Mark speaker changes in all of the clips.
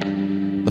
Speaker 1: The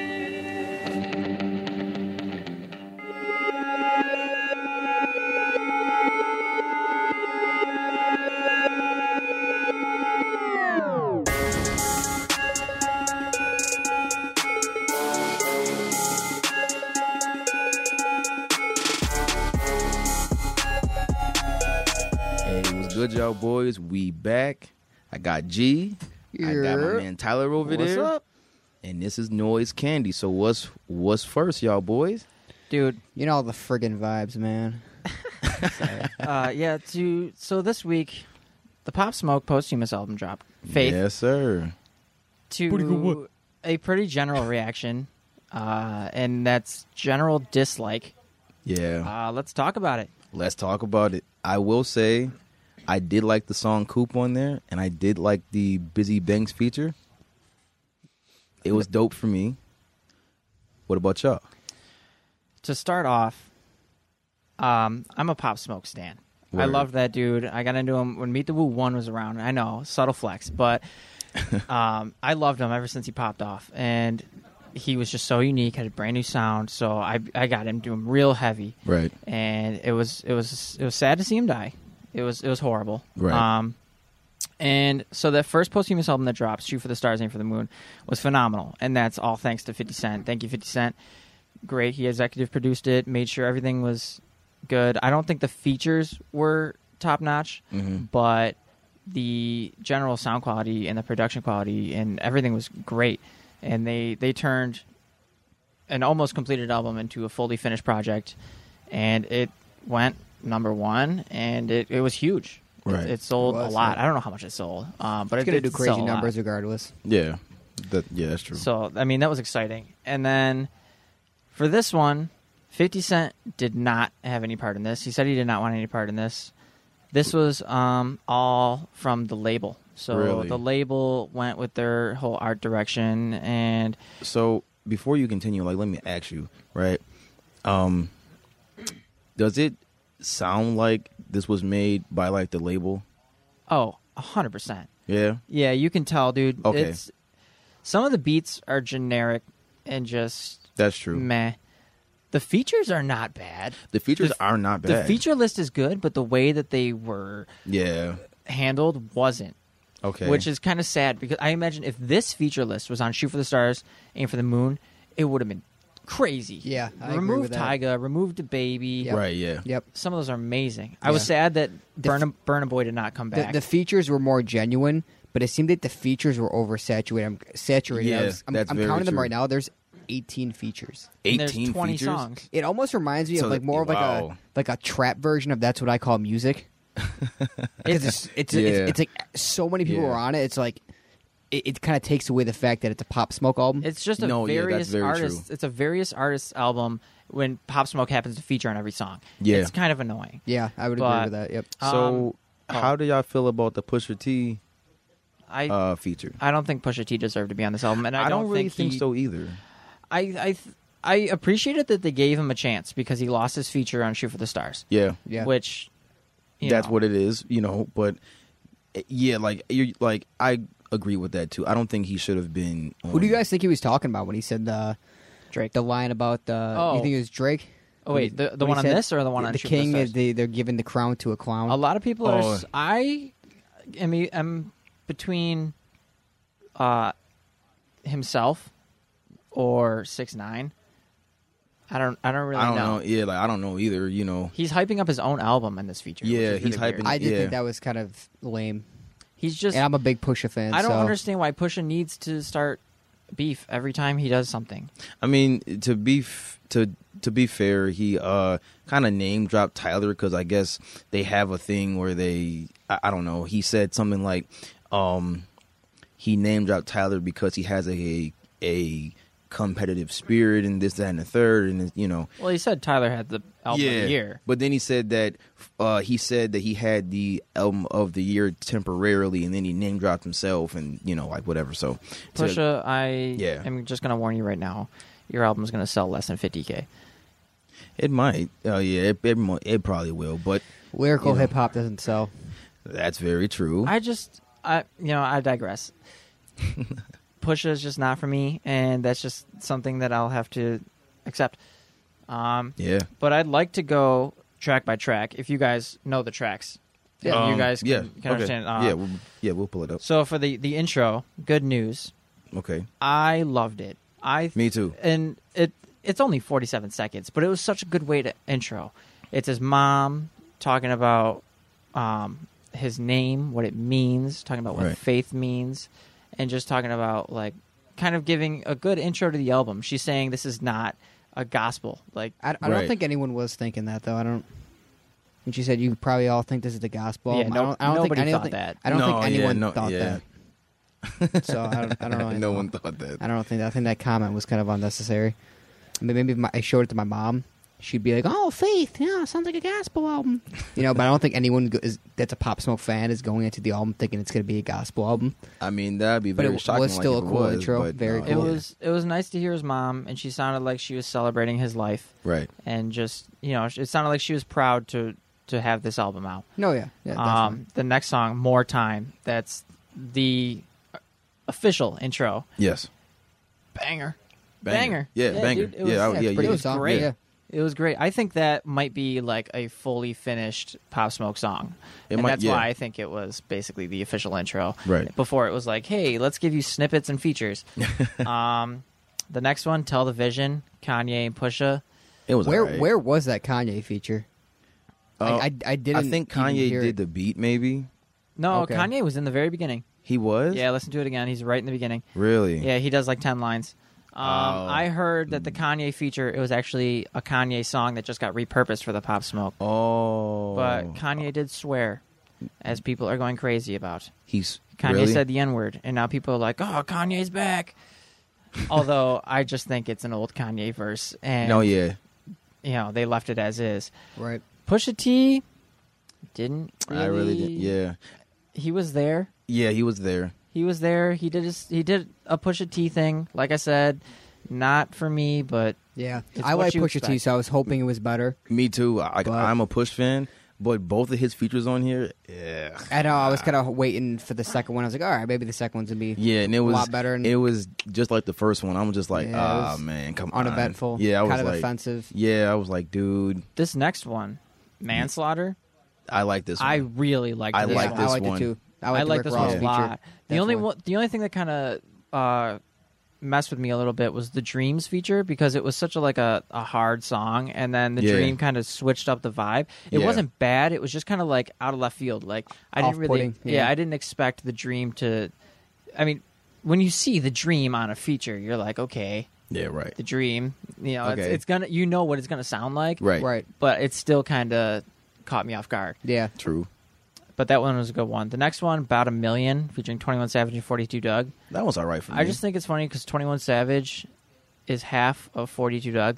Speaker 2: Hey, what's good, y'all boys? We back. I got G. I got my
Speaker 3: Yeah.
Speaker 2: man Tyler over
Speaker 1: What's
Speaker 2: there.
Speaker 1: up?
Speaker 2: And this is Noise Candy. So what's what's first, y'all boys?
Speaker 4: dude
Speaker 3: You know all the friggin' vibes, man.
Speaker 4: uh yeah to so this week the pop smoke posthumous album dropped faith
Speaker 2: Yes, sir.
Speaker 4: to
Speaker 2: Pretty good one.
Speaker 4: a pretty general reaction uh and that's general dislike
Speaker 2: Yeah.
Speaker 4: uh let's talk about it
Speaker 2: Let's talk about it. I will say I did like the song Coop on there, and I did like the Busy Banks feature. It was dope for me. What about y'all?
Speaker 4: to start off um i'm a pop smoke stan i
Speaker 2: Word.
Speaker 4: love that dude i got into him when meet the woo one was around i know subtle flex but um i loved him ever since he popped off and he was just so unique had a brand new sound so i i got into him real heavy
Speaker 2: Right.
Speaker 4: and it was it was it was sad to see him die. It was it was horrible.
Speaker 2: Right.
Speaker 4: Um, and so that first posthumous album that dropped, "Shoot for the Stars, Aim for the Moon," was phenomenal, and that's all thanks to Fifty Cent. Thank you, Fifty Cent. Great, he executive produced it, made sure everything was good. I don't think the features were top notch,
Speaker 2: Mm-hmm.
Speaker 4: Mm-hmm. but the general sound quality and the production quality and everything was great. And they they turned an almost completed album into a fully finished project, and it went number one, and it, it was huge. It-
Speaker 2: Right.
Speaker 4: It, sold
Speaker 3: It was,
Speaker 4: a lot.
Speaker 3: yeah.
Speaker 4: I don't know how much it sold, um, but
Speaker 3: It's
Speaker 4: it
Speaker 3: gonna do
Speaker 4: did sell
Speaker 3: crazy
Speaker 4: a lot.
Speaker 3: numbers regardless.
Speaker 2: Yeah. That yeah, that's true.
Speaker 4: So I mean that was exciting. And then for this one, 50 Cent did not have any part in this. He said he did not want any part in this. This was um, all from the label. So
Speaker 2: Really?
Speaker 4: the label went with their whole art direction and
Speaker 2: so before you continue like let me ask you right um does it sound like this was made by like the label
Speaker 4: oh, 100%.
Speaker 2: yeah
Speaker 4: Yeah, you can tell, dude.
Speaker 2: Okay.
Speaker 4: It's some of the beats are generic and just
Speaker 2: that's true
Speaker 4: meh. The features are not bad.
Speaker 2: the features
Speaker 4: The f-
Speaker 2: are not bad
Speaker 4: The feature list is good, but the way that they were
Speaker 2: yeah
Speaker 4: handled wasn't.
Speaker 2: okay
Speaker 4: Which is kind of sad because I imagine if this feature list was on Shoot for the Stars, Aim for the Moon, it would have been crazy.
Speaker 3: Yeah, I agree
Speaker 4: remove
Speaker 3: with that.
Speaker 4: Tyga, remove the baby.
Speaker 3: Yep.
Speaker 2: right yeah
Speaker 3: Yep.
Speaker 4: Some of those are amazing. I was
Speaker 3: Yeah.
Speaker 4: sad that
Speaker 3: The
Speaker 4: Burn a,
Speaker 3: f-
Speaker 4: Burn a Boy did not come
Speaker 3: The,
Speaker 4: back.
Speaker 3: the features were more genuine, but it seemed that the features were oversaturated. I'm saturated. I
Speaker 2: Yeah,
Speaker 3: was- I'm,
Speaker 2: that's
Speaker 3: I'm
Speaker 2: very
Speaker 3: counting them
Speaker 2: true.
Speaker 3: right now. There's 18 features.
Speaker 2: 18
Speaker 4: and there's 20
Speaker 2: features
Speaker 4: songs.
Speaker 3: It almost reminds me
Speaker 2: So
Speaker 3: of like more of like
Speaker 2: wow.
Speaker 3: a like a trap version of that's what I call music. 'Cause it's it's,
Speaker 2: Yeah.
Speaker 3: it's it's like so many people
Speaker 2: Yeah.
Speaker 3: are on it. It's like it, it kind of takes away the fact that it's a pop smoke album.
Speaker 4: It's just a
Speaker 2: No, yeah, that's
Speaker 4: various
Speaker 2: very
Speaker 4: artists.
Speaker 2: true.
Speaker 4: It's a various artists album when Pop Smoke happens to feature on every song.
Speaker 2: Yeah.
Speaker 4: it's kind of annoying.
Speaker 3: yeah, I would
Speaker 4: but-
Speaker 3: agree with that. Yep.
Speaker 2: so
Speaker 4: Um, oh.
Speaker 2: how do y'all feel about the pusher t
Speaker 4: I
Speaker 2: uh feature
Speaker 4: I don't think Pusha T deserved to be on this album, and I,
Speaker 2: don't, really
Speaker 4: think,
Speaker 2: think,
Speaker 4: he-
Speaker 2: so either
Speaker 4: I I th- I appreciated that they gave him a chance because he lost his feature on Shoot for the Stars.
Speaker 2: yeah
Speaker 3: Yeah.
Speaker 4: which you
Speaker 2: that's
Speaker 4: know,
Speaker 2: what it is, you know. But eh, yeah, like you're like I agree with that too. I don't think he should have been.
Speaker 3: Who do you
Speaker 2: on-
Speaker 3: guys think he was talking about when he said the
Speaker 4: Drake.
Speaker 3: The line about the
Speaker 4: Oh.
Speaker 3: you think it was Drake?
Speaker 4: Oh,
Speaker 3: When
Speaker 4: wait,
Speaker 3: he-
Speaker 4: the- the
Speaker 3: when
Speaker 4: one
Speaker 3: he
Speaker 4: on
Speaker 3: said
Speaker 4: this or the one on
Speaker 3: the
Speaker 4: Shoot for the
Speaker 3: king?
Speaker 4: Stars?
Speaker 3: they they're giving the crown to a clown.
Speaker 4: a lot of people are.
Speaker 2: Oh.
Speaker 4: s- I am am between uh himself or six nine. I don't I don't really
Speaker 2: I don't know. Yeah, like I don't know either. You know.
Speaker 4: He's hyping up his own album in this feature. which
Speaker 2: Yeah,
Speaker 4: is
Speaker 2: he's
Speaker 4: really weird.
Speaker 2: hyping-
Speaker 3: I did
Speaker 2: yeah.
Speaker 3: think that was kind of lame,
Speaker 4: He's just.
Speaker 3: and I'm a big Pusha fan.
Speaker 4: I don't
Speaker 3: so-
Speaker 4: understand why Pusha needs to start beef every time he does something.
Speaker 2: I mean, to be f- to to be fair, he uh kind of name dropped Tyler because I guess they have a thing where they I, I don't know. He said something like, um, he name dropped Tyler because he has a a competitive spirit and this that and the third and you know
Speaker 4: Well, he said Tyler had the album of the year.
Speaker 2: But then he said that uh, he said that he had the album of the year temporarily, and then he name dropped himself, and you know, like whatever. So to-
Speaker 4: Pusha, I
Speaker 2: Yeah.
Speaker 4: am just gonna warn you right now. your album's going to sell less than 50k.
Speaker 2: It might. Oh yeah, it, it mo- it probably will. But
Speaker 3: Lyrical
Speaker 2: You know.
Speaker 3: hip hop doesn't sell.
Speaker 2: that's very true.
Speaker 4: I just, I you know, I digress. Pusha is just not for me, and that's just something that I'll have to accept. Um,
Speaker 2: yeah.
Speaker 4: but I'd like to go track by track. If you guys know the tracks,
Speaker 3: Yeah.
Speaker 4: you
Speaker 2: Um,
Speaker 4: guys can,
Speaker 2: yeah.
Speaker 4: can
Speaker 2: okay.
Speaker 4: understand. Uh,
Speaker 2: yeah, we'll, yeah, we'll pull it up.
Speaker 4: So for the the intro, good news.
Speaker 2: Okay,
Speaker 4: I loved it. I
Speaker 2: me too.
Speaker 4: and it it's only 47 seconds, but it was such a good way to intro. It's his mom talking about um, his name, what it means, talking about what
Speaker 2: Right.
Speaker 4: faith means, and just talking about like kind of giving a good intro to the album. She's saying this is not a gospel. Like
Speaker 3: I, I
Speaker 2: Right.
Speaker 3: don't think anyone was thinking that though. I don't. And she said, "You probably all think this is the gospel."
Speaker 4: Yeah,
Speaker 3: I
Speaker 4: no-
Speaker 3: don't, I don't
Speaker 4: nobody
Speaker 3: think anyone
Speaker 4: thought
Speaker 3: think-
Speaker 4: that.
Speaker 3: I don't
Speaker 2: No,
Speaker 3: think
Speaker 2: yeah,
Speaker 3: anyone
Speaker 2: no-
Speaker 3: thought
Speaker 2: yeah.
Speaker 3: that. So I don't. I don't really
Speaker 2: no
Speaker 3: know.
Speaker 2: one thought that.
Speaker 3: I don't think. That, I think that comment was kind of unnecessary. I mean, maybe if my, I showed it to my mom. She'd be like, "Oh, Faith, yeah, sounds like a gospel album," you know. But I don't think anyone go- is, that's a Pop Smoke fan is going into the album thinking it's going to be a gospel album.
Speaker 2: I mean, that'd be
Speaker 3: But
Speaker 2: very
Speaker 3: it
Speaker 2: shocking.
Speaker 3: was
Speaker 2: like,
Speaker 3: still
Speaker 2: if
Speaker 3: a
Speaker 2: it
Speaker 3: cool
Speaker 2: was,
Speaker 3: intro,
Speaker 2: but
Speaker 3: very
Speaker 2: no,
Speaker 4: it
Speaker 3: cool.
Speaker 2: yeah.
Speaker 4: was it was nice to hear his mom, and she sounded like she was celebrating his life,
Speaker 2: right.
Speaker 4: and just you know, it sounded like she was proud to to have this album out.
Speaker 3: No, yeah, yeah, definitely.
Speaker 4: um, the next song, "More Time," that's the official intro
Speaker 2: Yes,
Speaker 4: banger. Banger.
Speaker 2: Yeah,
Speaker 4: Yeah,
Speaker 2: banger.
Speaker 4: dude, it was-
Speaker 2: yeah, I-
Speaker 4: yeah,
Speaker 2: yeah,
Speaker 4: it's
Speaker 2: yeah,
Speaker 4: pretty
Speaker 3: it
Speaker 2: yeah.
Speaker 3: was
Speaker 4: awesome.
Speaker 3: great.
Speaker 4: Yeah.
Speaker 3: Yeah.
Speaker 4: It was great. I think that might be like a fully finished Pop Smoke song.
Speaker 2: It
Speaker 4: and
Speaker 2: might-
Speaker 4: that's
Speaker 2: yeah.
Speaker 4: why I think it was basically the official intro.
Speaker 2: Right.
Speaker 4: Before it was like, hey, let's give you snippets and features. um, the next one, Tell the Vision, Kanye and Pusha.
Speaker 2: It was
Speaker 3: Where
Speaker 2: alright.
Speaker 3: where was that Kanye feature?
Speaker 2: Uh,
Speaker 3: I, I, I didn't.
Speaker 2: I think
Speaker 3: even
Speaker 2: Kanye
Speaker 3: hear
Speaker 2: did
Speaker 3: it.
Speaker 2: the beat. Maybe
Speaker 4: No,
Speaker 3: Okay.
Speaker 4: Kanye was in the very beginning.
Speaker 2: he was.
Speaker 4: Yeah, listen to it again. He's right in the beginning.
Speaker 2: Really.
Speaker 4: Yeah, he does like 10 lines. Um,
Speaker 2: Oh.
Speaker 4: I heard that the Kanye feature, it was actually a Kanye song that just got repurposed for the Pop Smoke.
Speaker 2: Oh.
Speaker 4: but Kanye did swear, as people are going crazy about.
Speaker 2: he's
Speaker 4: Kanye
Speaker 2: really?
Speaker 4: said the N word, and now people are like, "Oh, Kanye's back." Although I just think it's an old Kanye verse, and
Speaker 2: No. Yeah.
Speaker 4: you know they left it as is.
Speaker 3: right.
Speaker 4: Pusha T didn't. Really,
Speaker 2: I really did. Yeah.
Speaker 4: he was there.
Speaker 2: Yeah. He was there.
Speaker 4: He was there. He did his. He did a Pusha T thing. Like I said, not for me, but
Speaker 3: Yeah,
Speaker 4: It's
Speaker 3: I
Speaker 4: what
Speaker 3: like
Speaker 4: you
Speaker 3: Pusha T,
Speaker 4: expect.
Speaker 3: so I was hoping it was better.
Speaker 2: Me too. I,
Speaker 3: But-
Speaker 2: I'm a Push fan, but both of his features on here, yeah,
Speaker 3: I know uh, I was kind of waiting for the second one. I was like, all right, maybe the second one's gonna be
Speaker 2: Ah. yeah, and it was
Speaker 3: lot better and-
Speaker 2: it was just like the first one. I'm just like,
Speaker 3: Yeah, it
Speaker 2: ah,
Speaker 3: was
Speaker 2: man, come on,
Speaker 3: uneventful.
Speaker 2: Yeah, I was
Speaker 3: kind of
Speaker 2: like,
Speaker 3: offensive.
Speaker 2: yeah, I was like, dude,
Speaker 4: this next one, manslaughter.
Speaker 2: I like this.
Speaker 4: I
Speaker 2: One.
Speaker 4: really liked.
Speaker 2: I
Speaker 4: this
Speaker 2: like
Speaker 4: one.
Speaker 3: I
Speaker 2: this
Speaker 3: liked
Speaker 2: one.
Speaker 3: it too. I,
Speaker 4: I
Speaker 3: liked
Speaker 4: like
Speaker 3: the
Speaker 4: this
Speaker 3: Rick
Speaker 4: one
Speaker 3: Ross
Speaker 4: a
Speaker 2: Yeah.
Speaker 4: lot.
Speaker 3: feature.
Speaker 4: The only
Speaker 3: Definitely.
Speaker 4: one, the only thing that kind of uh, messed with me a little bit was the Dreams feature because it was such a like a, a hard song, and then the
Speaker 2: Yeah.
Speaker 4: Dream kind of switched up the vibe. It
Speaker 2: Yeah.
Speaker 4: wasn't bad. It was just kind of like out of left field. Like I didn't really,
Speaker 3: Off-putting,
Speaker 4: yeah.
Speaker 3: yeah.
Speaker 4: I didn't expect the Dream to. I mean, when you see the Dream on a feature, you're like, okay,
Speaker 2: yeah, right,
Speaker 4: the Dream. You know, it's,
Speaker 2: Okay.
Speaker 4: it's gonna, you know what it's gonna sound like,
Speaker 2: right,
Speaker 3: Right.
Speaker 4: But it still kind of caught me off guard.
Speaker 3: Yeah.
Speaker 2: true.
Speaker 4: But that one was a good one. The next one, about a million, featuring Twenty One Savage and Forty Two Doug.
Speaker 2: That was all right for me.
Speaker 4: I just think it's funny because Twenty One Savage is half of Forty Two Doug.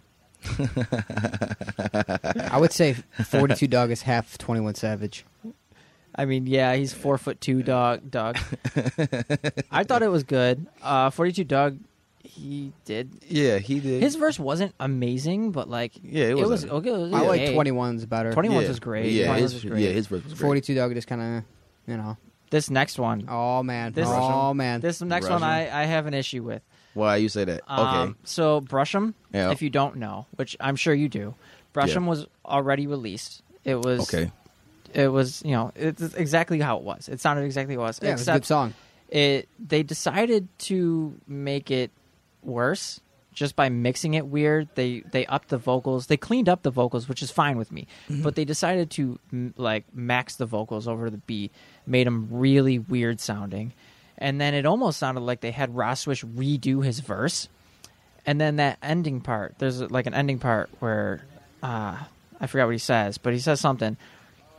Speaker 3: I would say 42 Dog is half 21 Savage.
Speaker 4: I mean, yeah, he's four foot two Doug. Doug. I thought it was good. Uh, Forty Two Doug, he did.
Speaker 2: yeah, he did.
Speaker 4: His verse wasn't amazing, but like,
Speaker 2: Yeah, it
Speaker 4: it was
Speaker 2: wasn't.
Speaker 4: okay. It was
Speaker 3: I like
Speaker 4: okay.
Speaker 3: 21's better.
Speaker 4: 21
Speaker 2: yeah.
Speaker 4: was great.
Speaker 2: Yeah,
Speaker 4: 21
Speaker 2: his,
Speaker 4: was great.
Speaker 2: yeah, his verse was great.
Speaker 3: 42 Dog just kind of, you know.
Speaker 4: This next one,
Speaker 3: Oh man.
Speaker 4: This-
Speaker 3: oh man.
Speaker 4: this next one, I, I have an issue with.
Speaker 2: Why you say that?
Speaker 4: Um,
Speaker 2: okay,
Speaker 4: So Brush'em,
Speaker 2: Yeah.
Speaker 4: if you don't know, which I'm sure you do, Brush'em
Speaker 2: Yeah.
Speaker 4: was already released. It was
Speaker 2: okay,
Speaker 4: It was you know it's exactly how it was. It sounded exactly how it was.
Speaker 3: yeah, it was a
Speaker 4: except
Speaker 3: good song.
Speaker 4: it they decided to make it worse just by mixing it weird. They they upped the vocals. They cleaned up the vocals, which is fine with me. But they decided to m- like max the vocals over the beat, made them really weird sounding. And then it almost sounded like they had Roswish redo his verse. And then that ending part, there's like an ending part where uh, I forgot what he says, but he says something.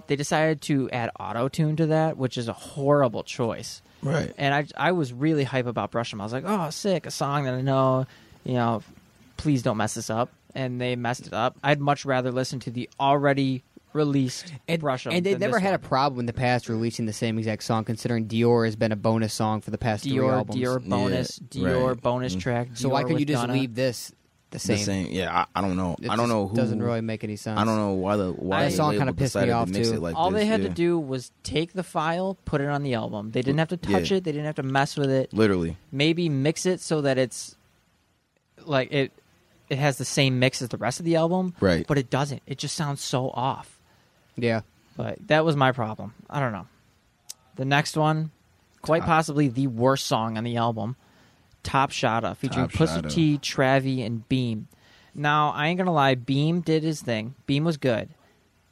Speaker 4: They decided to add auto tune to that, which is a horrible choice.
Speaker 2: right.
Speaker 4: And I, I was really hype about Brush'em. I was like, oh, sick, a song that I know. You know, please don't mess this up. And they messed it up. I'd much rather listen to the already released Brush'em.
Speaker 3: And they
Speaker 4: than
Speaker 3: never
Speaker 4: this
Speaker 3: had a
Speaker 4: one.
Speaker 3: problem in the past releasing the same exact song, considering Dior has been a bonus song for the past three
Speaker 4: Dior,
Speaker 3: albums. Mm-hmm.
Speaker 4: Dior bonus,
Speaker 2: Yeah,
Speaker 4: Dior
Speaker 2: right.
Speaker 4: bonus
Speaker 2: Mhm.
Speaker 4: track.
Speaker 3: so
Speaker 4: Dior
Speaker 3: why can
Speaker 4: with
Speaker 3: you just
Speaker 4: Gunna.
Speaker 3: leave this the same.
Speaker 2: the same. Yeah, I, I don't know.
Speaker 3: It
Speaker 2: I don't
Speaker 3: just
Speaker 2: know who.
Speaker 3: doesn't really make any sense.
Speaker 2: I don't know why the why
Speaker 4: That
Speaker 2: the
Speaker 4: song
Speaker 2: label
Speaker 3: kinda pissed me
Speaker 2: decided to
Speaker 3: off,
Speaker 2: mix
Speaker 3: too.
Speaker 2: it like
Speaker 4: All they
Speaker 2: this,
Speaker 4: had
Speaker 2: yeah.
Speaker 4: to do was take the file, put it on the album. They didn't have to touch
Speaker 2: Yeah.
Speaker 4: it. They didn't have to mess with it.
Speaker 2: literally.
Speaker 4: Maybe mix it so that it's like it it has the same mix as the rest of the album.
Speaker 2: Right.
Speaker 4: But it doesn't. It just sounds so off.
Speaker 3: Yeah,
Speaker 4: But that was my problem. I don't know. The next one, quite possibly the worst song on the album, Top Shotta, featuring
Speaker 2: Top
Speaker 4: Pusha
Speaker 2: Shotta.
Speaker 4: T, Travi, and Beam. Now, I ain't gonna lie, Beam did his thing. Beam was good,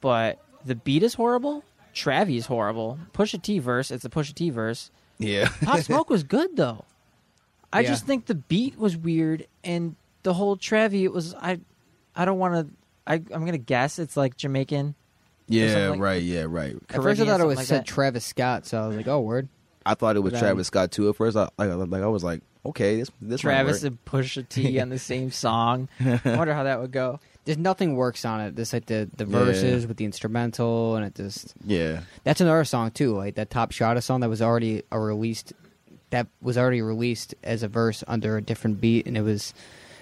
Speaker 4: but the beat is horrible. Travi is horrible. Pusha T verse, it's the Pusha T verse.
Speaker 2: Yeah,
Speaker 4: Pop Smoke was good though. I
Speaker 3: Yeah.
Speaker 4: just think the beat was weird and the whole Travi. It was I. I don't want to. I'm gonna guess it's like Jamaican.
Speaker 2: yeah,
Speaker 4: like-
Speaker 2: right, yeah, right.
Speaker 3: at first I
Speaker 4: Caribbean,
Speaker 3: thought it
Speaker 4: something
Speaker 3: was
Speaker 4: like
Speaker 3: said
Speaker 4: that.
Speaker 3: Travis Scott, so I was like, oh word.
Speaker 2: I thought it was
Speaker 3: But, um,
Speaker 2: Travis Scott too at first. I like, like I was like, okay, this this might
Speaker 4: Travis
Speaker 2: work.
Speaker 4: and Pusha T on the same song. I wonder how that would go.
Speaker 3: There's nothing works on it. There's like the the
Speaker 2: Yeah.
Speaker 3: verses with the instrumental, and it just
Speaker 2: yeah,
Speaker 3: that's another song too. Like that Top Shot song that was already a released that was already released as a verse under a different beat, and it was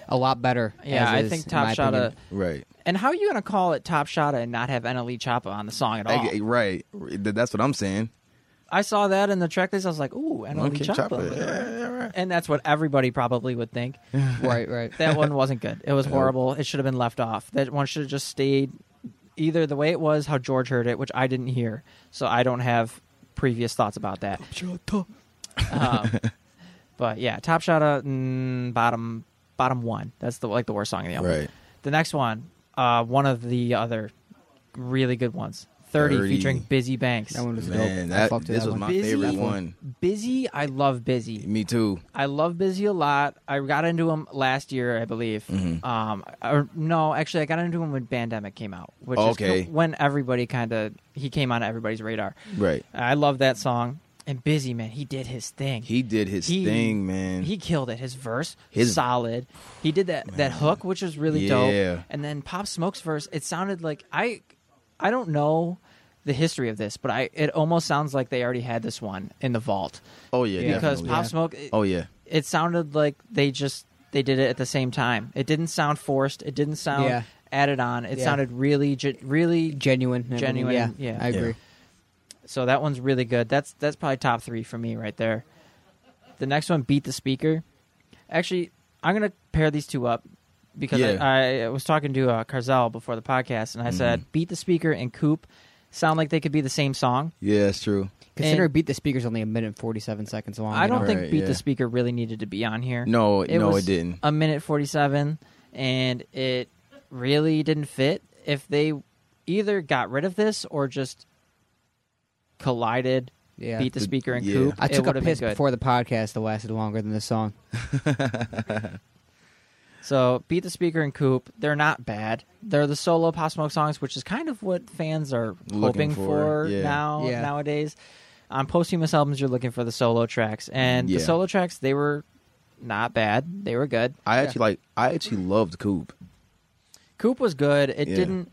Speaker 3: a lot better.
Speaker 4: Yeah,
Speaker 3: as
Speaker 4: I
Speaker 3: is,
Speaker 4: think
Speaker 3: in
Speaker 4: Top
Speaker 3: my
Speaker 4: Shotta.
Speaker 3: opinion.
Speaker 2: right,
Speaker 4: And how are you going to call it Top Shotta and not have NLE Choppa on the song at all?
Speaker 2: I- eh, right. Th- That's what I'm saying.
Speaker 4: I saw that in the track list. I was like, ooh, NLE
Speaker 2: Okay,
Speaker 4: Choppa.
Speaker 2: chop it. Yeah, yeah, right.
Speaker 4: And that's what everybody probably would think.
Speaker 3: Right, right.
Speaker 4: That one wasn't good. It was horrible. It should have been left off. That one should have just stayed either the way it was, how George heard it, which I didn't hear. So I don't have previous thoughts about that. Um, but yeah, Top Shot, uh, mm, bottom bottom one. That's the like the worst song in the album.
Speaker 2: Right.
Speaker 4: The next one, uh, one of the other really good ones, 30,
Speaker 2: 30.
Speaker 4: featuring Busy Banks.
Speaker 3: That one was
Speaker 2: Man,
Speaker 3: dope. I
Speaker 2: that
Speaker 3: fucked with
Speaker 2: this
Speaker 3: that
Speaker 2: was
Speaker 3: one.
Speaker 2: my
Speaker 4: Busy?
Speaker 2: favorite one.
Speaker 4: Busy, I love Busy.
Speaker 2: Me too.
Speaker 4: I love Busy a lot. I got into him last year, I believe.
Speaker 2: Mm-hmm.
Speaker 4: Um, or no, actually, I got into him when Bandemic came out, which
Speaker 2: Okay.
Speaker 4: is when everybody kind of he came on everybody's radar.
Speaker 2: Right.
Speaker 4: I love that song. And Busy, man, he did his thing.
Speaker 2: He did his
Speaker 4: He-
Speaker 2: thing, man.
Speaker 4: He killed it. His verse,
Speaker 2: His-
Speaker 4: solid. He did that that hook, which was really
Speaker 2: Yeah.
Speaker 4: dope. And then Pop Smoke's verse, it sounded like I, I don't know the history of this, but I it almost sounds like they already had this one in the vault
Speaker 2: oh yeah,
Speaker 4: because
Speaker 2: definitely.
Speaker 3: Yeah.
Speaker 4: Pop Smoke. It,
Speaker 2: Oh yeah,
Speaker 4: it sounded like they just they did it at the same time. It didn't sound forced. It didn't sound
Speaker 3: Yeah.
Speaker 4: added on. It
Speaker 3: Yeah.
Speaker 4: sounded really, ge- really.
Speaker 3: Genuine, and everything.
Speaker 4: Genuine,
Speaker 3: Yeah,
Speaker 4: yeah.
Speaker 3: I agree.
Speaker 4: So that one's really good. That's that's probably top three for me right there. The next one, beat the speaker. Actually, I'm gonna pair these two up because
Speaker 2: Yeah. Mm-hmm.
Speaker 4: I, I was talking to uh, Carzel before the podcast, and I said beat the speaker and Coop sound like they could be the same song.
Speaker 2: yeah, that's true.
Speaker 3: Consider
Speaker 4: And-
Speaker 3: beat the speakers only a minute and forty seven seconds long.
Speaker 4: I
Speaker 3: you
Speaker 4: don't
Speaker 3: know?
Speaker 4: think
Speaker 2: Oh, Right,
Speaker 4: beat
Speaker 2: yeah.
Speaker 4: the speaker really needed to be on here.
Speaker 2: No,
Speaker 4: it
Speaker 2: no,
Speaker 4: was
Speaker 2: it didn't.
Speaker 4: A minute forty-seven, and it really didn't fit. If they either got rid of this or just collided,
Speaker 3: Yeah.
Speaker 4: beat the speaker and
Speaker 2: yeah.
Speaker 4: Coop.
Speaker 3: I
Speaker 4: it
Speaker 3: took a
Speaker 4: would've been
Speaker 3: piss
Speaker 4: good.
Speaker 3: before the podcast that lasted longer than this song.
Speaker 4: So beat the speaker and Coop. They're not bad. They're the solo Pop Smoke songs, which is kind of what fans are
Speaker 2: Looking
Speaker 4: hoping
Speaker 2: for,
Speaker 4: for,
Speaker 2: yeah.
Speaker 4: now
Speaker 3: Yeah.
Speaker 4: nowadays. On posthumous albums, you're looking for the solo tracks, and
Speaker 2: Yeah.
Speaker 4: the solo tracks they were not bad. They were good.
Speaker 2: I actually like. I actually loved Coop.
Speaker 4: Coop was good. It
Speaker 2: Yeah.
Speaker 4: didn't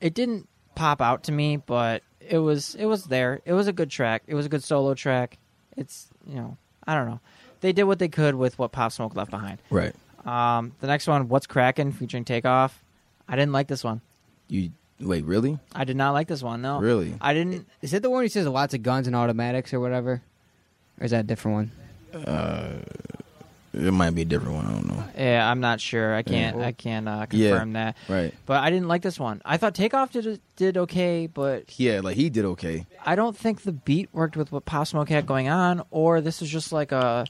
Speaker 4: it didn't pop out to me, but it was it was there. It was a good track. It was a good solo track. It's you know, I don't know. They did what they could with what Pop Smoke left behind.
Speaker 2: Right.
Speaker 4: Um, the next one, What's Crackin' featuring Takeoff. I didn't like this one.
Speaker 2: You wait, really?
Speaker 4: I did not like this one, no.
Speaker 2: Really?
Speaker 4: I didn't
Speaker 3: Is it the one who says lots of guns and automatics or whatever? Or is that a different one?
Speaker 2: It might be a different one. I don't know.
Speaker 4: yeah, I'm not sure. I can't
Speaker 3: Yeah.
Speaker 4: I can't uh,
Speaker 2: Yeah.
Speaker 4: confirm that.
Speaker 2: Right.
Speaker 4: But I didn't like this one. I thought Takeoff did did okay, but
Speaker 2: Yeah, like he did okay.
Speaker 4: I don't think the beat worked with what Pop Smoke had going on, or this is just like a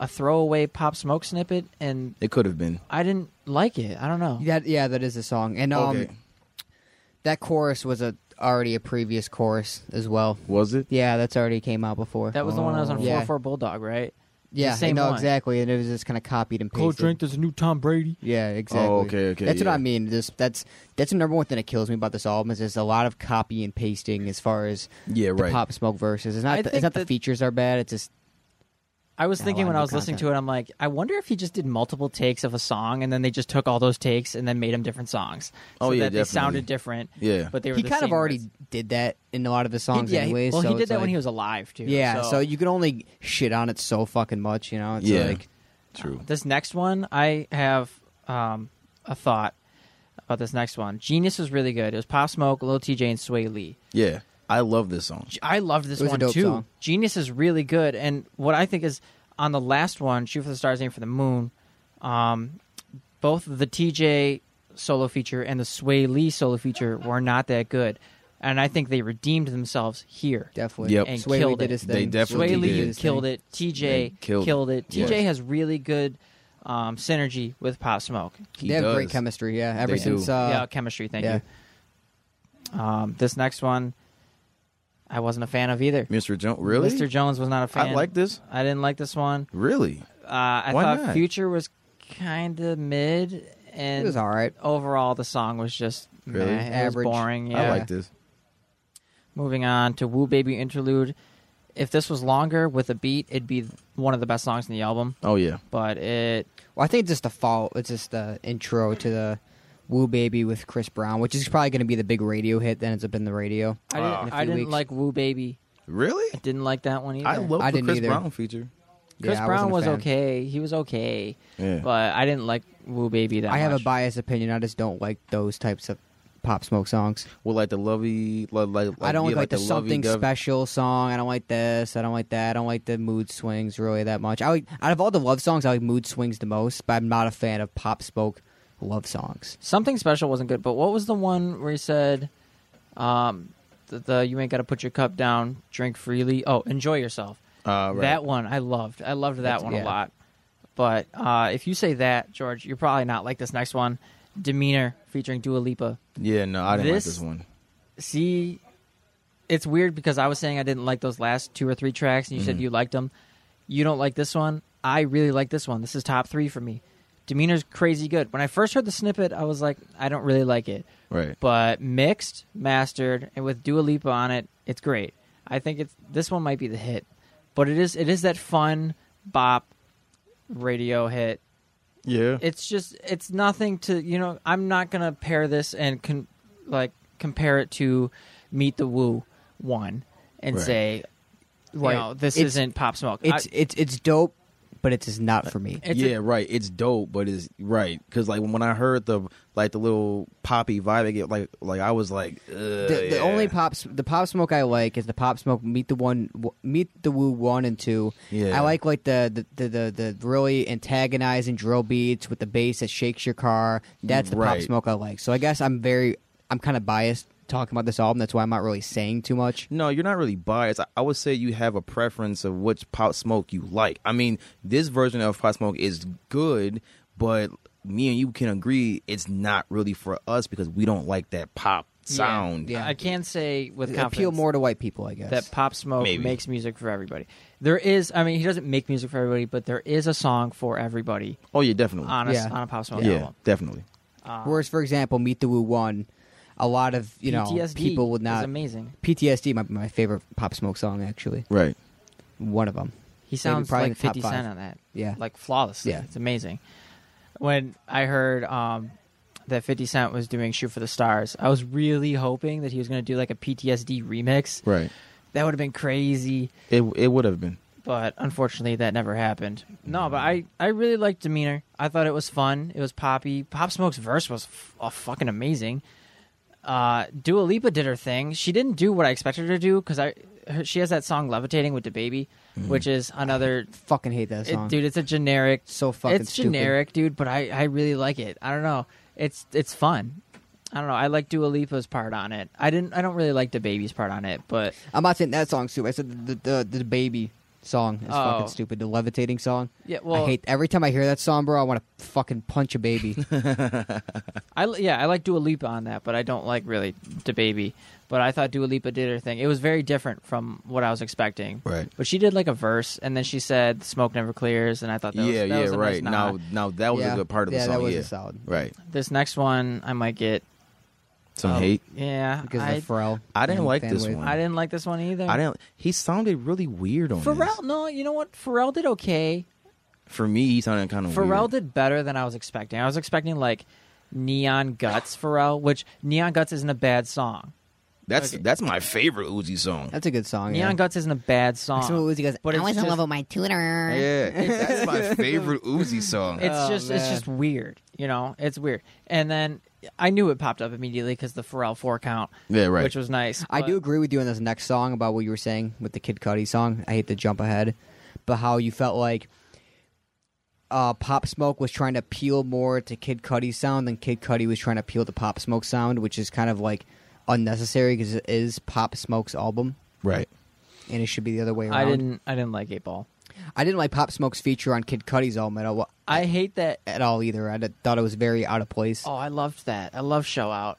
Speaker 4: a throwaway Pop Smoke snippet, and
Speaker 2: It could have been.
Speaker 4: I didn't like it. I don't know.
Speaker 3: That yeah, that is a song. And um
Speaker 2: okay.
Speaker 3: that chorus was a already a previous chorus as well.
Speaker 2: Was it?
Speaker 3: Yeah, that's already came out before.
Speaker 4: That was the one that was on
Speaker 3: Oh. Yeah.
Speaker 4: Four Four Bulldog, right?
Speaker 3: yeah,
Speaker 4: the same
Speaker 3: no,
Speaker 4: one.
Speaker 3: exactly. And it was just kind of copied and pasted.
Speaker 4: There's a new Tom Brady.
Speaker 3: Yeah, exactly.
Speaker 2: Oh, okay, okay,
Speaker 3: That's
Speaker 2: yeah.
Speaker 3: what I mean. This that's that's the number one thing that kills me about this album is there's a lot of copy and pasting as far as
Speaker 2: Yeah,
Speaker 3: the
Speaker 2: right.
Speaker 3: pop smoke verses. It's
Speaker 4: I
Speaker 3: not the,
Speaker 4: think
Speaker 3: it's not the
Speaker 4: that-
Speaker 3: features are bad. It's just
Speaker 4: I was
Speaker 3: Yeah,
Speaker 4: thinking
Speaker 3: a lot of
Speaker 4: when I
Speaker 3: new
Speaker 4: was listening to
Speaker 3: content.
Speaker 4: it, I'm like, I wonder if he just did multiple takes of a song, and then they just took all those takes and then made them different songs.
Speaker 2: Oh,
Speaker 4: so
Speaker 2: yeah,
Speaker 4: that they
Speaker 2: definitely.
Speaker 4: sounded different.
Speaker 2: Yeah.
Speaker 4: but they were
Speaker 3: he
Speaker 4: the
Speaker 3: kind of
Speaker 4: same
Speaker 3: already
Speaker 4: words.
Speaker 3: did that in a lot of his
Speaker 4: He-
Speaker 3: songs,
Speaker 4: yeah, he-
Speaker 3: anyways.
Speaker 4: well,
Speaker 3: so
Speaker 4: he did
Speaker 3: it's
Speaker 4: that when
Speaker 3: like-
Speaker 4: he was alive too.
Speaker 3: Yeah, so.
Speaker 4: so
Speaker 3: you can only shit on it so fucking much, you know. It's
Speaker 2: Yeah.
Speaker 3: like
Speaker 2: True.
Speaker 4: This next one, I have um, a thought about this next one. Genius was really good. It was Pop Smoke, Lil TJ, and Sway Lee.
Speaker 2: Yeah, I love this song.
Speaker 4: G- I loved this
Speaker 3: It was a
Speaker 4: one
Speaker 3: dope
Speaker 4: too.
Speaker 3: song.
Speaker 4: Genius is really good, and what I think is on the last one, Shoot for the Stars, Aim for the Moon. Um, both the TJ solo feature and the Sway Lee solo feature were not that good, and I think they redeemed themselves here.
Speaker 3: Definitely.
Speaker 2: Yep.
Speaker 4: And
Speaker 3: Sway Lee
Speaker 4: killed
Speaker 3: did
Speaker 4: it.
Speaker 3: his thing.
Speaker 2: They definitely
Speaker 4: Sway
Speaker 2: Sway Lee
Speaker 4: Lee
Speaker 2: did.
Speaker 4: killed it.
Speaker 2: They
Speaker 4: TJ
Speaker 2: killed
Speaker 4: killed,
Speaker 2: it.
Speaker 4: it.
Speaker 2: Yes.
Speaker 4: TJ has really good um, synergy with Pop Smoke.
Speaker 2: He
Speaker 3: they have great
Speaker 2: does.
Speaker 3: chemistry, yeah. Ever
Speaker 2: They do.
Speaker 3: since uh,
Speaker 4: yeah, chemistry. Thank
Speaker 3: yeah.
Speaker 4: you. Um, this next one, I wasn't a fan of either.
Speaker 2: Mr. Jones, really?
Speaker 4: Mr. Jones was not a fan.
Speaker 2: I like this.
Speaker 4: I didn't like this one.
Speaker 2: Really?
Speaker 4: Uh, I
Speaker 2: Why
Speaker 4: thought
Speaker 2: not?
Speaker 4: Future was kind of mid, and
Speaker 3: it was all right.
Speaker 4: overall the song was just
Speaker 2: Really?
Speaker 4: meh. It was
Speaker 3: Average.
Speaker 4: boring. Yeah.
Speaker 2: I like this.
Speaker 4: Moving on to Woo Baby Interlude. If this was longer with a beat, it'd be one of the best songs in the album.
Speaker 2: Oh yeah,
Speaker 4: But it
Speaker 3: Well, I think it's just the fall. It's just the intro to the Woo Baby with Chris Brown, which is probably going to be the big radio hit that ends up in the radio.
Speaker 4: I didn't,
Speaker 3: in a
Speaker 4: I
Speaker 3: few
Speaker 4: didn't
Speaker 3: weeks.
Speaker 4: like Woo Baby.
Speaker 2: really?
Speaker 4: Didn't like that one either.
Speaker 2: I love
Speaker 3: I
Speaker 2: the
Speaker 3: didn't
Speaker 2: Chris
Speaker 3: either.
Speaker 2: Brown feature.
Speaker 4: Chris
Speaker 3: Yeah, I
Speaker 4: Brown
Speaker 3: wasn't a
Speaker 4: was
Speaker 3: fan.
Speaker 4: okay. He was okay,
Speaker 2: Yeah,
Speaker 4: but I didn't like Woo Baby that
Speaker 3: I have a
Speaker 4: much.
Speaker 3: biased opinion. I just don't like those types of pop smoke songs.
Speaker 2: well, like the lovey, like, like
Speaker 3: I don't
Speaker 2: yeah,
Speaker 3: like, like the, something
Speaker 2: lovey-dovey-
Speaker 3: special song. I don't like this. I don't like that. I don't like the mood swings really that much. I like, out of all the love songs, I like mood swings the most, but I'm not a fan of pop smoke love songs.
Speaker 4: Something special wasn't good, but what was the one where he said, um, the, the you ain't got to put your cup down, drink freely. Oh, enjoy yourself.
Speaker 2: Uh, right.
Speaker 4: That one I loved. I loved that
Speaker 3: Oh, That's-
Speaker 4: one a
Speaker 3: yeah.
Speaker 4: lot. But uh, if you say that, George, you're probably not like this next one, Demeanor featuring Dua Lipa.
Speaker 2: Yeah, no, I didn't
Speaker 4: This-
Speaker 2: like this one.
Speaker 4: See, it's weird because I was saying I didn't like those last two or three tracks, and you
Speaker 3: Mm-hmm.
Speaker 4: said you liked them. You don't like this one. I really like this one. This is top three for me. Demeanor's crazy good. When I first heard the snippet, I was like, I don't really like it.
Speaker 2: Right.
Speaker 4: But mixed, mastered, and with Dua Lipa on it, it's great. I think it's this one might be the hit, but it is it is that fun bop radio hit
Speaker 2: Yeah.
Speaker 4: it's just it's nothing to you know i'm not gonna pair this and con- like compare it to meet the woo one and
Speaker 2: Right.
Speaker 4: say you
Speaker 3: Right.
Speaker 4: know this
Speaker 3: It's-
Speaker 4: isn't pop smoke I-
Speaker 3: It's it's it's dope, but it is not for me.
Speaker 4: it's a-
Speaker 2: yeah, right. It's dope, but it's right because like when I heard the like the little poppy vibe, I get like like I was like Ugh,
Speaker 3: the, the
Speaker 2: yeah.
Speaker 3: only pop the pop smoke I like is the pop smoke meet the one w- meet the woo one and two.
Speaker 2: Yeah.
Speaker 3: I like like the the, the the the really antagonizing drill beats with the bass that shakes your car. That's the
Speaker 2: Right.
Speaker 3: pop smoke I like. So I guess I'm very I'm kind of biased talking about this album. That's why I'm not really saying too much.
Speaker 2: No, you're not really biased. I, I would say you have a preference of which Pop Smoke you like. I mean, this version of Pop Smoke is good, but me and you can agree it's not really for us because we don't like that pop
Speaker 4: yeah.
Speaker 2: sound.
Speaker 3: Yeah.
Speaker 4: i can say with
Speaker 3: It
Speaker 4: confidence
Speaker 3: appeal more to white people, I guess.
Speaker 4: that pop smoke
Speaker 2: Maybe.
Speaker 4: makes music for everybody there is i mean he doesn't make music for everybody but there is a song for everybody
Speaker 2: Oh yeah, definitely.
Speaker 4: on a,
Speaker 3: Yeah.
Speaker 4: on a pop smoke
Speaker 2: yeah,
Speaker 4: album
Speaker 2: definitely.
Speaker 3: Whereas, for example, meet the woo one, a lot of you know
Speaker 4: PTSD
Speaker 3: people would
Speaker 4: is
Speaker 3: not.
Speaker 4: amazing
Speaker 3: PTSD, my my favorite pop smoke song actually,
Speaker 2: Right.
Speaker 3: one of them.
Speaker 4: He sounds
Speaker 3: probably
Speaker 4: like
Speaker 3: the top
Speaker 4: 50
Speaker 3: five.
Speaker 4: Cent on that.
Speaker 3: Yeah.
Speaker 4: Like flawlessly.
Speaker 3: Yeah.
Speaker 4: It's amazing. When I heard um, that 50 Cent was doing Shoot for the Stars, I was really hoping that he was going to do like a PTSD remix.
Speaker 2: Right.
Speaker 4: That would have been crazy,
Speaker 2: It it would have been.
Speaker 4: but unfortunately that never happened. No, but I, I really liked Demeanor. I thought it was fun. It was poppy. Pop Smoke's verse was f- uh, fucking amazing. Uh, Dua Lipa did her thing. She didn't do what I expected her to do because I her, she has that song "Levitating" with the baby, which is another
Speaker 3: Fucking hate Mm-hmm. that
Speaker 4: it-
Speaker 3: song,
Speaker 4: dude. It's a generic.
Speaker 3: So fucking
Speaker 4: It's
Speaker 3: stupid.
Speaker 4: generic, dude. But I, I really like it. I don't know. It's it's fun. I don't know. I like Dua Lipa's part on it. I didn't. I don't really like the baby's part on it. But
Speaker 3: I'm not saying that song stupid. I said the the, the, baby song is
Speaker 4: Oh.
Speaker 3: fucking stupid. The levitating song.
Speaker 4: yeah, well,
Speaker 3: I hate every time I hear that song, bro. I want to fucking punch a baby.
Speaker 4: I li- yeah, I like Dua Lipa on that, but I don't like really the baby. But I thought Dua Lipa did her thing. It was very different from what I was expecting.
Speaker 2: Right.
Speaker 4: But she did like a verse, and then she said "The smoke never clears," and I thought that was,
Speaker 2: yeah,
Speaker 4: that
Speaker 2: yeah,
Speaker 4: was a nice
Speaker 2: right.
Speaker 4: nod.
Speaker 2: now now that was
Speaker 3: Yeah.
Speaker 2: a good part of the
Speaker 3: Yeah,
Speaker 2: song.
Speaker 3: that was
Speaker 2: yeah.
Speaker 3: a solid.
Speaker 2: Right.
Speaker 4: this next one I might get
Speaker 2: Some
Speaker 4: oh,
Speaker 2: hate.
Speaker 4: Yeah,
Speaker 3: because
Speaker 4: I,
Speaker 3: of the Pharrell.
Speaker 2: I didn't
Speaker 3: and
Speaker 2: like this
Speaker 3: Fanwave.
Speaker 2: one.
Speaker 4: I didn't like this one either.
Speaker 2: I didn't he sounded really weird on this.
Speaker 4: Pharrell, no, you know what? Pharrell did okay.
Speaker 2: For me, he sounded kind of weird.
Speaker 4: Pharrell did better than I was expecting. I was expecting like Neon Guts Pharrell, which Neon Guts isn't a bad song.
Speaker 2: That's that's my favorite Uzi song.
Speaker 3: That's a good song.
Speaker 4: Neon
Speaker 3: Yeah.
Speaker 4: Guts isn't a bad song.
Speaker 3: Some of Uzi goes,
Speaker 4: But
Speaker 5: I
Speaker 4: it's
Speaker 5: was in
Speaker 4: just-
Speaker 5: love with my tutor.
Speaker 2: Yeah, that's my favorite Uzi song.
Speaker 4: It's
Speaker 3: Oh,
Speaker 4: just it's
Speaker 3: man.
Speaker 4: just weird. You know, it's weird. And then I knew it popped up immediately because the Pharrell four count,
Speaker 2: Yeah, right.
Speaker 4: which was nice.
Speaker 3: I
Speaker 4: but-
Speaker 3: do agree with you on this next song about what you were saying with the Kid Cudi song. I hate to jump ahead, but how you felt like uh, Pop Smoke was trying to appeal more to Kid Cudi's sound than Kid Cudi was trying to appeal to Pop Smoke sound, which is kind of like unnecessary because it is Pop Smoke's album,
Speaker 2: right.
Speaker 3: and it should be the other way around.
Speaker 4: I didn't. I didn't like eight ball.
Speaker 3: I didn't like Pop Smoke's feature on Kid Cudi's album at all,
Speaker 4: I hate that.
Speaker 3: at all either. I d- thought it was very out of place.
Speaker 4: Oh, I loved that. I love show out.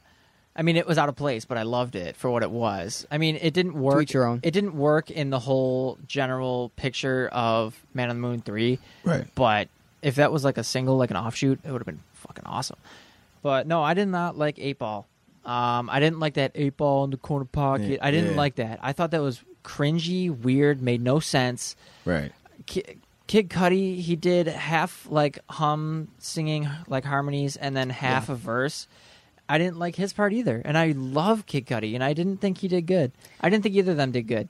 Speaker 4: I mean, it was out of place, but I loved it for what it was. I mean, it didn't work.
Speaker 3: each your own.
Speaker 4: It didn't work in the whole general picture of Man on the Moon three.
Speaker 2: Right.
Speaker 4: But if that was like a single, like an offshoot, it would have been fucking awesome. But no, I did not like Eight Ball. Um, I didn't like that Eight Ball in the corner pocket.
Speaker 2: Yeah,
Speaker 4: I didn't
Speaker 2: yeah.
Speaker 4: like that. I thought that was cringy, weird, made no sense.
Speaker 2: Right.
Speaker 4: Ki- Kid Cudi, he did half like hum singing like harmonies and then half a verse. I didn't like his part either, and I love Kid Cudi, and I didn't think he did good. I didn't think either of them did good,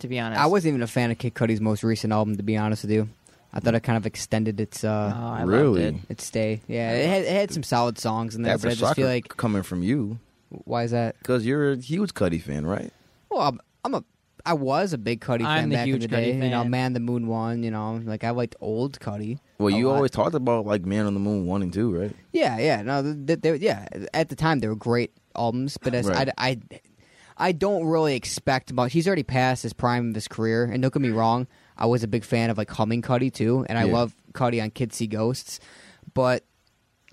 Speaker 4: to be honest.
Speaker 3: I wasn't even a fan of Kid Cudi's most recent album, to be honest with you. I thought it kind of extended its
Speaker 4: Oh,
Speaker 3: uh,
Speaker 4: I loved
Speaker 2: really?
Speaker 4: it.
Speaker 3: It stay. Yeah, it had, it had some solid songs in there,
Speaker 2: That's
Speaker 3: but
Speaker 2: a
Speaker 3: I just
Speaker 2: shocker
Speaker 3: feel like
Speaker 2: coming from you
Speaker 3: why is that?
Speaker 2: because you're a huge Cuddy fan, right?
Speaker 3: Well, I'm, I'm a I was a big Cuddy
Speaker 4: I'm
Speaker 3: fan
Speaker 4: the
Speaker 3: back
Speaker 4: huge
Speaker 3: in the
Speaker 4: Cudi
Speaker 3: day. You know,
Speaker 4: fan.
Speaker 3: Man the Moon one. You know, like I liked old Cuddy.
Speaker 2: Well,
Speaker 4: Oh,
Speaker 3: a
Speaker 2: you
Speaker 3: lot.
Speaker 2: always talked about like Man on the Moon one and two, right?
Speaker 3: Yeah, yeah. No, they, they, yeah. At the time, they were great albums, but as
Speaker 2: Right.
Speaker 3: I, I, I don't really expect much. He's already past his prime of his career, and don't get me wrong, I was a big fan of like Humming Cuddy too, and I
Speaker 2: Yeah.
Speaker 3: love Cuddy on Kids See Ghosts, but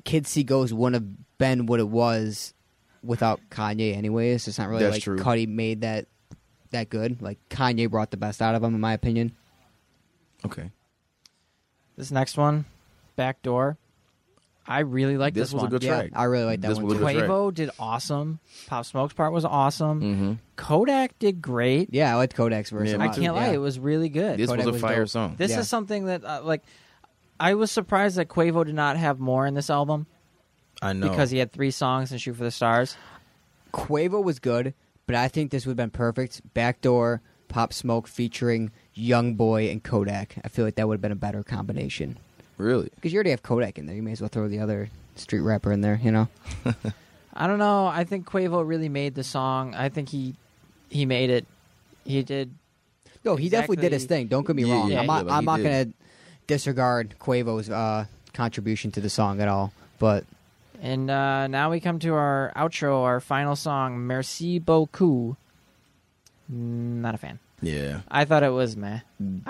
Speaker 3: Kids See Ghosts wouldn't have been what it was without Kanye, anyways. It's not really
Speaker 2: That's
Speaker 3: like
Speaker 2: true.
Speaker 3: Cuddy made that that good. Like Kanye brought the best out of him, in my opinion.
Speaker 2: Okay.
Speaker 4: This next one, Backdoor. I really like this,
Speaker 2: This was a
Speaker 4: one.
Speaker 2: good
Speaker 3: Yeah,
Speaker 2: track.
Speaker 3: I really like that
Speaker 2: This
Speaker 3: one.
Speaker 2: was a
Speaker 3: Too.
Speaker 2: good- track.
Speaker 4: Quavo did awesome. Pop Smoke's part was awesome.
Speaker 2: Mhm.
Speaker 4: Kodak did great.
Speaker 3: Yeah, I liked Kodak's verse.
Speaker 2: Yeah,
Speaker 3: a
Speaker 2: me
Speaker 4: I
Speaker 3: lot.
Speaker 4: can't lie,
Speaker 3: Yeah.
Speaker 4: it was really good.
Speaker 2: This
Speaker 3: Kodak
Speaker 2: was a
Speaker 3: was
Speaker 2: fire
Speaker 3: dope.
Speaker 2: song.
Speaker 4: This
Speaker 3: Yeah.
Speaker 4: is something that uh, like I was surprised that Quavo did not have more in this album
Speaker 2: I know
Speaker 4: because he had three songs in Shoot for the Stars.
Speaker 3: Quavo was good, but I think this would have been perfect. Backdoor, Pop Smoke featuring Young Boy and Kodak. I feel like that would have been a better combination.
Speaker 2: really.
Speaker 3: Because you already have Kodak in there. You may as well throw the other street rapper in there, you know?
Speaker 4: I don't know. I think Quavo really made the song. I think he he made it. He did.
Speaker 3: No, he definitely did his
Speaker 4: Exactly.
Speaker 3: thing. Don't get me
Speaker 2: Yeah,
Speaker 3: wrong.
Speaker 4: yeah,
Speaker 3: I'm
Speaker 4: yeah,
Speaker 3: not,
Speaker 2: like
Speaker 3: I'm
Speaker 2: he
Speaker 3: not
Speaker 2: did.
Speaker 3: going to disregard Quavo's uh, contribution to the song at all. But
Speaker 4: And uh, now we come to our outro, our final song, Merci beaucoup. Mm, Not a fan.
Speaker 2: Yeah.
Speaker 4: I thought it was meh. I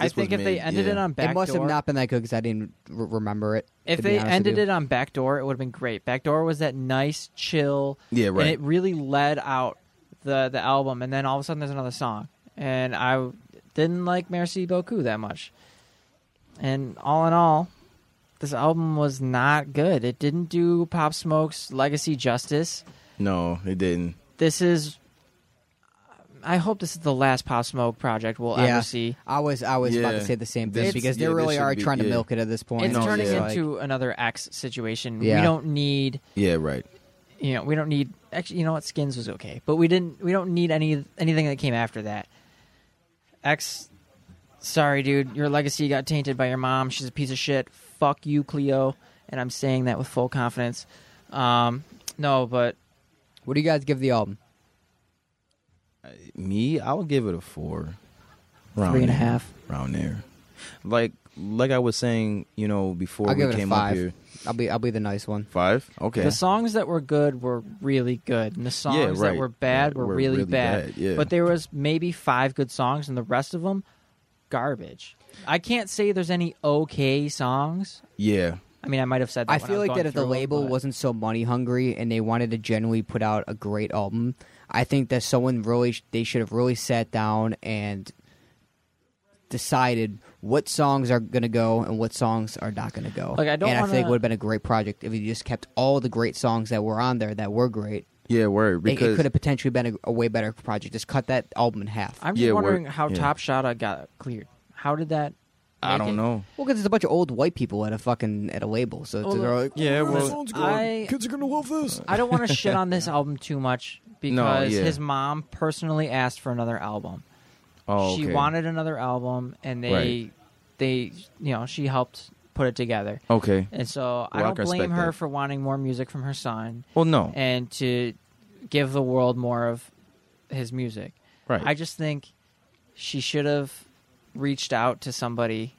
Speaker 2: This
Speaker 4: think
Speaker 2: was
Speaker 4: if they
Speaker 2: mid,
Speaker 4: ended
Speaker 2: yeah.
Speaker 4: it on Backdoor,
Speaker 3: it must have not been that good because I didn't r- remember it.
Speaker 4: If
Speaker 3: to be
Speaker 4: they
Speaker 3: honest with
Speaker 4: ended
Speaker 3: you.
Speaker 4: it on Backdoor, it would have been great. Backdoor was that nice, chill,
Speaker 2: Yeah, right.
Speaker 4: and it really led out the the album. And then all of a sudden, there's another song, and I w- didn't like Merci Beaucoup that much. And all in all, this album was not good. It didn't do Pop Smoke's legacy justice.
Speaker 2: No, it didn't.
Speaker 4: This is. I hope this is the last Pop Smoke project we'll
Speaker 3: Yeah.
Speaker 4: ever see.
Speaker 3: I was I was about to
Speaker 2: Yeah.
Speaker 3: say the same thing
Speaker 2: This-
Speaker 3: because
Speaker 2: yeah,
Speaker 3: they
Speaker 2: this
Speaker 3: really
Speaker 2: should
Speaker 3: are
Speaker 2: be-
Speaker 3: trying to
Speaker 2: yeah.
Speaker 3: milk it at this point.
Speaker 4: It's
Speaker 2: no,
Speaker 4: turning
Speaker 2: yeah.
Speaker 3: Like-
Speaker 4: into another X situation.
Speaker 3: Yeah.
Speaker 4: We don't need
Speaker 2: Yeah, right.
Speaker 4: you know we don't need actually you know what skins was okay but we didn't we don't need any anything that came after that x sorry dude your legacy got tainted by your mom she's a piece of shit fuck you cleo and i'm saying that with full confidence um no but
Speaker 3: what do you guys give the album?
Speaker 2: Me, I'll give it a four.
Speaker 4: three and a
Speaker 2: there.
Speaker 4: half
Speaker 2: Round there. Like like I was saying, you know, before
Speaker 3: I'll
Speaker 2: we
Speaker 3: give it a
Speaker 2: came
Speaker 3: five.
Speaker 2: up here.
Speaker 3: I'll be I'll be the nice one.
Speaker 2: Five? Okay.
Speaker 4: the songs that were good were really good and the songs that
Speaker 2: right.
Speaker 4: were bad
Speaker 2: Yeah,
Speaker 4: were,
Speaker 2: were
Speaker 4: really,
Speaker 2: really
Speaker 4: bad,
Speaker 2: bad, yeah.
Speaker 4: but there was maybe five good songs and the rest of them garbage i can't say there's any okay songs
Speaker 2: yeah.
Speaker 4: I mean, I might have said. That
Speaker 3: I
Speaker 4: when
Speaker 3: feel
Speaker 4: was
Speaker 3: like
Speaker 4: going
Speaker 3: that if the
Speaker 4: through it,
Speaker 3: label
Speaker 4: but-
Speaker 3: wasn't so money hungry and they wanted to genuinely put out a great album, I think that someone really sh- they should have really sat down and decided what songs are going to go and what songs are not going to go.
Speaker 4: Like, I don't
Speaker 3: and I think
Speaker 4: wanna-
Speaker 3: it would have been a great project if you just kept all the great songs that were on there that were great.
Speaker 2: Yeah, word.
Speaker 3: It- it
Speaker 2: Because
Speaker 3: could have potentially been a, a way better project. Just cut that album in half.
Speaker 4: I'm just
Speaker 2: Yeah, we're-
Speaker 4: wondering how
Speaker 2: yeah.
Speaker 4: Top Shot got cleared. How did that?
Speaker 2: I
Speaker 4: make it?
Speaker 2: don't know.
Speaker 3: well, because it's a bunch of old white people at a fucking at a label, so
Speaker 4: Well,
Speaker 3: they're like,
Speaker 2: Yeah,
Speaker 4: well, I-
Speaker 5: kids are gonna love this.
Speaker 4: I don't want to shit on this album too much because
Speaker 2: yeah.
Speaker 4: his mom personally asked for another album.
Speaker 2: Oh,
Speaker 4: She
Speaker 2: okay.
Speaker 4: wanted another album, and they,
Speaker 2: Right.
Speaker 4: they, you know, she helped put it together.
Speaker 2: Okay.
Speaker 4: And so I
Speaker 2: Well, I
Speaker 4: don't
Speaker 2: can
Speaker 4: blame
Speaker 2: respect
Speaker 4: her
Speaker 2: that.
Speaker 4: for wanting more music from her son
Speaker 2: Well, no.
Speaker 4: and to give the world more of his music.
Speaker 2: Right.
Speaker 4: I just think she should have reached out to somebody,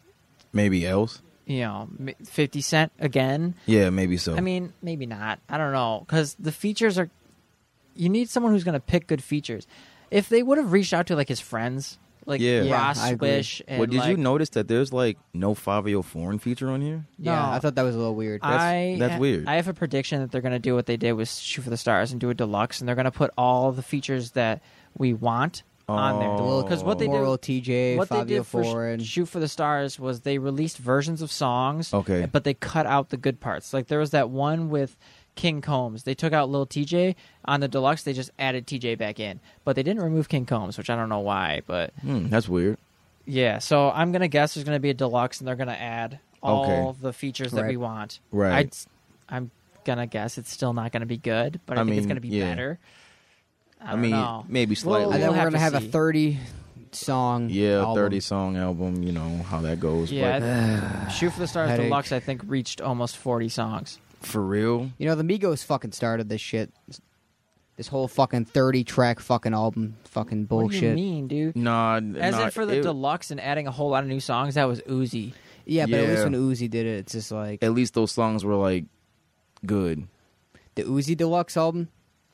Speaker 2: maybe else.
Speaker 4: you know, m- 50 Cent again.
Speaker 2: Yeah, maybe so.
Speaker 4: I mean, maybe not. I don't know because the features are. You need someone who's going to pick good features. If they would have reached out to like his friends, like
Speaker 2: Yeah. Yeah,
Speaker 4: Ross
Speaker 3: I agree.
Speaker 4: Swish, and
Speaker 2: well, did you
Speaker 4: like,
Speaker 2: notice that there's like no Fabio Foreign feature on here?
Speaker 3: Yeah,
Speaker 4: No.
Speaker 3: I thought that was a little weird.
Speaker 4: I
Speaker 2: that's weird.
Speaker 4: I have a prediction that they're going to do what they did with Shoot for the Stars and do a deluxe, and they're going to put all the features that we want on there.
Speaker 2: Oh.
Speaker 3: Well,
Speaker 4: Because what they
Speaker 3: Moral
Speaker 4: did,
Speaker 3: TJ,
Speaker 4: what they
Speaker 3: Fabio
Speaker 4: did for Sh-
Speaker 3: Foreign.
Speaker 4: Shoot for the Stars was they released versions of songs,
Speaker 2: Okay.
Speaker 4: but they cut out the good parts. Like there was that one with King Combs. They took out Lil TJ on the deluxe. They just added TJ back in, but they didn't remove King Combs, which I don't know why. But
Speaker 2: Hmm, that's weird.
Speaker 4: yeah, so I'm gonna guess there's gonna be a deluxe, and they're gonna add all
Speaker 2: Okay.
Speaker 4: the features that we
Speaker 3: Right.
Speaker 4: want.
Speaker 2: Right.
Speaker 4: i am gonna guess it's still not gonna be good, but I,
Speaker 2: I
Speaker 4: think it's
Speaker 2: mean,
Speaker 4: gonna be
Speaker 2: yeah.
Speaker 4: better. I,
Speaker 2: I
Speaker 4: don't
Speaker 2: mean,
Speaker 4: know.
Speaker 2: maybe slightly.
Speaker 3: and
Speaker 4: we'll
Speaker 3: then we're
Speaker 4: have
Speaker 3: going to
Speaker 4: to
Speaker 3: have a
Speaker 4: see.
Speaker 3: 30 song.
Speaker 2: yeah,
Speaker 3: album.
Speaker 2: thirty song album. You know how that goes.
Speaker 4: yeah, I- Shoot for the Stars
Speaker 3: Headache.
Speaker 4: deluxe. I think reached almost 40 songs.
Speaker 2: But for real,
Speaker 3: You know, the Migos fucking started this shit. This whole fucking 30 track fucking album fucking bullshit.
Speaker 4: What do you mean, dude?
Speaker 2: nah.
Speaker 4: As
Speaker 2: nah,
Speaker 4: in for the
Speaker 2: it-
Speaker 4: deluxe and adding a whole lot of new songs, that was oozy.
Speaker 3: Yeah, but at least
Speaker 2: Yeah.
Speaker 3: when Uzi did it, it's just like
Speaker 2: at least those songs were like good.
Speaker 3: the Uzi Deluxe album.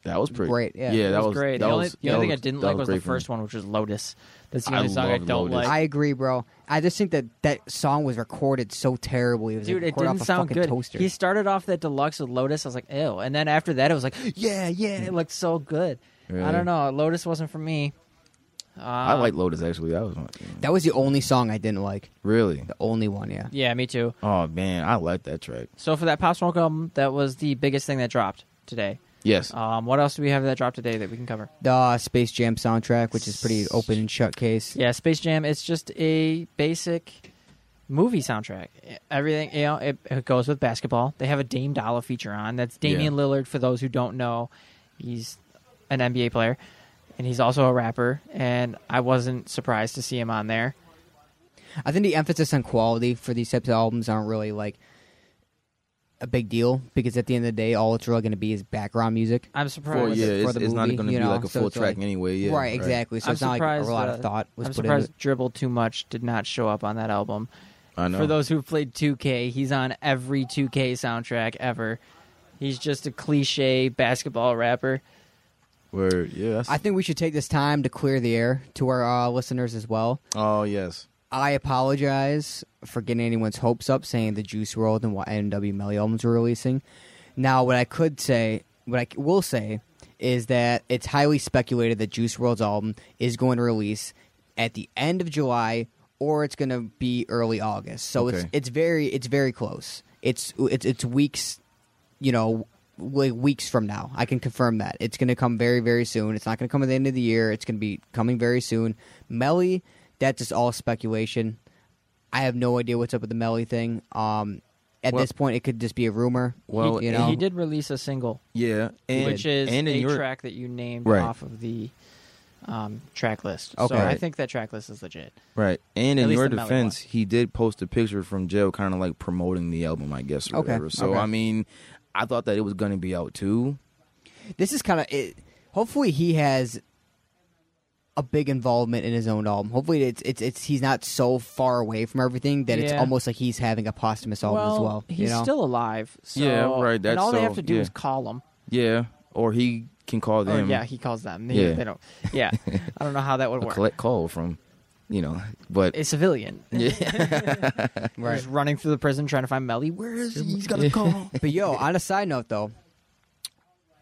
Speaker 2: That was pretty
Speaker 3: Great, yeah.
Speaker 2: yeah
Speaker 4: It
Speaker 2: that
Speaker 4: was,
Speaker 2: was
Speaker 4: great.
Speaker 2: That
Speaker 4: the only,
Speaker 2: was,
Speaker 4: the only
Speaker 2: that
Speaker 4: thing I didn't
Speaker 2: that
Speaker 4: like was the
Speaker 2: great for me.
Speaker 4: first one, which was Lotus. That's the
Speaker 2: I
Speaker 4: only song I
Speaker 2: love
Speaker 4: don't
Speaker 2: Lotus.
Speaker 4: like.
Speaker 3: I agree, bro. I just think that that song was recorded so terribly. It was
Speaker 4: Dude,
Speaker 3: like
Speaker 4: it
Speaker 3: recorded
Speaker 4: didn't
Speaker 3: off a
Speaker 4: sound
Speaker 3: fucking
Speaker 4: good.
Speaker 3: Toaster.
Speaker 4: He started off that deluxe with Lotus. I was like, ew. And then after that, it was like, yeah, yeah. It looked so good. I
Speaker 2: Really?
Speaker 4: don't know. Lotus wasn't for me. Uh,
Speaker 2: I like Lotus actually. That was one.
Speaker 3: that was the only song I didn't like.
Speaker 2: really.
Speaker 3: The only one, yeah.
Speaker 4: Yeah, me too.
Speaker 2: Oh man, I like that track.
Speaker 4: So for that Pop Smoke album, that was the biggest thing that dropped today.
Speaker 2: Yes.
Speaker 3: Uh,
Speaker 4: Um, what else do we have that dropped today that we can cover?
Speaker 3: The uh, Space Jam soundtrack, which is pretty open and shut case.
Speaker 4: Yeah, Space Jam. It's just a basic movie soundtrack. Everything you know, it, it goes with basketball. They have a Dame Dollar feature on. That's Damian Lillard. For those who don't know, he's an NBA player, and he's also a rapper. And I wasn't surprised to see him on there.
Speaker 3: I think the emphasis on quality for these types of albums aren't really like a big deal because at the end of the day, all it's really going to be is background music.
Speaker 4: I'm surprised.
Speaker 2: Well, yeah,
Speaker 3: the-
Speaker 2: it's,
Speaker 3: for the
Speaker 2: it's not
Speaker 3: movie,
Speaker 2: going to
Speaker 3: you
Speaker 2: be
Speaker 3: know,
Speaker 2: like a
Speaker 3: so
Speaker 2: full
Speaker 3: it's
Speaker 2: track
Speaker 3: like-
Speaker 2: anyway. Yeah,
Speaker 3: right, exactly. So
Speaker 4: I'm
Speaker 3: it's not like a
Speaker 4: surprised,
Speaker 3: lot
Speaker 4: uh,
Speaker 3: of thought was
Speaker 4: I'm
Speaker 3: put into
Speaker 4: surprised
Speaker 3: it.
Speaker 4: Dribble Too Much did not show up on that album.
Speaker 2: I know.
Speaker 4: For those who've played 2K, he's on every 2K soundtrack ever. He's just a cliche basketball rapper.
Speaker 2: where yeah. That's,
Speaker 3: I think we should take this time to clear the air to our uh, listeners as well.
Speaker 2: oh yes.
Speaker 3: I apologize for getting anyone's hopes up saying the Juice World and what NW Melly albums were releasing. Now, what I could say, what I c- will say, is that it's highly speculated that Juice World's album is going to release at the end of July or it's going to be early August. So it's
Speaker 2: Okay.
Speaker 3: it's very it's very close. It's it's it's weeks, you know, like weeks from now. I can confirm that it's going to come very very soon. It's not going to come at the end of the year. It's going to be coming very soon. Melly, that's just all speculation. I have no idea what's up with the Melly thing. Um, at
Speaker 2: Well-
Speaker 3: this point, it could just be a rumor.
Speaker 2: Well,
Speaker 3: you
Speaker 2: it-
Speaker 3: know,
Speaker 4: He did release a single,
Speaker 2: Yeah, and,
Speaker 4: which is
Speaker 2: and in
Speaker 4: a
Speaker 2: your
Speaker 4: track that you named
Speaker 2: Right.
Speaker 4: off of the um, track list.
Speaker 3: Okay.
Speaker 4: So I think that track list is legit.
Speaker 2: right, and
Speaker 4: At
Speaker 2: in
Speaker 4: least
Speaker 2: your
Speaker 4: the melody
Speaker 2: defense,
Speaker 4: one.
Speaker 2: he did post a picture from jail, kind of like promoting the album, I guess. Or
Speaker 3: Okay,
Speaker 2: Whatever. So
Speaker 3: okay.
Speaker 2: I mean, I thought that it was going to be out too.
Speaker 3: this is kind of it. Hopefully, he has a big involvement in his own album. Hopefully, it's it's it's he's not so far away from everything that it's
Speaker 4: Yeah.
Speaker 3: almost like he's having a posthumous album as well.
Speaker 4: he's
Speaker 3: you know?
Speaker 4: still alive. So,
Speaker 2: Yeah, right, that's
Speaker 4: and all they
Speaker 2: so-
Speaker 4: have to do
Speaker 2: yeah.
Speaker 4: is call him.
Speaker 2: Yeah, or he can
Speaker 3: Oh,
Speaker 2: call
Speaker 4: Or,
Speaker 2: them.
Speaker 4: yeah, he calls them. They,
Speaker 2: Yeah.
Speaker 4: they don't. Yeah, I don't know how that would
Speaker 2: a
Speaker 4: work.
Speaker 2: collect call from, you know, but
Speaker 4: a civilian.
Speaker 2: yeah,
Speaker 4: They're
Speaker 3: right.
Speaker 4: Just running through the prison trying to find Melly. Where is he? He's got a call.
Speaker 3: but yo, on a side note though,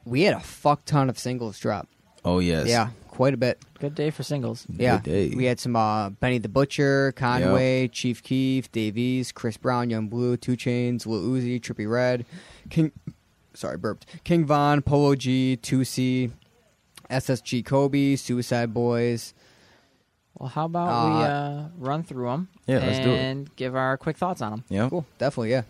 Speaker 3: we had a fuck ton of singles drop.
Speaker 2: oh yes,
Speaker 3: Yeah, quite a bit.
Speaker 4: Good day for singles.
Speaker 3: Yeah,
Speaker 2: day.
Speaker 3: we had some uh, Benny the Butcher, Conway, Chief Keef, Davies, Chris Brown, Young Blue, Two Chains, Lil Uzi, Trippy Red, King. Sorry, burped. King Von, Polo G, 2C, SSG Kobe, Suicide Boys.
Speaker 4: Well, how about we uh, run through them?
Speaker 2: Yeah, let's do it.
Speaker 4: And give our quick thoughts on them.
Speaker 2: yeah.
Speaker 3: Cool, definitely, yeah.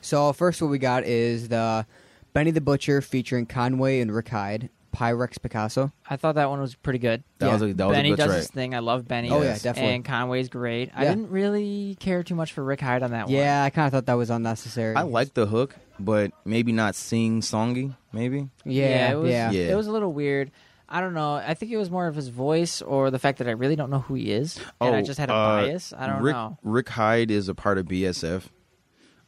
Speaker 3: So first, what we got is the Benny the Butcher featuring Conway and Rick Hyde, Pyrex Picasso.
Speaker 4: I thought that one was pretty good.
Speaker 2: That was
Speaker 3: Yeah.
Speaker 2: a, that was a
Speaker 4: Benny
Speaker 2: good
Speaker 4: does
Speaker 2: track.
Speaker 4: his thing. I love Benny.
Speaker 3: Oh,
Speaker 2: yeah,
Speaker 3: definitely.
Speaker 4: And Conway's great. I
Speaker 3: Yeah.
Speaker 4: didn't really care too much for Rick Hyde on that one.
Speaker 3: Yeah, I kind of thought that was unnecessary.
Speaker 2: I like the hook, but maybe not sing songy. Maybe
Speaker 3: Yeah,
Speaker 4: it was,
Speaker 3: yeah.
Speaker 2: Yeah.
Speaker 4: It was a little weird. I don't know. I think it was more of his voice or the fact that I really don't know who he is, and I just had a
Speaker 2: uh,
Speaker 4: bias. I don't
Speaker 2: Rick,
Speaker 4: know.
Speaker 2: Rick Hyde is a part of BSF.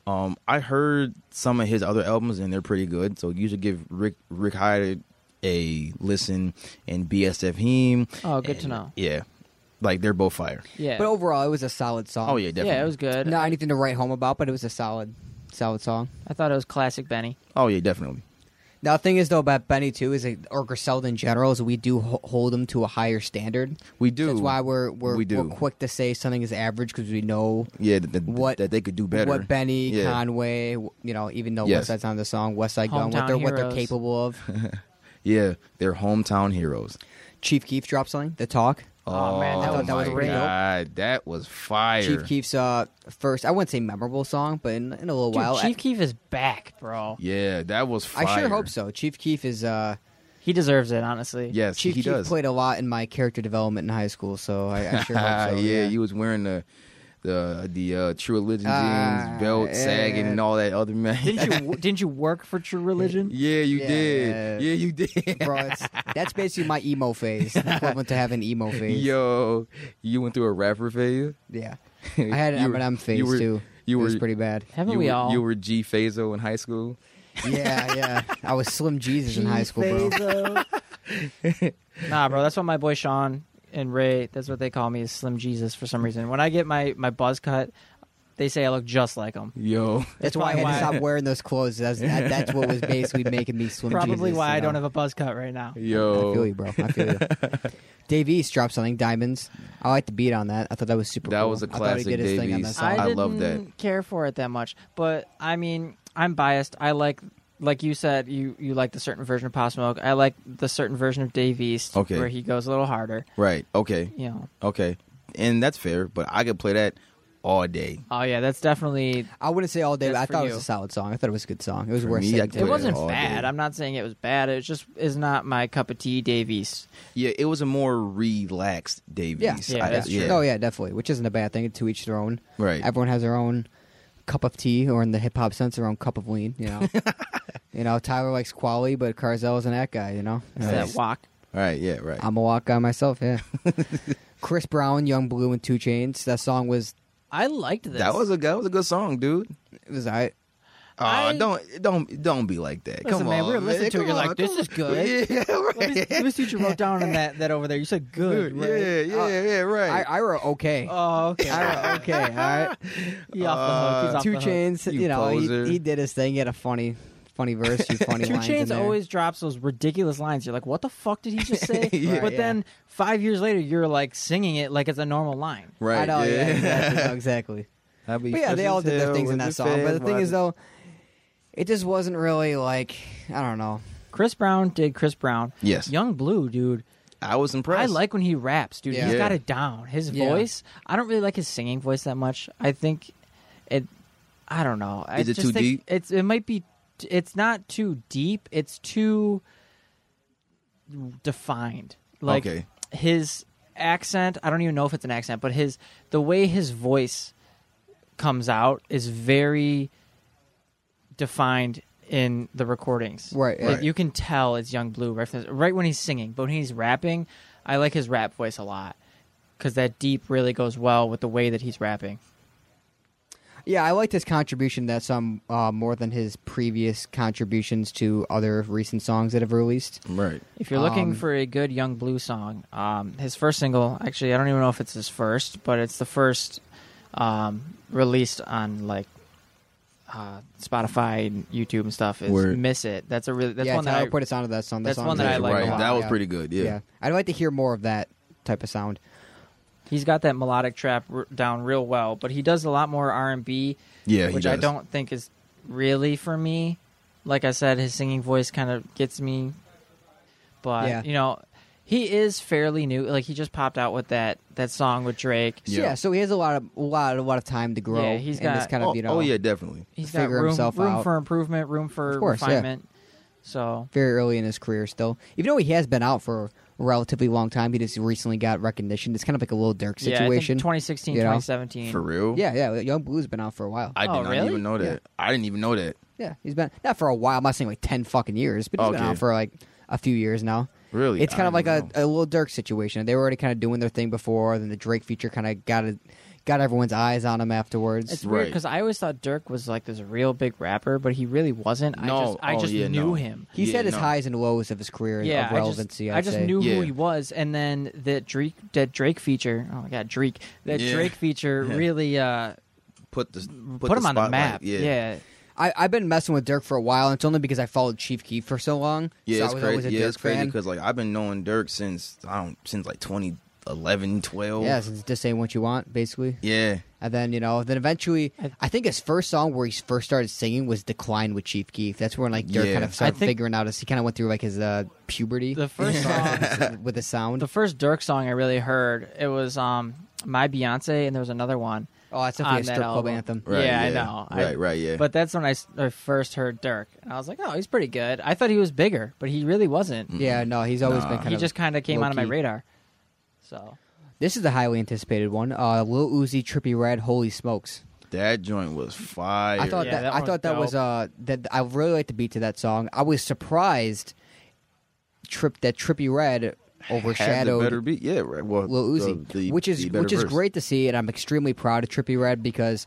Speaker 2: Um, I heard some of his other albums and they're pretty good. So you should give Rick Rick Hyde a listen and BSF him.
Speaker 4: Oh, good to
Speaker 2: and-
Speaker 4: know.
Speaker 2: Yeah, like they're both fire.
Speaker 4: Yeah,
Speaker 3: But oh, overall, it was a solid song.
Speaker 2: Oh yeah, definitely.
Speaker 4: yeah, it was good.
Speaker 3: Not anything to write home about, but it was a solid, solid song.
Speaker 4: I thought it was classic Benny.
Speaker 2: Oh yeah, definitely.
Speaker 3: Now, the thing is though about Benny too is like, or Griselda in general is we do ho- hold them to a higher standard.
Speaker 2: We do.
Speaker 3: That's why we're we're,
Speaker 2: We do.
Speaker 3: are quick to say something is average because we know
Speaker 2: Yeah, that, that,
Speaker 3: What-
Speaker 2: that they could do better.
Speaker 3: what Benny
Speaker 2: Yeah.
Speaker 3: Conway, w- you know, even though
Speaker 2: Yes.
Speaker 3: West Side's on the song West Side Gun, what
Speaker 4: Hometown
Speaker 3: they're what they're
Speaker 4: heroes.
Speaker 3: capable of.
Speaker 2: Yeah, they're hometown heroes.
Speaker 3: Chief Keef dropped something. The talk.
Speaker 4: Oh, man,
Speaker 3: that was- that was
Speaker 2: my
Speaker 3: great.
Speaker 2: God, that was fire.
Speaker 3: Chief Keef's uh, first, I wouldn't say memorable song, but in, in a little
Speaker 4: Dude,
Speaker 3: while,
Speaker 4: Chief Keef is back, bro.
Speaker 2: Yeah, that was
Speaker 3: I
Speaker 2: fire.
Speaker 3: sure hope so. Chief Keef is uh,
Speaker 4: He deserves it, honestly.
Speaker 2: Yes,
Speaker 3: Chief
Speaker 2: he
Speaker 3: Keef
Speaker 2: does.
Speaker 3: played a lot in my character development in high school, so I, I sure
Speaker 2: Ah,
Speaker 3: hope so.
Speaker 2: yeah, you was wearing the the the uh, True Religion
Speaker 3: Ah,
Speaker 2: jeans, belt
Speaker 3: yeah.
Speaker 2: sagging, and all that other man.
Speaker 4: Didn't you didn't you work for True Religion?
Speaker 2: yeah, you
Speaker 3: Yeah.
Speaker 2: did. Yeah, you did.
Speaker 3: Bro, it's, that's basically my emo phase, the equivalent to having emo phase.
Speaker 2: Yo, you went through a rapper phase.
Speaker 3: Yeah, I had an
Speaker 2: You
Speaker 3: M
Speaker 2: were-
Speaker 3: and M phase
Speaker 2: you were-
Speaker 3: too.
Speaker 2: you
Speaker 3: it was
Speaker 2: were-
Speaker 3: pretty bad.
Speaker 4: Haven't
Speaker 2: you
Speaker 4: we
Speaker 2: were,
Speaker 4: all?
Speaker 2: You were G Fazo in high school.
Speaker 3: Yeah, yeah. I was Slim Jesus in high school, bro.
Speaker 4: nah, bro. That's what my boy Sean and Ray. That's what they call me is Slim Jesus for some reason. When I get my my buzz cut, they say I look just like him.
Speaker 2: Yo,
Speaker 3: That's why I had to
Speaker 4: probably why-
Speaker 3: stop wearing those clothes. That's, that, that's what was basically making me Slim Jesus.
Speaker 4: Probably
Speaker 3: you
Speaker 4: why I don't
Speaker 3: know?
Speaker 4: have a buzz cut right now.
Speaker 2: yo.
Speaker 3: I feel you, bro. I feel you. Dave East dropped something, Diamonds. I like the beat on that. I thought that was super
Speaker 2: That
Speaker 3: cool.
Speaker 2: was a
Speaker 3: I thought he
Speaker 2: classic,
Speaker 3: did his thing on
Speaker 2: Dave
Speaker 3: that
Speaker 2: East.
Speaker 3: song.
Speaker 2: I love that.
Speaker 4: didn't care for it that much, but I mean, I'm biased. I like, like you said, you you like the certain version of Pop Smoke. I like the certain version of Dave East,
Speaker 2: Okay.
Speaker 4: where he goes a little harder.
Speaker 2: Right. Okay.
Speaker 4: You know,
Speaker 2: Okay. And that's fair, but I could play that all day.
Speaker 4: oh yeah, that's definitely.
Speaker 3: I wouldn't say all day, but
Speaker 4: That's
Speaker 3: I
Speaker 4: for
Speaker 3: thought it
Speaker 4: you.
Speaker 3: was a solid song. I thought it was a good song. It was
Speaker 2: For
Speaker 3: worth
Speaker 2: me, I
Speaker 3: saying.
Speaker 2: could
Speaker 4: It
Speaker 2: Put it
Speaker 4: wasn't
Speaker 2: all
Speaker 4: bad.
Speaker 2: day.
Speaker 4: I'm not saying it was bad. It just is not my cup of tea, Dave East.
Speaker 2: Yeah, it was a more relaxed Davies.
Speaker 3: Yeah,
Speaker 4: Yeah,
Speaker 2: I-
Speaker 4: that's true.
Speaker 3: Oh yeah, definitely. Which isn't a bad thing. To each their own.
Speaker 2: Right.
Speaker 3: Everyone has their own cup of tea, or in the hip hop sense, their own cup of lean. You know. you know, Tyler likes quality, but Carzel isn't that guy. You know.
Speaker 4: It's
Speaker 2: Nice.
Speaker 4: That walk.
Speaker 2: Right. Yeah. Right.
Speaker 3: I'm a walk guy myself. Yeah. Chris Brown, Young Blue, and Two Chains. That song was
Speaker 4: I liked this.
Speaker 2: that was a that was a good song, dude.
Speaker 3: it was I.
Speaker 2: Oh,
Speaker 4: I-
Speaker 2: don't don't don't be like that.
Speaker 4: Listen,
Speaker 2: Come
Speaker 4: man,
Speaker 2: on,
Speaker 4: we were listening to it.
Speaker 2: Come
Speaker 4: You're
Speaker 2: on,
Speaker 4: like, this
Speaker 2: come
Speaker 4: is
Speaker 2: on.
Speaker 4: good.
Speaker 2: Yeah,
Speaker 4: What was,
Speaker 2: right.
Speaker 4: what was teacher wrote down on that that over there? You said good,
Speaker 2: Good,
Speaker 4: right?
Speaker 2: Yeah, yeah, yeah,
Speaker 3: Uh, I,
Speaker 2: right.
Speaker 3: I wrote okay.
Speaker 4: Oh, okay.
Speaker 3: I wrote okay. All right.
Speaker 4: He off the hook. He's off the
Speaker 3: Two
Speaker 4: hook.
Speaker 3: Chains.
Speaker 2: You
Speaker 3: You, know,
Speaker 2: poser.
Speaker 3: he, he did his thing. He had a funny, funny verse. Few funny
Speaker 4: Two
Speaker 3: lines in
Speaker 4: Chains
Speaker 3: there.
Speaker 4: always drops those ridiculous lines. You're like, what the fuck did he just say?
Speaker 2: Yeah.
Speaker 4: but
Speaker 3: Right,
Speaker 4: then five years later, you're like singing it like it's a normal line.
Speaker 2: right.
Speaker 3: I know. Yeah. exactly. no, exactly.
Speaker 2: I'll be
Speaker 3: But yeah,
Speaker 2: fresh
Speaker 3: they all
Speaker 2: as
Speaker 3: did
Speaker 2: hell
Speaker 3: their things in
Speaker 2: when
Speaker 3: that
Speaker 2: the
Speaker 3: song. But the
Speaker 2: feds
Speaker 3: thing is,
Speaker 2: watch-
Speaker 3: though, it just wasn't really like I don't know.
Speaker 4: Chris Brown did Chris Brown.
Speaker 2: Yes.
Speaker 4: Young Blue, dude.
Speaker 2: I was impressed.
Speaker 4: I like when he raps, dude.
Speaker 3: Yeah.
Speaker 4: He's
Speaker 2: Yeah.
Speaker 4: got it down. His
Speaker 3: Yeah.
Speaker 4: voice. I don't really like his singing voice that much. I think it. I don't know. I
Speaker 2: Is it
Speaker 4: just
Speaker 2: too
Speaker 4: think
Speaker 2: deep?
Speaker 4: It's. It might be. It's not too deep. It's too defined. Like
Speaker 2: Okay.
Speaker 4: his accent. I don't even know if it's an accent, but his the way his voice comes out is very defined in the recordings.
Speaker 3: Right,
Speaker 4: Like,
Speaker 3: right.
Speaker 4: You can tell it's Young Blue right, from- right when he's singing, but when he's rapping, I like his rap voice a lot because that deep really goes well with the way that he's rapping.
Speaker 3: Yeah, I liked his contribution to that song uh, more than his previous contributions to other recent songs that have released.
Speaker 2: right.
Speaker 4: If you're looking
Speaker 3: Um,
Speaker 4: for a good Young Blue song, um, his first single, actually, I don't even know if it's his first, but it's the first um, released on like uh, Spotify and YouTube and stuff. Is
Speaker 2: Word.
Speaker 4: "Miss It." That's a really that's
Speaker 3: yeah,
Speaker 4: one that
Speaker 3: Tyler
Speaker 4: I,
Speaker 3: put a sound to that song. That
Speaker 4: that's
Speaker 3: song
Speaker 4: one
Speaker 3: was
Speaker 4: that I
Speaker 2: Yeah,
Speaker 3: actually
Speaker 4: like
Speaker 2: right.
Speaker 4: a lot.
Speaker 2: That was
Speaker 3: Yeah.
Speaker 2: pretty good. Yeah.
Speaker 3: Yeah. I'd like to hear more of that type of sound.
Speaker 4: he's got that melodic trap r- down real well, but he does a lot more R and B,
Speaker 2: Yeah, he
Speaker 4: which I
Speaker 2: does.
Speaker 4: don't think is really for me. Like I said, his singing voice kind of gets me, but
Speaker 3: Yeah.
Speaker 4: you know, he is fairly new. Like he just popped out with that that song with Drake.
Speaker 3: So,
Speaker 2: Yeah.
Speaker 3: yeah. so he has a lot of a lot a lot of time to grow.
Speaker 4: Yeah, he's
Speaker 3: and this
Speaker 4: got-
Speaker 3: kind of
Speaker 2: Oh,
Speaker 3: you know.
Speaker 2: oh yeah, definitely.
Speaker 4: He's got
Speaker 3: Figure
Speaker 4: room
Speaker 3: himself
Speaker 4: room
Speaker 3: out.
Speaker 4: for improvement, room for
Speaker 3: Of course, yeah.
Speaker 4: refinement. So
Speaker 3: very early in his career still. Even though he has been out for a relatively long time, he just recently got recognition. It's kind of like a little Dirk
Speaker 4: yeah, I think
Speaker 3: situation.
Speaker 4: 2016,
Speaker 3: you know?
Speaker 4: 2017.
Speaker 2: For real?
Speaker 3: yeah, yeah. Young Blue's been out for a while.
Speaker 2: I did
Speaker 4: Oh,
Speaker 2: not
Speaker 4: really?
Speaker 2: even know that.
Speaker 3: Yeah.
Speaker 2: I didn't even know that.
Speaker 3: yeah, he's been not for a while. I'm not saying like ten fucking years, but he's been
Speaker 2: Okay.
Speaker 3: out for like a few years now.
Speaker 2: Really?
Speaker 3: It's
Speaker 2: I
Speaker 3: kind of like
Speaker 2: didn't
Speaker 3: a,
Speaker 2: know.
Speaker 3: a little Dirk situation. They were already kind of doing their thing before. Then the Drake feature kind of got it, got everyone's eyes on him afterwards.
Speaker 4: It's weird
Speaker 2: Right.
Speaker 4: because I always thought Dirk was like this real big rapper, but he really wasn't. I
Speaker 2: No.
Speaker 4: just, I
Speaker 2: Oh,
Speaker 4: just
Speaker 2: yeah,
Speaker 4: knew
Speaker 2: no.
Speaker 4: him.
Speaker 3: He's
Speaker 2: Yeah,
Speaker 3: had his
Speaker 2: no.
Speaker 3: highs and lows of his career
Speaker 4: Yeah,
Speaker 3: of relevancy.
Speaker 4: I
Speaker 3: I'd
Speaker 4: just, I just
Speaker 3: say.
Speaker 4: knew
Speaker 2: Yeah.
Speaker 4: who he was, and then that Drake, that Drake feature. Oh my god, Drake! That
Speaker 2: Yeah.
Speaker 4: Drake feature really uh,
Speaker 2: put the
Speaker 4: put,
Speaker 2: the
Speaker 4: him on the
Speaker 2: spotlight.
Speaker 4: map.
Speaker 2: Yeah.
Speaker 3: I, I've been messing with Dirk for a while, and it's only because I followed Chief Keef for so long.
Speaker 2: Yeah,
Speaker 3: so
Speaker 2: it's
Speaker 3: I was
Speaker 2: crazy.
Speaker 3: always a
Speaker 2: yeah,
Speaker 3: Dirk
Speaker 2: it's crazy
Speaker 3: fan.
Speaker 2: because like I've been knowing Dirk since I don't since like 2011, 12.
Speaker 3: Yeah, since this ain't what you want, basically.
Speaker 2: Yeah.
Speaker 3: And then you know, then eventually, I think his first song where he first started singing was "Decline" with Chief Keef. That's when like Dirk
Speaker 2: Yeah.
Speaker 3: kind of started
Speaker 4: I think-
Speaker 3: figuring out his. He kind of went through like his uh, puberty.
Speaker 4: the first song,
Speaker 3: with the sound.
Speaker 4: the first Dirk song I really heard, it was um, my Beyonce, and there was another one.
Speaker 3: oh, that's
Speaker 4: on
Speaker 3: definitely a
Speaker 4: that
Speaker 3: strip club
Speaker 4: album.
Speaker 3: anthem.
Speaker 2: Right,
Speaker 4: yeah,
Speaker 2: yeah.
Speaker 4: I know. I-
Speaker 2: Right, right, yeah.
Speaker 4: But that's when I, s- I first heard Dirk, and I was like, oh, he's pretty good. I thought he was bigger, but he really wasn't.
Speaker 2: Mm.
Speaker 3: Yeah, no, he's always been
Speaker 2: Nah.
Speaker 3: kind
Speaker 4: he
Speaker 3: of.
Speaker 4: just kind of came out of my
Speaker 3: low-key.
Speaker 4: radar. So
Speaker 3: This is a highly anticipated one. Uh, Lil Uzi, Trippy Red, Holy Smokes.
Speaker 2: That joint was fire.
Speaker 3: I thought that,
Speaker 4: Yeah, that
Speaker 3: I
Speaker 4: one's
Speaker 3: thought that was
Speaker 4: dope.
Speaker 3: uh that I really like the beat to that song. I was surprised trip that Trippy Red
Speaker 2: Had the better
Speaker 3: overshadowed
Speaker 2: beat. Yeah, right. Well,
Speaker 3: Lil Uzi,
Speaker 2: the- the-
Speaker 3: which is
Speaker 2: the better
Speaker 3: which is
Speaker 2: verse.
Speaker 3: great to see, and I'm extremely proud of Trippy Red because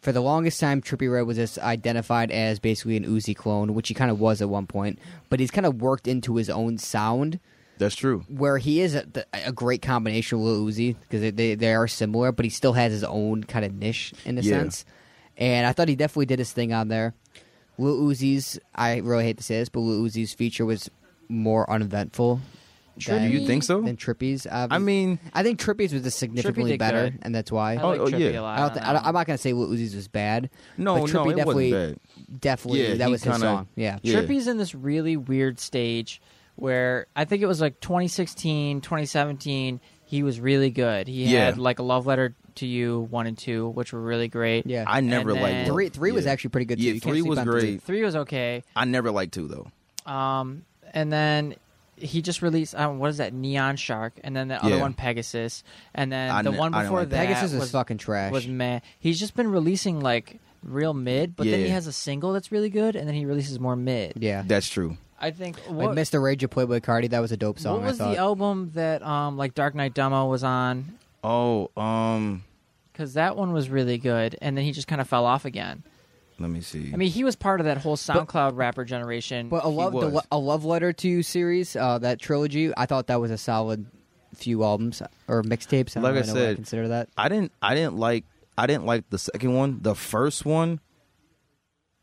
Speaker 3: for the longest time Trippy Red was just identified as basically an Uzi clone, which he kind of was at one point, but he's kind of worked into his own sound
Speaker 2: That's true.
Speaker 3: where he is a, the- a great combination of Lil Uzi because they, they they are similar, but he still has his own kind of niche in a
Speaker 2: Yeah.
Speaker 3: sense. And I thought he definitely did his thing on there. Lil Uzi's, I really hate to say this, but Lil Uzi's feature was more uneventful.
Speaker 2: Do you think so?
Speaker 3: Than Trippy's. obvi-
Speaker 2: I mean,
Speaker 3: I think Trippy's was just significantly
Speaker 4: did
Speaker 3: better,
Speaker 4: good.
Speaker 3: and that's why.
Speaker 4: I like
Speaker 2: oh,
Speaker 4: Trippie
Speaker 2: yeah.
Speaker 4: a lot.
Speaker 3: I don't. Think, I
Speaker 4: on
Speaker 3: don't
Speaker 4: that
Speaker 3: I'm not gonna say Lil Uzi's was bad.
Speaker 2: No,
Speaker 3: but
Speaker 2: no,
Speaker 3: Trippy
Speaker 2: it wasn't
Speaker 3: definitely,
Speaker 2: bad.
Speaker 3: definitely
Speaker 2: Yeah,
Speaker 3: that
Speaker 2: he
Speaker 3: was his
Speaker 2: kinda-
Speaker 3: song. Yeah,
Speaker 2: yeah.
Speaker 4: Trippy's in this really weird stage where I think it was like 2016, 2017. He was really good. He
Speaker 2: Yeah.
Speaker 4: had like a love letter to you, one and two, which were really great.
Speaker 3: yeah.
Speaker 2: I never
Speaker 4: And
Speaker 2: liked
Speaker 4: then-
Speaker 2: Lil-
Speaker 3: three three was
Speaker 2: yeah.
Speaker 3: actually pretty good. Too.
Speaker 2: Yeah,
Speaker 3: You can't
Speaker 2: three
Speaker 3: sleep
Speaker 2: was
Speaker 3: on three.
Speaker 2: great.
Speaker 4: three was okay.
Speaker 2: I never liked two though.
Speaker 4: Um, and then he just released um, what is that Neon Shark, and then the other
Speaker 2: Yeah.
Speaker 4: one Pegasus, and then
Speaker 2: I
Speaker 4: the
Speaker 2: kn-
Speaker 4: one
Speaker 2: I don't
Speaker 4: before
Speaker 2: like
Speaker 4: that
Speaker 2: that.
Speaker 3: Pegasus
Speaker 4: was
Speaker 3: is fucking trash.
Speaker 4: was meh. He's just been releasing like real mid, but then he
Speaker 2: Yeah.
Speaker 4: has a single that's really good, and then he releases more mid.
Speaker 3: yeah,
Speaker 2: That's true.
Speaker 4: I think
Speaker 3: Like
Speaker 4: what,
Speaker 3: Mr. Rage of Playboy Cardi, that was a dope song.
Speaker 4: what was
Speaker 3: I thought.
Speaker 4: the album that um like Dark Knight Demo was on?
Speaker 2: Oh, um,
Speaker 4: Because that one was really good, and then he just kind of fell off again.
Speaker 2: let me see.
Speaker 4: I mean, he was part of that whole SoundCloud rapper generation.
Speaker 3: but a love, the,
Speaker 2: was.
Speaker 3: Lo- a love letter to you series, uh, that trilogy. I thought that was a solid few albums or mixtapes. I don't
Speaker 2: Like I
Speaker 3: really know what I
Speaker 2: said,
Speaker 3: consider that.
Speaker 2: I didn't. I didn't like. I didn't like the second one. The first one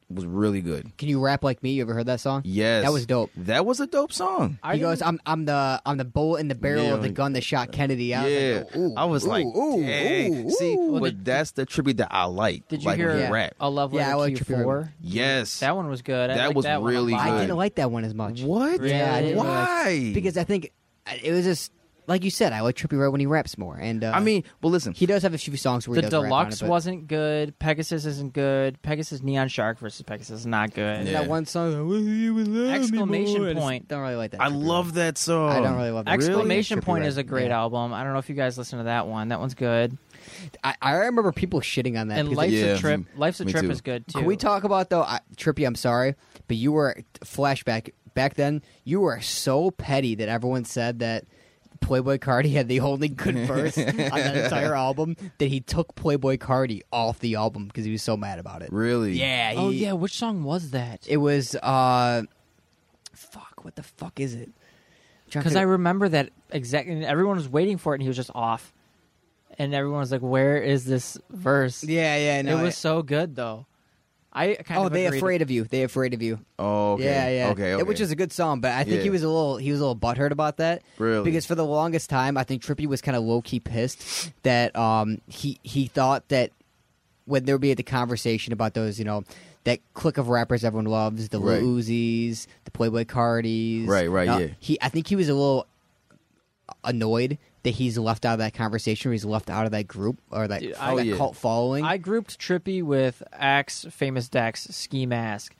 Speaker 2: was really good.
Speaker 3: Can you rap like me? You ever heard that song?
Speaker 2: Yes,
Speaker 3: that was dope.
Speaker 2: That was a dope song.
Speaker 4: I
Speaker 3: he goes,
Speaker 4: didn't-
Speaker 3: "I'm I'm the I'm the bullet in the barrel
Speaker 2: Yeah,
Speaker 3: of the
Speaker 2: like-
Speaker 3: gun that shot Kennedy." I
Speaker 2: yeah,
Speaker 3: was like, "Oh, ooh,
Speaker 2: I was
Speaker 3: ooh,
Speaker 2: like,
Speaker 3: ooh,
Speaker 2: dang.
Speaker 3: ooh,
Speaker 2: see,
Speaker 3: ooh.
Speaker 4: Well,
Speaker 2: but
Speaker 4: did-
Speaker 2: that's the tribute that I like.
Speaker 4: Did you
Speaker 2: like,
Speaker 4: hear
Speaker 2: when
Speaker 3: Yeah.
Speaker 2: rap?
Speaker 4: a love
Speaker 3: Yeah,
Speaker 4: letter
Speaker 3: I like
Speaker 4: to you
Speaker 3: Trippie
Speaker 4: four?
Speaker 3: Redd.
Speaker 2: yes,
Speaker 4: That one was good. I
Speaker 2: That
Speaker 4: liked
Speaker 2: was
Speaker 4: that one a
Speaker 2: really
Speaker 4: lot.
Speaker 3: I
Speaker 2: good.
Speaker 3: didn't like that one as much.
Speaker 2: What?
Speaker 3: Yeah, I didn't really like-
Speaker 2: Why?
Speaker 3: Because I think it was just like you said. I like Trippie Redd when he raps more, and uh,
Speaker 2: I mean, well, listen.
Speaker 3: he does have a few songs where
Speaker 4: The
Speaker 3: he does rap on
Speaker 4: deluxe
Speaker 3: it, but-
Speaker 4: wasn't good. Pegasus isn't good. Pegasus Neon Shark versus Pegasus is not good.
Speaker 2: Yeah.
Speaker 3: That one song, "Will you love me
Speaker 4: Exclamation
Speaker 3: more?" I just
Speaker 4: point.
Speaker 3: Don't really like that.
Speaker 2: I
Speaker 3: Trippie Redd.
Speaker 2: love that song.
Speaker 3: I don't really love that.
Speaker 4: Exclamation
Speaker 3: Trippie
Speaker 4: Point
Speaker 3: Redd.
Speaker 4: is a great
Speaker 3: Yeah.
Speaker 4: album. I don't know if you guys listen to that one. That one's good.
Speaker 3: I, I remember people shitting on that.
Speaker 4: and
Speaker 3: because- Mm-hmm.
Speaker 4: Life's
Speaker 2: Yeah,
Speaker 4: a Trip.
Speaker 2: mm,
Speaker 4: Life's a
Speaker 2: me
Speaker 4: Trip
Speaker 2: too.
Speaker 4: is good too.
Speaker 3: can we talk about though, I, Trippy? I'm sorry, but you were flashback back then. You were so petty that everyone said that Playboy Cardi had the only good verse on that entire album. That he took Playboy Cardi off the album because he was so mad about it.
Speaker 2: Really?
Speaker 3: Yeah. He,
Speaker 4: Oh yeah, which song was that?
Speaker 3: It was. uh Fuck. What the fuck is it?
Speaker 4: Because I remember that exactly. and Everyone was waiting for it, and he was just off. And everyone was like, "Where is this verse?"
Speaker 3: Yeah. Yeah. No,
Speaker 4: it was so good though. I kind
Speaker 3: Oh,
Speaker 4: of
Speaker 3: they
Speaker 4: agreed.
Speaker 3: afraid of you. They afraid of you.
Speaker 2: Oh, okay.
Speaker 3: Yeah, yeah.
Speaker 2: Okay,
Speaker 3: It-
Speaker 2: okay.
Speaker 3: Which is a good song, but I think he
Speaker 2: Yeah.
Speaker 3: was a little he was a little butthurt about that.
Speaker 2: Really?
Speaker 3: Because for the longest time, I think Trippy was kind of low key pissed that um he he thought that when there would be the conversation about those you know that clique of rappers everyone loves the
Speaker 2: Right.
Speaker 3: Lil Uzis, the Playboy Cardis,
Speaker 2: Right, right,
Speaker 3: Now,
Speaker 2: yeah.
Speaker 3: He I think he was a little annoyed that he's left out of that conversation or he's left out of that group or that,
Speaker 4: Dude,
Speaker 3: or
Speaker 4: I-
Speaker 3: that
Speaker 2: Oh, yeah.
Speaker 3: cult following.
Speaker 4: I grouped Trippy with Axe, Famous Dex, Ski Mask.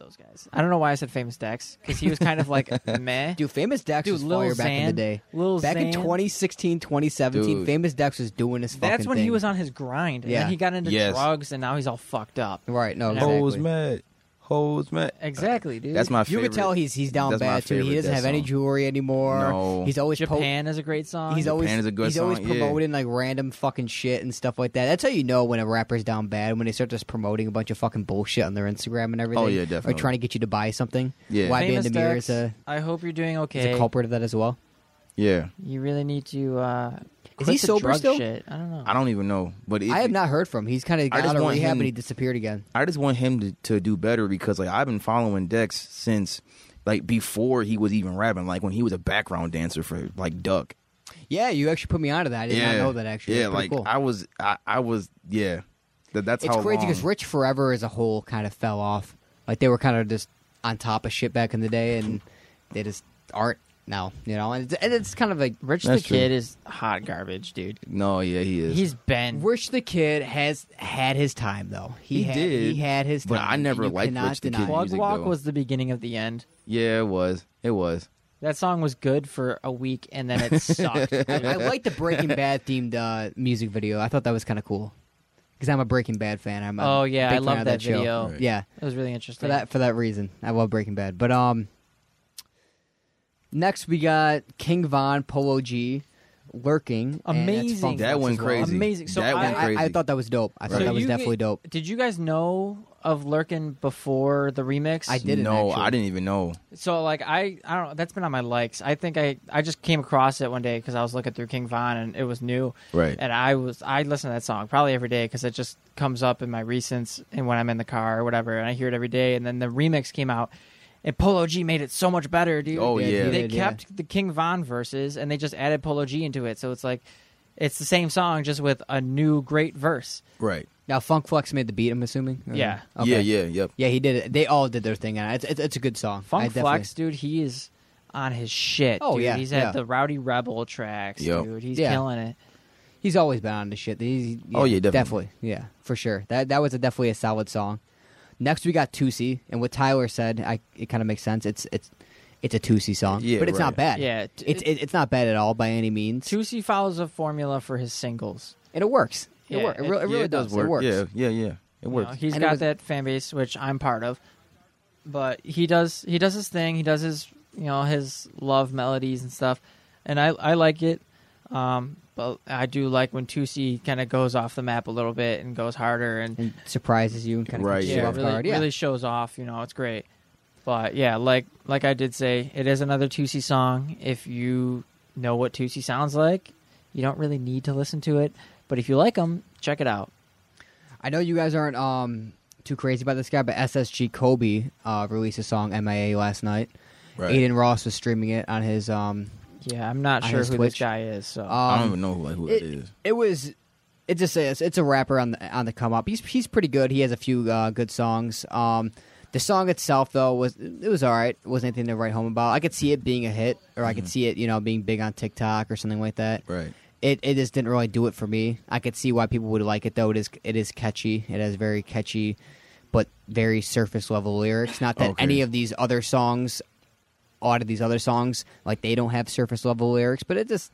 Speaker 4: those guys. I don't know why I said famous Dex because he was kind of like meh.
Speaker 3: Dude, Famous Dex
Speaker 4: Dude,
Speaker 3: was
Speaker 4: Lil
Speaker 3: fire back in the
Speaker 4: Xan.
Speaker 3: day.
Speaker 4: Lil
Speaker 3: back in
Speaker 4: Xan.
Speaker 3: 2016, 2017,
Speaker 2: Dude.
Speaker 3: Famous Dex was doing his fucking
Speaker 4: That's when he
Speaker 3: thing.
Speaker 4: was on his grind. And
Speaker 3: Yeah.
Speaker 4: then he got into
Speaker 2: Yes.
Speaker 4: drugs and now he's all fucked up.
Speaker 3: Right, no,
Speaker 4: Yeah.
Speaker 3: exactly.
Speaker 2: Hoes mad, hoes mad.
Speaker 4: Exactly, dude.
Speaker 2: That's my.
Speaker 3: You
Speaker 2: favorite.
Speaker 3: could tell he's he's down
Speaker 2: That's my
Speaker 3: bad too. He
Speaker 2: favorite
Speaker 3: doesn't
Speaker 2: Dex
Speaker 3: have any
Speaker 2: song.
Speaker 3: jewelry anymore.
Speaker 2: No.
Speaker 3: He's always po-
Speaker 4: Japan is a great song.
Speaker 3: He's always
Speaker 2: is a good
Speaker 3: he's always
Speaker 2: song, yeah.
Speaker 3: promoting like random fucking shit and stuff like that. That's how you know when a rapper's down bad when they start just promoting a bunch of fucking bullshit on their Instagram and everything.
Speaker 2: Oh, yeah,
Speaker 3: Or
Speaker 2: definitely.
Speaker 3: trying to get you to buy something.
Speaker 2: Yeah.
Speaker 3: Why
Speaker 4: famous
Speaker 3: Bandamir
Speaker 4: Dex.
Speaker 3: is a
Speaker 4: I hope you're doing
Speaker 3: is
Speaker 4: okay.
Speaker 3: a culprit of that as well.
Speaker 2: Yeah,
Speaker 4: You really need to. Uh,
Speaker 3: Is
Speaker 4: quit
Speaker 3: he
Speaker 4: the
Speaker 3: sober
Speaker 4: drug
Speaker 3: still?
Speaker 4: Shit. I don't know.
Speaker 2: I don't even know, but if
Speaker 3: I have not heard from. him. He's kind of got
Speaker 2: just
Speaker 3: out of
Speaker 2: want
Speaker 3: rehab
Speaker 2: him-
Speaker 3: and he disappeared again.
Speaker 2: I just want him to, to do better because like I've been following Dex since like before he was even rapping, like when he was a background dancer for like Duck.
Speaker 3: Yeah, you actually put me onto that. I did not know that actually.
Speaker 2: Yeah,
Speaker 3: That's pretty
Speaker 2: like
Speaker 3: cool.
Speaker 2: I was I, I was yeah. That, that's
Speaker 3: it's
Speaker 2: how
Speaker 3: crazy because
Speaker 2: long-
Speaker 3: Rich Forever as a whole kind of fell off. Like they were kind of just on top of shit back in the day, and they just aren't now. You know, and it's, and it's kind of like
Speaker 4: Rich
Speaker 2: That's
Speaker 4: the
Speaker 2: true.
Speaker 4: Kid is hot garbage, dude.
Speaker 2: No, yeah, he is.
Speaker 4: He's been.
Speaker 3: Rich the Kid has had his time though. He,
Speaker 2: He
Speaker 3: had,
Speaker 2: did,
Speaker 3: He had his time.
Speaker 2: but I never
Speaker 3: You
Speaker 2: liked
Speaker 3: cannot
Speaker 2: Rich the
Speaker 3: deny
Speaker 2: Kid.
Speaker 3: it.
Speaker 4: Plug
Speaker 2: music,
Speaker 4: Walk
Speaker 2: though.
Speaker 4: was the beginning of the end.
Speaker 2: yeah, it was. It was.
Speaker 4: That song was good for a week and then it sucked.
Speaker 3: I, I like the Breaking Bad themed uh, music video. I thought that was kind of cool because I'm a Breaking Bad fan. I'm a
Speaker 4: Oh, yeah,
Speaker 3: big
Speaker 4: I
Speaker 3: fan
Speaker 4: love
Speaker 3: of
Speaker 4: that
Speaker 3: show.
Speaker 4: video. Right.
Speaker 3: Yeah,
Speaker 4: It was really interesting.
Speaker 3: for that for that reason, I love Breaking Bad. But um, next we got King Von Polo G, lurking. and that's
Speaker 4: Amazing.
Speaker 3: Funk
Speaker 4: That
Speaker 3: Flex
Speaker 2: went
Speaker 3: as well.
Speaker 2: crazy.
Speaker 4: Amazing. So
Speaker 2: That
Speaker 4: I-
Speaker 2: went
Speaker 3: I,
Speaker 2: crazy.
Speaker 3: I thought that was dope. I thought
Speaker 2: Right.
Speaker 3: that was
Speaker 4: you
Speaker 3: definitely
Speaker 4: get-
Speaker 3: dope.
Speaker 4: Did you guys know of Lurkin before the remix?
Speaker 3: I did. didn't
Speaker 2: no,
Speaker 3: actually.
Speaker 2: I didn't even know.
Speaker 4: So like I I don't know, that's been on my likes. I think I I just came across it one day because I was looking through King Von and it was new.
Speaker 2: Right.
Speaker 4: And I was I listen to that song probably every day because it just comes up in my recents and when I'm in the car or whatever and I hear it every day. And then the remix came out and Polo G made it so much better, dude.
Speaker 2: Oh,
Speaker 3: He did,
Speaker 2: yeah.
Speaker 3: he
Speaker 4: They
Speaker 3: did, yeah.
Speaker 4: kept the King Von verses and they just added Polo G into it. So it's like it's the same song just with a new great verse.
Speaker 2: Right.
Speaker 3: Now Funk Flex made the beat. I'm assuming. Or-
Speaker 4: Yeah.
Speaker 3: Okay.
Speaker 2: Yeah, yeah, yep.
Speaker 3: Yeah, he did it. They all did their thing, and it's it's, it's a good song. I
Speaker 4: Funk
Speaker 3: definitely-
Speaker 4: Flex, dude, he is on his shit.
Speaker 3: Oh,
Speaker 4: dude.
Speaker 3: yeah,
Speaker 4: he's
Speaker 3: yeah.
Speaker 4: at the Rowdy Rebel tracks,
Speaker 2: Yep.
Speaker 4: dude. He's
Speaker 3: Yeah.
Speaker 4: killing it.
Speaker 3: He's always been on the shit. He's,
Speaker 2: Oh, yeah,
Speaker 3: definitely,
Speaker 2: definitely.
Speaker 3: yeah, for sure. That that was a, definitely a solid song. Next, we got Tusi, and what Tyler said, I it kind of makes sense. It's it's it's a Tusi song,
Speaker 2: Yeah,
Speaker 3: but it's
Speaker 2: right.
Speaker 3: not bad.
Speaker 4: Yeah, t-
Speaker 3: it's it, it's not bad at all by any means,
Speaker 4: Tusi follows a formula for his singles.
Speaker 3: and it works. it,
Speaker 4: Yeah,
Speaker 3: works. it,
Speaker 4: it-
Speaker 3: re- it
Speaker 2: yeah,
Speaker 3: really
Speaker 2: it does
Speaker 3: It
Speaker 2: work.
Speaker 3: works.
Speaker 2: Yeah, yeah, yeah. It
Speaker 4: You know,
Speaker 2: works.
Speaker 4: he's
Speaker 3: And it
Speaker 4: got
Speaker 3: was-
Speaker 4: that fan base, which I'm part of. But he does he does his thing. He does his you know his love melodies and stuff, and I I like it. Um, but I do like when Tusi kind of goes off the map a little bit and goes harder and
Speaker 3: And surprises you and kind of
Speaker 2: Right,
Speaker 3: keeps
Speaker 2: yeah.
Speaker 3: you off
Speaker 4: really,
Speaker 3: guard. Yeah,
Speaker 4: really shows off. You know, it's great. But yeah, like like I did say, it is another Tusi song. If you know what Tusi sounds like, you don't really need to listen to it. But if you like them, check it out.
Speaker 3: I know you guys aren't um too crazy about this guy, but SSG Kobe uh, released a song MIA last night.
Speaker 2: Right.
Speaker 3: Aiden Ross was streaming it on his um
Speaker 4: Yeah, I'm not
Speaker 3: On
Speaker 4: sure
Speaker 3: his
Speaker 4: who
Speaker 3: Twitch?
Speaker 4: this guy is. So
Speaker 2: I don't
Speaker 3: um,
Speaker 2: even know who, who it
Speaker 3: it,
Speaker 2: is.
Speaker 3: it was it just says it's a rapper on the on the come up. He's he's pretty good. He has a few uh, good songs. Um, the song itself though was it was all right. It wasn't anything to write home about. I could see it being a hit, or
Speaker 2: Mm-hmm.
Speaker 3: I could see it you know being big on TikTok or something like that.
Speaker 2: Right.
Speaker 3: It it just didn't really do it for me. I could see why people would like it though. It is it is catchy. It has very catchy, but very surface level lyrics. Not that
Speaker 2: Oh, Okay.
Speaker 3: any of these other songs, out of these other songs, like they don't have surface level lyrics, but it just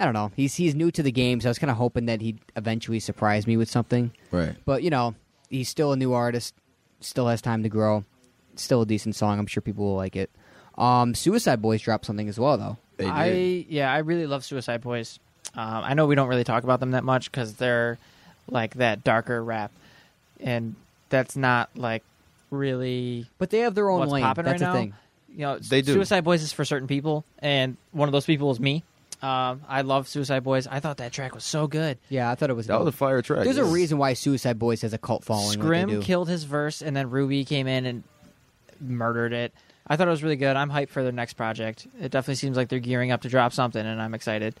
Speaker 3: I don't know. He's he's new to the game, so I was kind of hoping that he'd eventually surprise me with something.
Speaker 2: Right.
Speaker 3: But you know, he's still a new artist, still has time to grow. Still a decent song. I'm sure people will like it. Um, Suicide Boys dropped something as well, though.
Speaker 2: They did.
Speaker 4: I yeah, I really love Suicide Boys. Um, I know we don't really talk about them that much because they're like that darker rap, and that's not like really
Speaker 3: But they have their own
Speaker 4: what's
Speaker 3: lane.
Speaker 4: popping
Speaker 3: That's
Speaker 4: right
Speaker 3: the
Speaker 4: now.
Speaker 3: thing.
Speaker 4: You know,
Speaker 2: They do.
Speaker 4: Suicide Boys is for certain people, and one of those people is me. Um, I love Suicide Boys. I thought that track was so good.
Speaker 3: Yeah, I thought it was.
Speaker 2: that was a
Speaker 3: dope.
Speaker 2: fire track.
Speaker 3: There's a
Speaker 2: Yes.
Speaker 3: reason why Suicide Boys has a cult following. like they
Speaker 4: Scrim
Speaker 3: do.
Speaker 4: killed his verse, and then Ruby came in and murdered it. I thought it was really good. I'm hyped for their next project. It definitely seems like they're gearing up to drop something, and I'm excited.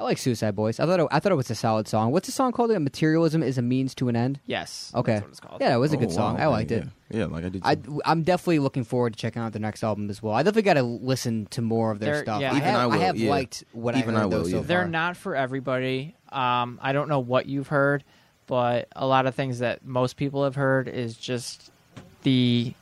Speaker 3: I like Suicide Boys. I thought it, I thought it was a solid song. What's the song called? again? Materialism is a means to an end.
Speaker 4: Yes.
Speaker 3: Okay.
Speaker 4: That's what it's called.
Speaker 3: Yeah, it was a
Speaker 2: Oh,
Speaker 3: good
Speaker 2: wow,
Speaker 3: song. I
Speaker 2: okay,
Speaker 3: liked it.
Speaker 2: Yeah. Yeah, like I did.
Speaker 3: I,
Speaker 2: too.
Speaker 3: I'm definitely looking forward to checking out their next album as well. I definitely got to listen to more of their
Speaker 4: They're-
Speaker 3: stuff.
Speaker 4: yeah.
Speaker 3: I
Speaker 4: Even
Speaker 3: have,
Speaker 2: I will,
Speaker 3: have
Speaker 2: yeah.
Speaker 3: liked what
Speaker 2: Even
Speaker 3: I heard
Speaker 2: I
Speaker 3: though
Speaker 2: will,
Speaker 3: so
Speaker 2: yeah.
Speaker 4: They're
Speaker 3: far.
Speaker 4: not for everybody. Um, I don't know what you've heard, but a lot of things that most people have heard is just the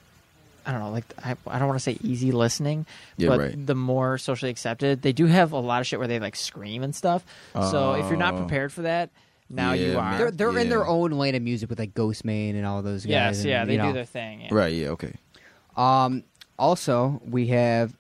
Speaker 4: I don't know, like I, I don't want to say easy listening,
Speaker 2: Yeah,
Speaker 4: but
Speaker 2: right.
Speaker 4: the more socially accepted, they do have a lot of shit where they like scream and stuff. So if you're not
Speaker 2: Oh.
Speaker 4: prepared for that, now
Speaker 2: Yeah,
Speaker 4: you
Speaker 2: man.
Speaker 4: are.
Speaker 3: They're they're in
Speaker 2: Yeah.
Speaker 3: their own lane of music with like Ghostman and all those guys.
Speaker 4: yes,
Speaker 3: and,
Speaker 4: yeah,
Speaker 3: you
Speaker 4: they
Speaker 3: know.
Speaker 4: do their thing. yeah.
Speaker 2: Right. Yeah. Okay.
Speaker 3: Um, also, we have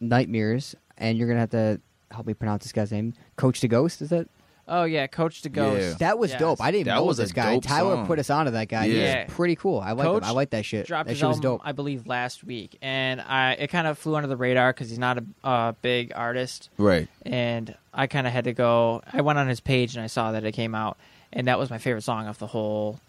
Speaker 3: Nightmares, and you're gonna have to help me pronounce this guy's name. Coach the Ghost, is that?
Speaker 4: Oh yeah, Coach to Ghost.
Speaker 2: Yeah.
Speaker 3: That was
Speaker 4: Yes.
Speaker 3: dope. I didn't
Speaker 2: That
Speaker 3: know
Speaker 2: was
Speaker 3: this
Speaker 2: a
Speaker 3: guy.
Speaker 2: dope
Speaker 3: Tyler
Speaker 2: song.
Speaker 3: put us onto that guy.
Speaker 4: Yeah.
Speaker 3: He was pretty cool. I like him.
Speaker 4: Coach
Speaker 3: I like that shit.
Speaker 4: dropped
Speaker 3: that
Speaker 4: his
Speaker 3: shit was
Speaker 4: album,
Speaker 3: dope.
Speaker 4: I believe, last week, and I it kind of flew under the radar because he's not a uh, big artist,
Speaker 2: Right.
Speaker 4: and I kind of had to go. I went on his page and I saw that it came out, and that was my favorite song off the whole,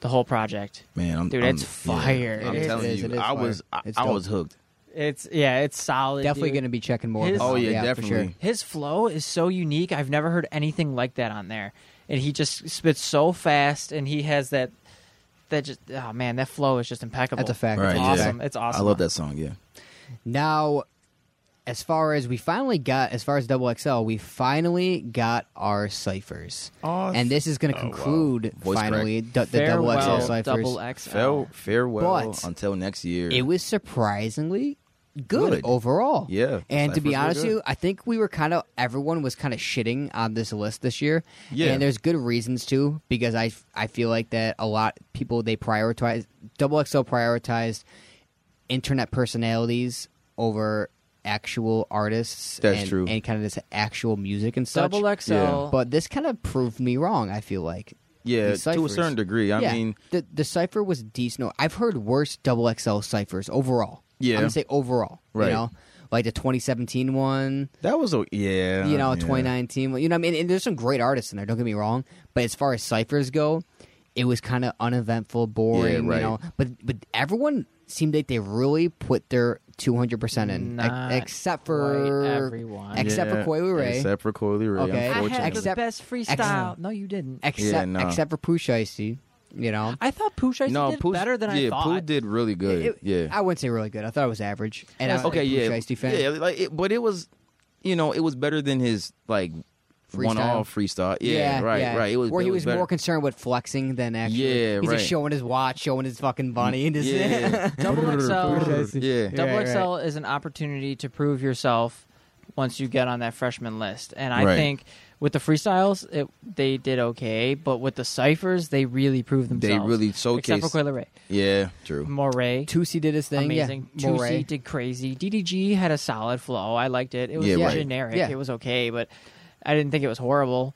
Speaker 4: the whole project.
Speaker 2: Man, I'm,
Speaker 4: Dude,
Speaker 2: I'm-
Speaker 4: it's
Speaker 2: yeah,
Speaker 4: fire.
Speaker 2: I'm
Speaker 4: It
Speaker 2: telling
Speaker 3: is,
Speaker 2: you,
Speaker 3: it is
Speaker 2: I was,
Speaker 3: fire.
Speaker 2: I,
Speaker 3: It's
Speaker 2: I
Speaker 3: dope.
Speaker 2: was hooked.
Speaker 4: It's yeah, it's solid.
Speaker 3: Definitely
Speaker 4: dude.
Speaker 3: gonna be checking more. of
Speaker 4: His-
Speaker 3: him
Speaker 4: Oh,
Speaker 3: out.
Speaker 2: yeah,
Speaker 3: for
Speaker 2: definitely.
Speaker 4: His flow is so unique. I've never heard anything like that on there, and he just spits so fast, and he has that. That just oh man, that flow is just impeccable.
Speaker 3: That's a fact.
Speaker 2: Right,
Speaker 4: It's
Speaker 2: yeah.
Speaker 4: awesome. It's awesome.
Speaker 2: I love that song. Yeah.
Speaker 3: sure. Now, as far as we finally got, as far as Double XL, we finally got our ciphers,
Speaker 2: Oh,
Speaker 3: and this is gonna conclude
Speaker 2: Voice crack.
Speaker 3: finally du- the Double
Speaker 4: Farewell,
Speaker 3: XL ciphers.
Speaker 4: double XL.
Speaker 2: Farewell, farewell
Speaker 3: Uh, But-
Speaker 2: until next year.
Speaker 3: it was surprisingly good,
Speaker 2: Good.
Speaker 3: overall.
Speaker 2: Yeah,
Speaker 3: And to
Speaker 2: Cypher's
Speaker 3: be
Speaker 2: were
Speaker 3: honest with
Speaker 2: good.
Speaker 3: you, I think we were kind of everyone was kind of shitting on this list this year.
Speaker 2: Yeah.
Speaker 3: And there's good reasons too because I I feel like that a lot people they prioritize double XL prioritized internet personalities over actual artists
Speaker 2: That's
Speaker 3: and,
Speaker 2: true.
Speaker 3: and kind of this actual music and such.
Speaker 4: Double XL.
Speaker 2: Yeah.
Speaker 3: but this kind of proved me wrong, I feel like.
Speaker 2: yeah,
Speaker 3: These
Speaker 2: to a
Speaker 3: ciphers.
Speaker 2: certain degree. I
Speaker 3: yeah,
Speaker 2: mean,
Speaker 3: the the cipher was decent. I've heard worse double XL ciphers overall.
Speaker 2: Yeah.
Speaker 3: I'm gonna say overall.
Speaker 2: Right.
Speaker 3: You know, like the 2017 one.
Speaker 2: that was a yeah.
Speaker 3: You know,
Speaker 2: Uh, yeah.
Speaker 3: 2019. one, You know, what I mean, and there's some great artists in there. Don't get me wrong, but as far as ciphers go, it was kind of uneventful, boring.
Speaker 2: right.
Speaker 3: You know, but but everyone seemed like they really put their 200 percent in, ex-
Speaker 4: Not
Speaker 3: except for
Speaker 4: quite everyone.
Speaker 3: except for
Speaker 2: Yeah,
Speaker 3: Coily Ray.
Speaker 2: Except for Coily Ray.
Speaker 3: Okay. I had
Speaker 4: I
Speaker 2: Unfortunately.
Speaker 4: had the
Speaker 3: Except-
Speaker 4: best freestyle.
Speaker 3: except-
Speaker 4: no, you didn't.
Speaker 3: except
Speaker 2: Yeah, no.
Speaker 3: except for Pooh Shiesty, You know,
Speaker 4: I thought Pusha
Speaker 2: no,
Speaker 4: did
Speaker 2: Pooh-
Speaker 4: better than
Speaker 2: yeah,
Speaker 4: I thought.
Speaker 2: Pooh did really good.
Speaker 3: It-
Speaker 2: yeah.
Speaker 3: I wouldn't say really good. I thought it was average. And I'm
Speaker 2: okay,
Speaker 3: a
Speaker 2: yeah,
Speaker 3: Shiesty fan.
Speaker 2: yeah, like it, but it was, you know, it was better than his like one-off freestyle. Yeah, right, right. It was
Speaker 3: where
Speaker 2: it
Speaker 3: he was,
Speaker 2: better.
Speaker 3: more concerned with flexing than actually.
Speaker 2: Yeah,
Speaker 3: he's
Speaker 2: right.
Speaker 3: just showing his watch, showing his fucking bunny, and just
Speaker 2: Yeah,
Speaker 4: Double XL.
Speaker 2: yeah.
Speaker 4: Double
Speaker 3: Right, right.
Speaker 4: XL is an opportunity to prove yourself once you get on that freshman list, and I
Speaker 2: Right.
Speaker 4: think with the freestyles, it, they did okay, but with the ciphers, they really proved
Speaker 2: They
Speaker 4: themselves.
Speaker 2: really
Speaker 4: except for
Speaker 2: showcased.
Speaker 4: Coil Ray,
Speaker 2: Yeah, true.
Speaker 4: Moray,
Speaker 3: Tusi did his thing.
Speaker 4: amazing.
Speaker 3: Yeah, Moray.
Speaker 4: Tusi did crazy. DDG had a solid flow. I liked it. It was
Speaker 2: Yeah, right.
Speaker 4: generic.
Speaker 3: Yeah.
Speaker 4: It was okay, but I didn't think it was horrible.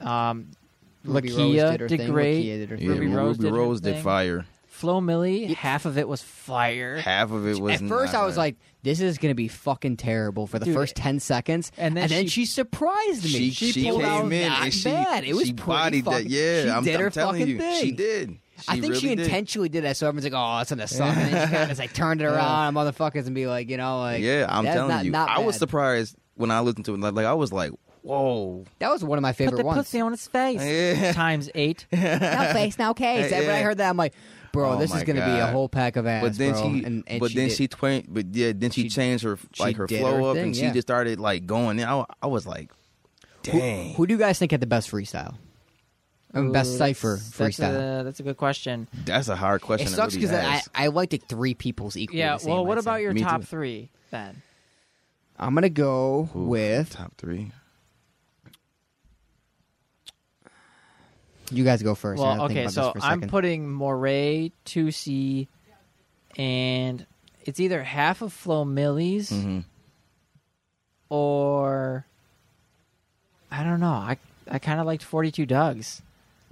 Speaker 4: Um,
Speaker 3: Ruby Rose
Speaker 4: Lakia
Speaker 3: did her
Speaker 4: did
Speaker 3: thing.
Speaker 4: great.
Speaker 3: Lakia did her
Speaker 2: Yeah,
Speaker 3: thing.
Speaker 4: Ruby Rose did her
Speaker 2: did,
Speaker 4: thing.
Speaker 2: fire.
Speaker 4: Flo Millie, half of it was fire.
Speaker 2: Half of it was.
Speaker 3: At first,
Speaker 2: not
Speaker 3: I was
Speaker 2: bad.
Speaker 3: like, "This is going to be fucking terrible" for the
Speaker 4: Dude,
Speaker 3: first ten seconds,
Speaker 4: and then she-
Speaker 3: she, surprised me.
Speaker 2: she, she
Speaker 3: pulled out
Speaker 2: came in
Speaker 3: not
Speaker 2: and she,
Speaker 3: bad. It was
Speaker 2: she
Speaker 3: pretty
Speaker 2: bodied
Speaker 3: fucking,
Speaker 2: that. Yeah,
Speaker 3: she
Speaker 2: I'm,
Speaker 3: did
Speaker 2: I'm
Speaker 3: her
Speaker 2: telling
Speaker 3: fucking
Speaker 2: you,
Speaker 3: thing.
Speaker 2: she did.
Speaker 3: I think
Speaker 2: really
Speaker 3: she
Speaker 2: did.
Speaker 3: intentionally did that, so everyone's like, "Oh, it's gonna suck." And then she kind of like turned it around, and motherfuckers, and be like, you know, like,
Speaker 2: yeah, I'm
Speaker 3: that's
Speaker 2: telling
Speaker 3: not-
Speaker 2: you.
Speaker 3: not
Speaker 2: I was
Speaker 3: bad.
Speaker 2: surprised when I listened to it. Like, like, I was like, whoa.
Speaker 3: That was one of my
Speaker 4: Put
Speaker 3: favorite
Speaker 4: the
Speaker 3: ones.
Speaker 4: pussy on his face.
Speaker 2: Yeah.
Speaker 4: Times eight.
Speaker 3: no face, no case.
Speaker 2: Yeah.
Speaker 3: When I heard that, I'm like, bro,
Speaker 2: Oh
Speaker 3: this is
Speaker 2: my
Speaker 3: going to be a
Speaker 2: God.
Speaker 3: whole pack of ass.
Speaker 2: But then
Speaker 3: bro.
Speaker 2: she,
Speaker 3: and, and
Speaker 2: but
Speaker 3: she
Speaker 2: then
Speaker 3: did.
Speaker 2: she twain, but yeah, then she,
Speaker 3: She-
Speaker 2: changed her
Speaker 3: she
Speaker 2: like her
Speaker 3: did
Speaker 2: flow
Speaker 3: her
Speaker 2: up,
Speaker 3: thing,
Speaker 2: and
Speaker 3: yeah.
Speaker 2: she just started like going. in. I, I was like, dang.
Speaker 3: Who do you guys think had the best freestyle? I mean, best
Speaker 4: Ooh,
Speaker 3: cipher
Speaker 4: that's-
Speaker 3: freestyle.
Speaker 4: That's a, that's a good question.
Speaker 2: That's a hard question.
Speaker 3: It
Speaker 2: to
Speaker 3: sucks
Speaker 2: really
Speaker 3: because I,
Speaker 2: ask.
Speaker 3: I liked it three people's equal.
Speaker 4: Yeah.
Speaker 3: the same,
Speaker 4: Well, what
Speaker 3: I'd say.
Speaker 4: about your
Speaker 2: Me
Speaker 4: top
Speaker 2: too.
Speaker 4: three then?
Speaker 3: I'm going to go
Speaker 2: Ooh,
Speaker 3: with.
Speaker 2: top three.
Speaker 3: You guys go first. I
Speaker 4: well,
Speaker 3: gotta think
Speaker 4: okay.
Speaker 3: about this
Speaker 4: So
Speaker 3: for a
Speaker 4: I'm
Speaker 3: second.
Speaker 4: putting Moray, Tusi, and it's either half of Flo Millie's
Speaker 2: Mhm.
Speaker 4: or I don't know. I I kind of liked 42 Dugs.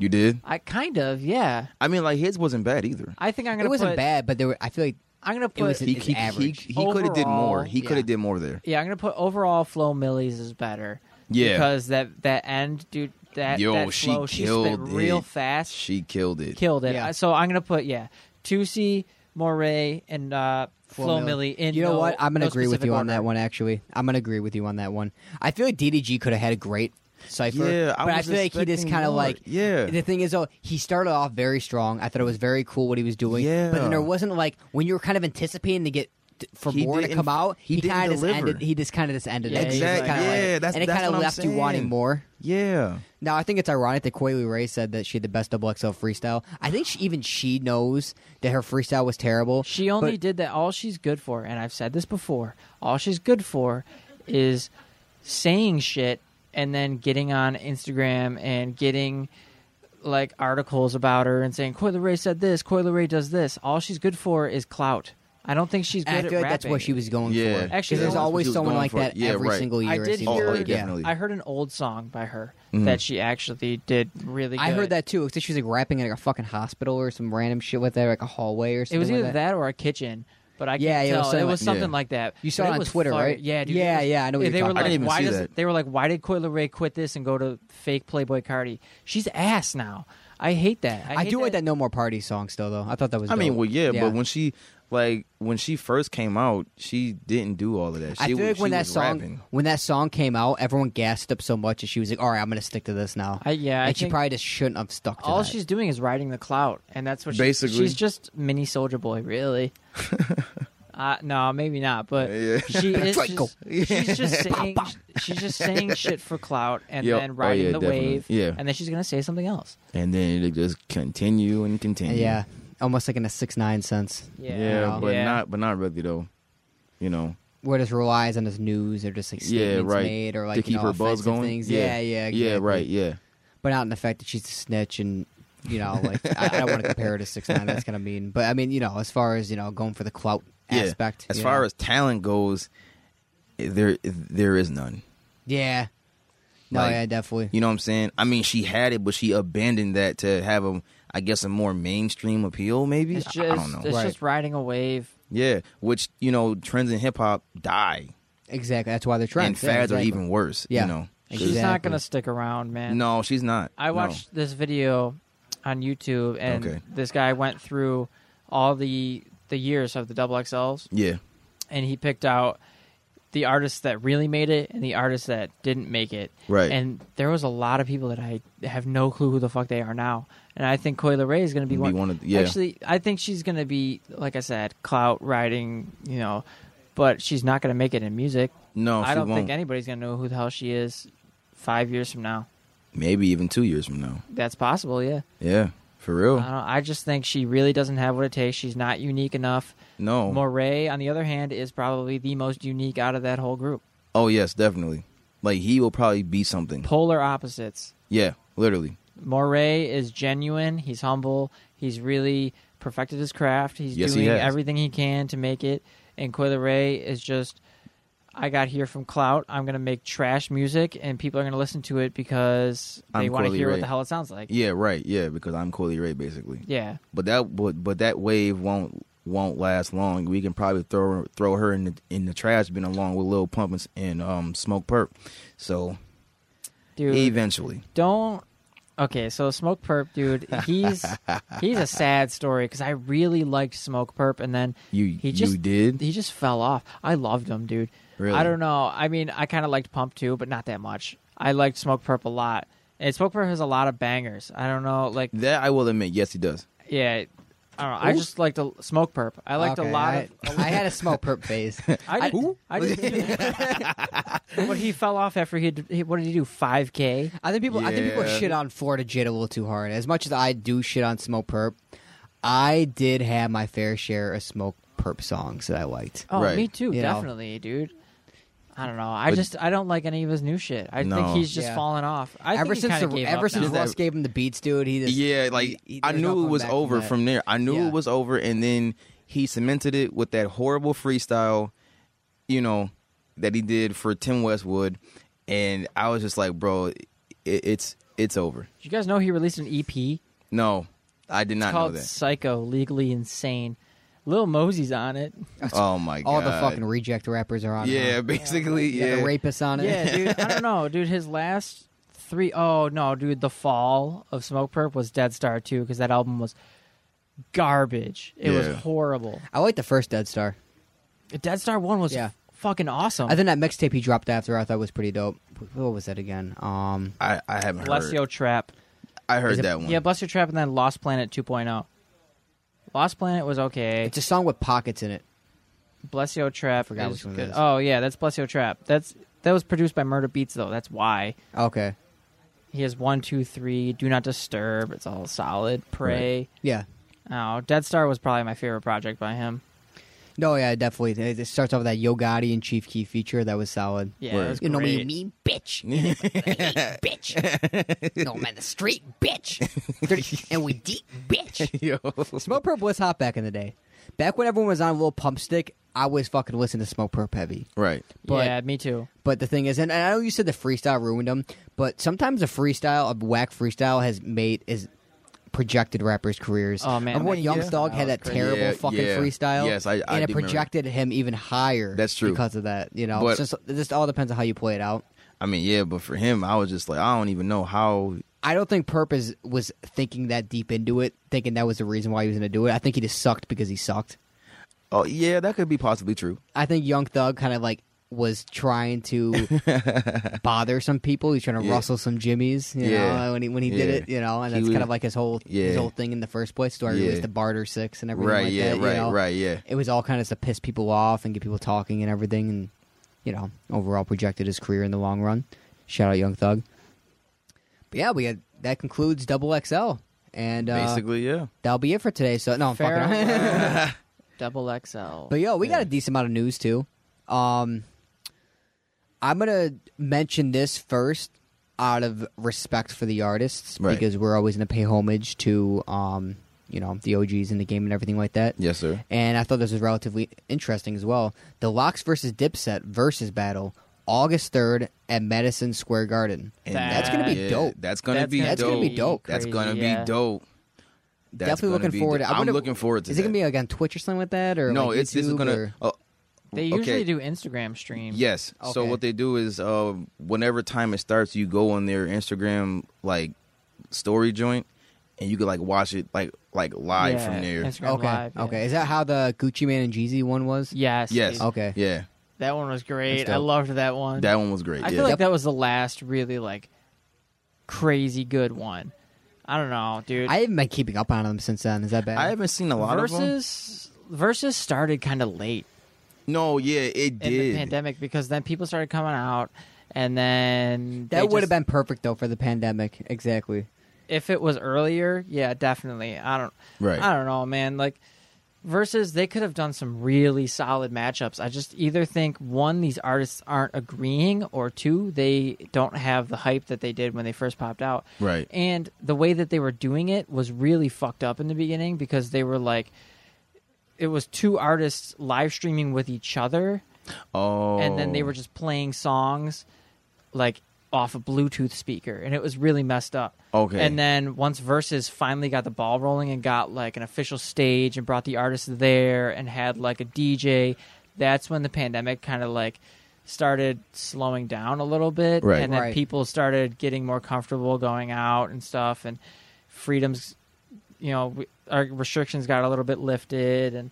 Speaker 2: You did.
Speaker 4: I kind of yeah.
Speaker 2: I mean, like his wasn't bad either.
Speaker 4: I think I'm gonna.
Speaker 3: It wasn't
Speaker 4: put,
Speaker 3: bad, but there were, I feel like.
Speaker 4: I'm gonna put.
Speaker 3: It was-
Speaker 2: He
Speaker 3: It's
Speaker 2: he, he,
Speaker 3: average.
Speaker 2: he could have did more.
Speaker 4: Overall,
Speaker 2: He could
Speaker 3: yeah.
Speaker 2: have did more there.
Speaker 4: Yeah, I'm gonna put overall Flo Millie's is better.
Speaker 2: Yeah.
Speaker 4: because that that end, dude. That
Speaker 2: Yo,
Speaker 4: that
Speaker 2: she
Speaker 4: flow, she
Speaker 2: killed
Speaker 4: spit real
Speaker 2: it.
Speaker 4: fast.
Speaker 2: She killed it.
Speaker 4: killed it.
Speaker 3: Yeah.
Speaker 4: Uh, So I'm gonna put yeah, Tusi, Moray, and uh, Flo, Millie. In
Speaker 3: you know
Speaker 4: no-
Speaker 3: what? I'm gonna
Speaker 4: no
Speaker 3: agree with
Speaker 4: specific
Speaker 3: you on
Speaker 4: order.
Speaker 3: that one. Actually, I'm gonna agree with you on that one. I feel like DDG could have had a great cipher,
Speaker 2: Yeah, I
Speaker 3: but I
Speaker 2: was
Speaker 3: feel like he just
Speaker 2: expecting
Speaker 3: kind of
Speaker 2: more.
Speaker 3: like
Speaker 2: Yeah.
Speaker 3: The thing is, though, he started off very strong. I thought it was very cool what he was doing. but
Speaker 2: Yeah.
Speaker 3: then there wasn't like when you were kind of anticipating to get for
Speaker 2: He
Speaker 3: more to
Speaker 2: didn't-
Speaker 3: come out,
Speaker 2: he
Speaker 3: he,
Speaker 2: didn't
Speaker 3: kind of just
Speaker 2: deliver.
Speaker 3: ended. He just kind of just ended.
Speaker 4: Yeah,
Speaker 3: it. He just
Speaker 4: Exact-
Speaker 3: kinda
Speaker 2: yeah,
Speaker 3: like-
Speaker 2: that's-
Speaker 3: and it
Speaker 2: that's
Speaker 3: kind
Speaker 2: what
Speaker 3: of
Speaker 2: I'm
Speaker 3: left you wanting
Speaker 2: saying.
Speaker 3: more.
Speaker 2: yeah.
Speaker 3: Now I think it's ironic that Coily Ray said that she had the best double XL freestyle. I think she, even she knows that her freestyle was terrible.
Speaker 4: She only
Speaker 3: but-
Speaker 4: did that. All she's good for, and I've said this before, all she's good for is saying shit and then getting on Instagram and getting like articles about her and saying Coyle Ray said this, Coyle Ray does this. All she's good for is clout. I don't think she's good
Speaker 3: and I
Speaker 4: at
Speaker 3: feel like that's
Speaker 4: rapping.
Speaker 3: what she was going
Speaker 2: Yeah.
Speaker 3: for. Actually,
Speaker 4: Actually, that's
Speaker 3: there's
Speaker 2: she
Speaker 4: what
Speaker 3: always
Speaker 2: was
Speaker 3: someone
Speaker 2: going
Speaker 3: like
Speaker 2: for.
Speaker 3: that
Speaker 2: Yeah,
Speaker 3: every
Speaker 2: right.
Speaker 3: single year.
Speaker 4: I
Speaker 3: it
Speaker 4: did
Speaker 3: seems
Speaker 4: hear.
Speaker 2: Oh,
Speaker 3: like.
Speaker 2: oh,
Speaker 3: yeah.
Speaker 2: definitely. Mm-hmm.
Speaker 4: I heard an old song by her that she actually did really. Good.
Speaker 3: I heard that too. It's like she was like rapping in like a fucking hospital or some random shit with that, like a hallway or something.
Speaker 4: It was
Speaker 3: like
Speaker 4: either that. or a kitchen. But I can't
Speaker 3: Yeah,
Speaker 4: yeah,
Speaker 3: yeah, it was
Speaker 4: tell. It
Speaker 3: something
Speaker 4: was
Speaker 3: like-
Speaker 4: something
Speaker 2: Yeah.
Speaker 4: like that.
Speaker 3: You saw
Speaker 4: But
Speaker 3: it on
Speaker 4: was
Speaker 3: Twitter,
Speaker 4: fuck-
Speaker 3: right?
Speaker 4: Yeah, dude. it
Speaker 3: Yeah,
Speaker 4: was-
Speaker 3: yeah, I know what
Speaker 4: they
Speaker 3: you're
Speaker 4: were
Speaker 3: talking
Speaker 4: like,
Speaker 3: about. I
Speaker 2: didn't even
Speaker 4: why
Speaker 2: see
Speaker 4: does
Speaker 2: that.
Speaker 4: they were like, why did Coyle Ray quit this and go to fake Playboy Cardi? She's ass now. I hate that. I,
Speaker 3: I
Speaker 4: hate
Speaker 3: do like that No More Party song still though. I thought that was.
Speaker 2: I mean,
Speaker 3: dope.
Speaker 2: well, yeah, but when she like when she first came out, she didn't do all of that. She,
Speaker 3: I feel
Speaker 2: was-
Speaker 3: like when
Speaker 2: she
Speaker 3: that
Speaker 2: was
Speaker 3: song
Speaker 2: rapping.
Speaker 3: when that song came out, everyone gassed up so much, and she was like, "All right, I'm gonna stick to this now."
Speaker 4: I- yeah, I
Speaker 3: and she
Speaker 4: think-
Speaker 3: probably just shouldn't have stuck to
Speaker 4: All
Speaker 3: that.
Speaker 4: she's doing is riding the clout, and that's what she-
Speaker 2: Basically.
Speaker 4: she's just mini Soldier Boy, really. uh, no, maybe not, but
Speaker 2: Yeah.
Speaker 4: she is.
Speaker 3: Twinkle.
Speaker 4: Just, she's just saying she's just saying shit for clout, and
Speaker 2: Yeah.
Speaker 4: then
Speaker 2: Oh,
Speaker 4: riding
Speaker 2: yeah,
Speaker 4: the
Speaker 2: definitely.
Speaker 4: wave,
Speaker 2: Yeah.
Speaker 4: and then she's gonna say something else.
Speaker 2: and then it just continue and continue.
Speaker 3: yeah, almost like in a six nine sense.
Speaker 2: yeah,
Speaker 3: Yeah.
Speaker 2: but
Speaker 4: Yeah.
Speaker 2: not but not really though. You know,
Speaker 3: Where it just relies on his news or just like
Speaker 2: Yeah,
Speaker 3: statements
Speaker 2: right.
Speaker 3: made or like
Speaker 2: to
Speaker 3: you
Speaker 2: keep
Speaker 3: know,
Speaker 2: her buzz
Speaker 3: offensive
Speaker 2: going.
Speaker 3: Things. Yeah,
Speaker 2: yeah,
Speaker 3: yeah, exactly.
Speaker 2: right, yeah.
Speaker 3: But not in the fact that she's a snitch and you know, like I, I don't want to compare her to six nine. That's kind of mean. But I mean, you know, as far as you know, going for the clout
Speaker 2: Yeah.
Speaker 3: aspect.
Speaker 2: As
Speaker 3: you
Speaker 2: far
Speaker 3: know.
Speaker 2: as talent goes, there there is none.
Speaker 3: yeah, no,
Speaker 2: Like,
Speaker 3: yeah, definitely.
Speaker 2: You know what I'm saying? I mean, she had it, but she abandoned that to have a, I guess, a more mainstream appeal. Maybe
Speaker 4: It's just
Speaker 2: I I don't know.
Speaker 4: it's
Speaker 3: Right.
Speaker 4: just riding a wave.
Speaker 2: yeah, which you know, trends in hip hop die,
Speaker 3: Exactly. That's why they're trying.
Speaker 2: and fads are even worse.
Speaker 3: Yeah.
Speaker 2: You know,
Speaker 4: She's not
Speaker 3: Exactly.
Speaker 4: gonna stick around, man.
Speaker 2: no, she's not.
Speaker 4: I
Speaker 2: No.
Speaker 4: watched this video on YouTube, and
Speaker 2: Okay.
Speaker 4: this guy went through all the the years of the double XLs,
Speaker 2: Yeah,
Speaker 4: and he picked out the artists that really made it and the artists that didn't make it.
Speaker 2: Right.
Speaker 4: And there was a lot of people that I have no clue who the fuck they are now. And I think Coyle Ray is going to be,
Speaker 2: Be
Speaker 4: one.
Speaker 2: one of the- yeah.
Speaker 4: Actually, I think she's going to be, like I said, clout riding. You know, but she's not going to make it in music.
Speaker 2: no, she
Speaker 4: I don't
Speaker 2: won't.
Speaker 4: think anybody's going to know who the hell she is five years from now.
Speaker 2: Maybe even two years from now.
Speaker 4: That's possible. Yeah.
Speaker 2: Yeah, for real.
Speaker 4: I don't. I just think she really doesn't have what it takes. She's not unique enough.
Speaker 2: No.
Speaker 4: Moray, on the other hand, is probably the most unique out of that whole group.
Speaker 2: oh yes, definitely. Like he will probably be something.
Speaker 4: Polar opposites.
Speaker 2: Yeah, literally.
Speaker 4: Moray is genuine. He's humble. He's really perfected his craft. He's
Speaker 2: Yes, he
Speaker 4: doing
Speaker 2: has.
Speaker 4: everything he can to make it. And Coyle Ray is just, I got here from clout. I'm going to make trash music, and people are going to listen to it because they
Speaker 2: I'm
Speaker 4: want to
Speaker 2: Coyle
Speaker 4: hear
Speaker 2: Ray.
Speaker 4: what the hell it sounds like.
Speaker 2: Yeah, right. Yeah, because I'm Coily Ray basically.
Speaker 4: Yeah.
Speaker 2: But that but but that wave won't won't last long. We can probably throw throw her in the in the trash bin along with Lil Pump and, and um Smoke Perp. So
Speaker 4: Dude.
Speaker 2: eventually,
Speaker 4: don't okay so smoke perp dude he's he's a sad story because i really liked smoke perp and then
Speaker 2: you
Speaker 4: he just
Speaker 2: you did.
Speaker 4: he just fell off i loved him dude
Speaker 2: Really?
Speaker 4: i don't know i mean i kind of liked pump too but not that much i liked smoke perp a lot and smoke perp has a lot of bangers i don't know like
Speaker 2: that I will admit, yes, he does.
Speaker 4: yeah I don't know. I just liked a smoke perp. I liked
Speaker 3: Okay,
Speaker 4: a lot
Speaker 3: I,
Speaker 4: of.
Speaker 3: I had a small perp phase.
Speaker 4: I, did- I did- but he fell off after he. He, what did he do? Five k.
Speaker 3: I think people. I think people
Speaker 2: Yeah.
Speaker 3: shit on Florida Jit a little too hard. As much as I do shit on Smoke Perp, I did have my fair share of Smoke Perp songs that I liked.
Speaker 4: Oh,
Speaker 2: Right.
Speaker 4: me too,
Speaker 3: You know?
Speaker 4: definitely, dude. I don't know. I
Speaker 2: But-
Speaker 4: just I don't like any of his new shit. I
Speaker 2: No.
Speaker 4: think he's just
Speaker 3: Yeah.
Speaker 4: fallen off. I
Speaker 3: ever
Speaker 4: think he
Speaker 3: since
Speaker 4: kinda
Speaker 3: the,
Speaker 4: gave
Speaker 3: ever
Speaker 4: up
Speaker 3: since
Speaker 4: now.
Speaker 2: that-
Speaker 3: Russ gave him the beats, dude, he just
Speaker 2: yeah, like
Speaker 3: he- he-
Speaker 2: I
Speaker 3: there's no
Speaker 2: knew it
Speaker 3: coming
Speaker 2: was
Speaker 3: back from
Speaker 2: over
Speaker 3: that.
Speaker 2: from there. I knew
Speaker 3: Yeah.
Speaker 2: it was over, and then he cemented it with that horrible freestyle, you know, that he did for Tim Westwood, and I was just like, bro, it, it's it's over.
Speaker 4: Did you guys know he released an EP It's
Speaker 2: No, I did not know
Speaker 4: called
Speaker 2: that.
Speaker 4: Psycho Legally Insane. Lil Mosey's on it.
Speaker 2: Oh my god,
Speaker 3: all the fucking reject rappers are on. it,
Speaker 2: yeah,
Speaker 3: huh?
Speaker 2: basically,
Speaker 3: You got
Speaker 2: yeah,
Speaker 3: the rapists on it.
Speaker 4: Yeah, dude. I don't know, dude. His last three oh no, dude. The fall of Smoke Perp was Dead Star too because that album was garbage. It
Speaker 2: Yeah.
Speaker 4: was horrible.
Speaker 3: I like the first Dead Star.
Speaker 4: Dead Star one was
Speaker 3: Yeah.
Speaker 4: fucking awesome.
Speaker 3: I think that mixtape he dropped after I thought was pretty dope. What was that again? Um,
Speaker 2: I, I haven't
Speaker 4: Bless
Speaker 2: heard.
Speaker 4: Yo Trap.
Speaker 2: I heard
Speaker 3: Is it-
Speaker 2: that one.
Speaker 4: Yeah, Bless Your Trap and then oh. Lost Planet 2.0. Lost Planet was okay.
Speaker 3: it's a song with pockets in it.
Speaker 4: Blessio Trap.
Speaker 3: I forgot
Speaker 4: is
Speaker 3: which one
Speaker 4: good.
Speaker 3: it is.
Speaker 4: Oh yeah, that's Blessio Trap. That's that was produced by Murder Beats though. That's why
Speaker 3: Okay.
Speaker 4: he has one, two, three. Do not disturb. It's all solid. Pray.
Speaker 3: Yeah.
Speaker 4: Oh, Dead Star was probably my favorite project by him.
Speaker 3: No, yeah, definitely. It it starts off with that Yo Gotti and Chief Key feature that was solid.
Speaker 4: Yeah, it was
Speaker 3: You know me,
Speaker 4: great.
Speaker 3: mean bitch. bitch. no, man, the street bitch. Dirty- and we deep bitch.
Speaker 2: Yo.
Speaker 3: Smoke Perp was hot back in the day. Back when everyone was on a little pump stick, I always fucking listened to Smoke Perp heavy.
Speaker 2: Right.
Speaker 3: But-
Speaker 4: yeah, me too.
Speaker 3: But the thing is, and I know you said the freestyle ruined them, but sometimes a freestyle, a whack freestyle, has made is projected rappers' careers.
Speaker 4: Oh, man.
Speaker 3: remember when
Speaker 2: Yeah.
Speaker 3: Young Thug had that
Speaker 4: That was crazy.
Speaker 3: terrible
Speaker 2: Yeah,
Speaker 3: fucking
Speaker 2: yeah.
Speaker 3: freestyle?
Speaker 2: Yes, I- I
Speaker 3: and
Speaker 2: do
Speaker 3: it
Speaker 2: remember that.
Speaker 3: projected him even higher.
Speaker 2: That's true.
Speaker 3: because of that. You know,
Speaker 2: But-
Speaker 3: it's just it just all depends on how you play it out.
Speaker 2: I mean, yeah, but for him, I was just like, I don't even know how.
Speaker 3: I don't think Perp is, was thinking that deep into it, thinking that was the reason why he was going to do it. I think he just sucked because he sucked.
Speaker 2: Oh, yeah, that could be possibly true.
Speaker 3: I think Young Thug kind of like was trying to bother some people. He's trying to
Speaker 2: Yeah.
Speaker 3: rustle some jimmies, you
Speaker 2: Yeah.
Speaker 3: know, when he when he did
Speaker 2: Yeah.
Speaker 3: it, you know, and
Speaker 2: He
Speaker 3: that's
Speaker 2: was-
Speaker 3: kind of like his whole
Speaker 2: Yeah.
Speaker 3: his whole thing in the first place. Story
Speaker 2: Yeah.
Speaker 3: was the barter six and everything
Speaker 2: right,
Speaker 3: like
Speaker 2: yeah,
Speaker 3: that. you
Speaker 2: right,
Speaker 3: know?
Speaker 2: right, yeah.
Speaker 3: It was all kind of to piss people off and get people talking and everything, and you know, overall projected his career in the long run. Shout out Young Thug. But yeah, we had that concludes Double XL, and uh,
Speaker 2: Basically, yeah.
Speaker 3: that'll be it for today. So no, I'm fucking around.
Speaker 4: Farewell. Double XL.
Speaker 3: But yo, we got a decent amount of news too. Um, I'm gonna mention this first out of respect for the artists
Speaker 2: Right.
Speaker 3: because we're always gonna pay homage to um, you know, the OGs in the game and everything like that.
Speaker 2: Yes, sir.
Speaker 3: And I thought this was relatively interesting as well. The Locks versus Dipset versus battle, August third at Madison Square Garden.
Speaker 2: And
Speaker 4: That's gonna be
Speaker 2: yeah,
Speaker 3: dope.
Speaker 2: That's gonna
Speaker 4: That's
Speaker 2: be
Speaker 4: gonna
Speaker 2: dope.
Speaker 3: That's gonna be dope.
Speaker 2: That's
Speaker 4: Crazy,
Speaker 2: gonna
Speaker 4: yeah.
Speaker 2: be dope. That's
Speaker 3: Definitely
Speaker 2: gonna
Speaker 3: looking
Speaker 2: be
Speaker 3: forward
Speaker 2: dope.
Speaker 3: to- I
Speaker 2: I'm
Speaker 3: wonder-
Speaker 2: looking forward to
Speaker 3: Is
Speaker 2: that.
Speaker 3: it gonna be like on Twitch or something like that, or
Speaker 2: no,
Speaker 3: like,
Speaker 2: it's this is
Speaker 3: YouTube
Speaker 2: gonna. oh,
Speaker 3: or-
Speaker 4: they
Speaker 2: okay.
Speaker 4: usually do Instagram streams.
Speaker 2: Yes. So
Speaker 3: Okay.
Speaker 2: what they do is, uh, whenever time it starts, you go on their Instagram like story joint, and you could like watch it like like live
Speaker 4: Yeah,
Speaker 2: from there.
Speaker 4: Instagram
Speaker 3: Okay,
Speaker 4: Live, yeah.
Speaker 3: okay. Is that how the Gucci Man and Jeezy one was?
Speaker 4: Yes.
Speaker 2: Yes.
Speaker 4: dude.
Speaker 3: Okay.
Speaker 2: Yeah,
Speaker 4: That one was great.
Speaker 3: That's
Speaker 4: I
Speaker 3: dope.
Speaker 4: loved that one.
Speaker 2: that one was great.
Speaker 4: I
Speaker 2: yeah.
Speaker 4: feel like that was the last really like crazy good one. I don't know, dude.
Speaker 3: I haven't been keeping up on them since then. Is that bad?
Speaker 2: I haven't seen a lot of them.
Speaker 4: versus versus started kind of late
Speaker 2: No, yeah, it
Speaker 4: in the
Speaker 2: did.
Speaker 4: pandemic because then people started coming out, and then they
Speaker 3: that would have
Speaker 4: just-
Speaker 3: been perfect though for the pandemic. Exactly.
Speaker 4: if it was earlier. Yeah, definitely. I don't.
Speaker 2: Right.
Speaker 4: I don't know, man. Like versus they could have done some really solid matchups. I just either think one these artists aren't agreeing or two they don't have the hype that they did when they first popped out.
Speaker 2: Right.
Speaker 4: And the way that they were doing it was really fucked up in the beginning because they were like it was two artists live streaming with each other
Speaker 2: Oh,
Speaker 4: and then they were just playing songs like off a Bluetooth speaker, and it was really messed up.
Speaker 2: Okay.
Speaker 4: And then once Versus finally got the ball rolling and got like an official stage and brought the artists there and had like a DJ, that's when the pandemic kind of like started slowing down a little bit,
Speaker 2: Right.
Speaker 4: and then
Speaker 3: Right.
Speaker 4: people started getting more comfortable going out and stuff, and freedoms you know we, our restrictions got a little bit lifted and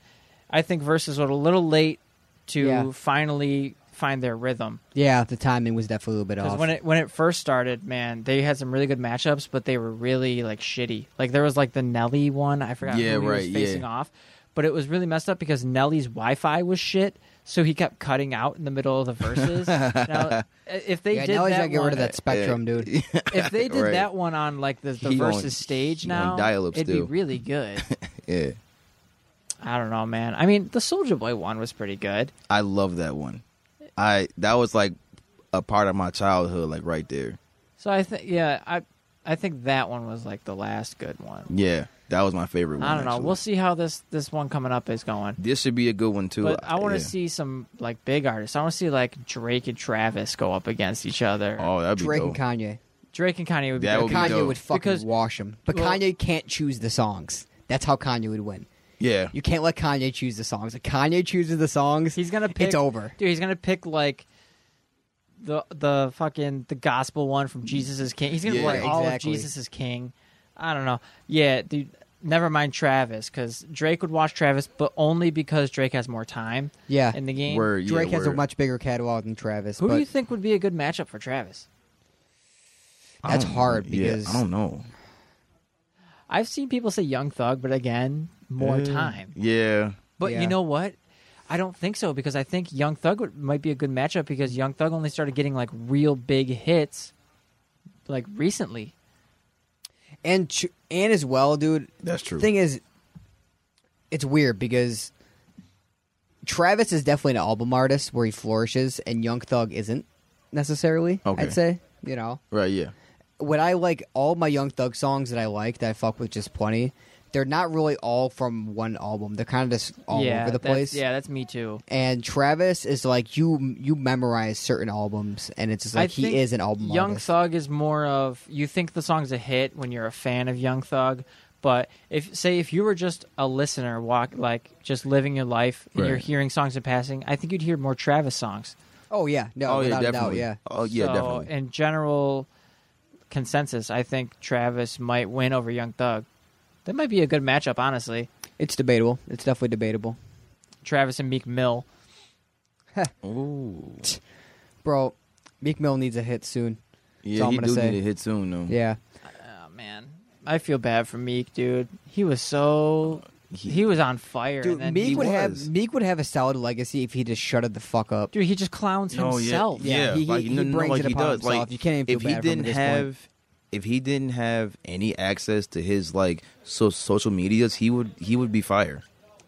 Speaker 4: i think versus were a little late to
Speaker 3: Yeah.
Speaker 4: finally find their rhythm
Speaker 3: Yeah, the timing was definitely a little bit
Speaker 4: because
Speaker 3: off.
Speaker 4: when it when it first started man they had some really good matchups but they were really like shitty like there was like the nelly one i forgot
Speaker 2: Yeah,
Speaker 4: who he
Speaker 2: right,
Speaker 4: was
Speaker 2: yeah.
Speaker 4: facing off but it was really messed up because nelly's wi-fi was shit so he kept cutting out in the middle of the verses now, if they
Speaker 3: yeah,
Speaker 4: did
Speaker 3: now he's
Speaker 4: that
Speaker 3: gotta get rid
Speaker 4: one-
Speaker 3: of that spectrum, dude.
Speaker 4: if they did
Speaker 2: Right.
Speaker 4: that one on like the, the
Speaker 2: He on-
Speaker 4: versus stage
Speaker 2: he on
Speaker 4: now
Speaker 2: dial-up
Speaker 4: it'd be
Speaker 2: still.
Speaker 4: really good
Speaker 2: yeah.
Speaker 4: I don't know, man. I mean, the Soldier Boy one was pretty good.
Speaker 2: I love that one. I that was like a part of my childhood, like right there.
Speaker 4: So I think, yeah, I, I think that one was like the last good one.
Speaker 2: Yeah, that was my favorite one.
Speaker 4: I don't know.
Speaker 2: actually.
Speaker 4: We'll see how this this one coming up is going.
Speaker 2: This should be a good one too.
Speaker 4: But I want to
Speaker 2: Yeah.
Speaker 4: see some like big artists. I want to see like Drake and Travis go up against each other.
Speaker 2: Oh, that'd be
Speaker 3: Drake
Speaker 2: dope.
Speaker 3: and Kanye.
Speaker 4: Drake and Kanye would be.
Speaker 2: That
Speaker 4: good.
Speaker 2: would be
Speaker 3: Kanye
Speaker 2: dope.
Speaker 3: would fucking
Speaker 4: Because-
Speaker 3: wash him, but
Speaker 4: well-
Speaker 3: Kanye can't choose the songs. That's how Kanye would win.
Speaker 2: yeah,
Speaker 3: You can't let Kanye choose the songs. If Kanye chooses the songs,
Speaker 4: He's gonna pick.
Speaker 3: It's over.
Speaker 4: dude. He's gonna pick like the the fucking the gospel one from Jesus is King. He's gonna
Speaker 2: Yeah.
Speaker 4: play
Speaker 2: Right,
Speaker 4: all
Speaker 3: exactly.
Speaker 4: of Jesus is King. I don't know. Yeah, dude. Never mind Travis, because Drake would watch Travis, but only because Drake has more time
Speaker 3: Yeah,
Speaker 4: in the game.
Speaker 2: word. yeah,
Speaker 3: Drake has a
Speaker 2: word.
Speaker 3: much bigger catalog than Travis.
Speaker 4: Who
Speaker 3: but
Speaker 4: do you think would be a good matchup for Travis?
Speaker 2: I
Speaker 3: that's
Speaker 2: don't-
Speaker 3: hard
Speaker 2: yeah,
Speaker 3: because-
Speaker 2: I don't know.
Speaker 4: I've seen people say Young Thug, but again, more time.
Speaker 2: Yeah,
Speaker 4: But
Speaker 3: Yeah.
Speaker 4: you know what? I don't think so because I think Young Thug would, might be a good matchup because Young Thug only started getting like real big hits like recently.
Speaker 3: and tr- and as well, dude.
Speaker 2: That's true.
Speaker 3: Thing is, it's weird because Travis is definitely an album artist where he flourishes, and Young Thug isn't necessarily.
Speaker 2: Okay.
Speaker 3: I'd say you know
Speaker 2: Right? Yeah.
Speaker 3: when I like all my Young Thug songs that I like that I fuck with just plenty. They're not really all from one album. They're kind of just all
Speaker 4: yeah,
Speaker 3: over the
Speaker 4: that's-
Speaker 3: place.
Speaker 4: Yeah, that's me too.
Speaker 3: And Travis is like you you memorize certain albums, and it's just like
Speaker 4: I
Speaker 3: he
Speaker 4: think
Speaker 3: is an album
Speaker 4: Young
Speaker 3: artist.
Speaker 4: Thug is more of you think the song's a hit when you're a fan of Young Thug, but if say if you were just a listener, walk like just living your life and you're
Speaker 2: Right.
Speaker 4: hearing songs in passing, I think you'd hear more Travis songs.
Speaker 3: oh yeah, no,
Speaker 2: oh yeah,
Speaker 3: without a doubt,
Speaker 2: definitely.
Speaker 3: yeah.
Speaker 2: Oh yeah,
Speaker 4: so,
Speaker 2: definitely.
Speaker 4: In general consensus, I think Travis might win over Young Thug. That might be a good matchup, honestly.
Speaker 3: It's debatable. It's definitely debatable,
Speaker 4: Travis and Meek Mill.
Speaker 2: Ooh.
Speaker 3: bro. Meek Mill needs a hit soon. all
Speaker 2: Yeah,
Speaker 3: I'm
Speaker 2: he
Speaker 3: gonna
Speaker 2: do
Speaker 3: say.
Speaker 2: need a hit soon though.
Speaker 3: Yeah,
Speaker 4: Oh man, I feel bad for Meek, dude. He was so he,
Speaker 2: He-
Speaker 4: was on fire. and
Speaker 3: dude.
Speaker 4: then
Speaker 3: Meek
Speaker 2: he
Speaker 3: would
Speaker 2: was.
Speaker 3: have Meek would have a solid legacy if he just shutted the fuck up.
Speaker 4: dude, he just clowns
Speaker 2: No,
Speaker 4: himself.
Speaker 2: Oh, Yeah, yeah,
Speaker 3: he- he-
Speaker 2: like,
Speaker 3: he
Speaker 2: no, no, no,
Speaker 3: brings
Speaker 2: like
Speaker 3: it
Speaker 2: he
Speaker 3: upon
Speaker 2: does.
Speaker 3: himself.
Speaker 2: Like
Speaker 3: You can't even feel
Speaker 2: if he
Speaker 3: bad for him
Speaker 2: didn't
Speaker 3: at this point.
Speaker 2: have, if he didn't have any access to his like so social medias, he would he would be fired.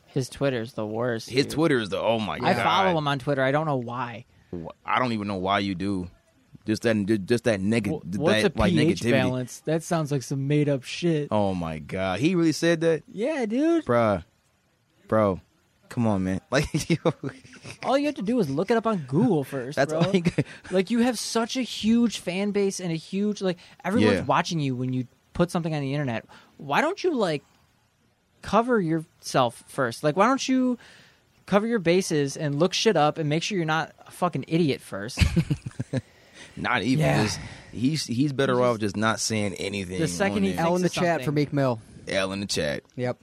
Speaker 4: His Twitter's the worst.
Speaker 2: His
Speaker 4: dude.
Speaker 2: Twitter is the oh my
Speaker 4: I
Speaker 2: god.
Speaker 4: follow him on Twitter. I don't know why.
Speaker 2: him. I don't even know why you do. Just that, just that
Speaker 4: Wh-
Speaker 2: negative,
Speaker 4: What's a
Speaker 2: that like
Speaker 4: pH
Speaker 2: negativity.
Speaker 4: balance? That sounds like some made up shit.
Speaker 2: Oh my god, he really said that,
Speaker 4: Yeah, dude.
Speaker 2: bruh, bro. Come on, man. Like, yo,
Speaker 4: All you have to do is look it up on Google first.
Speaker 2: that's
Speaker 4: bro.
Speaker 2: all he could-
Speaker 4: like you have such a huge fan base and a huge like everyone's
Speaker 2: Yeah.
Speaker 4: watching you when you put something on the internet why don't you like cover yourself first like why don't you cover your bases and look shit up and make sure you're not a fucking idiot first
Speaker 2: not even.
Speaker 4: Yeah.
Speaker 2: Just, he's he's better off just not saying anything.
Speaker 4: The second
Speaker 2: on
Speaker 4: he
Speaker 2: there.
Speaker 3: L in the
Speaker 4: Fixes
Speaker 3: chat
Speaker 4: something.
Speaker 3: for Meek Mill.
Speaker 2: L in the chat.
Speaker 3: Yep.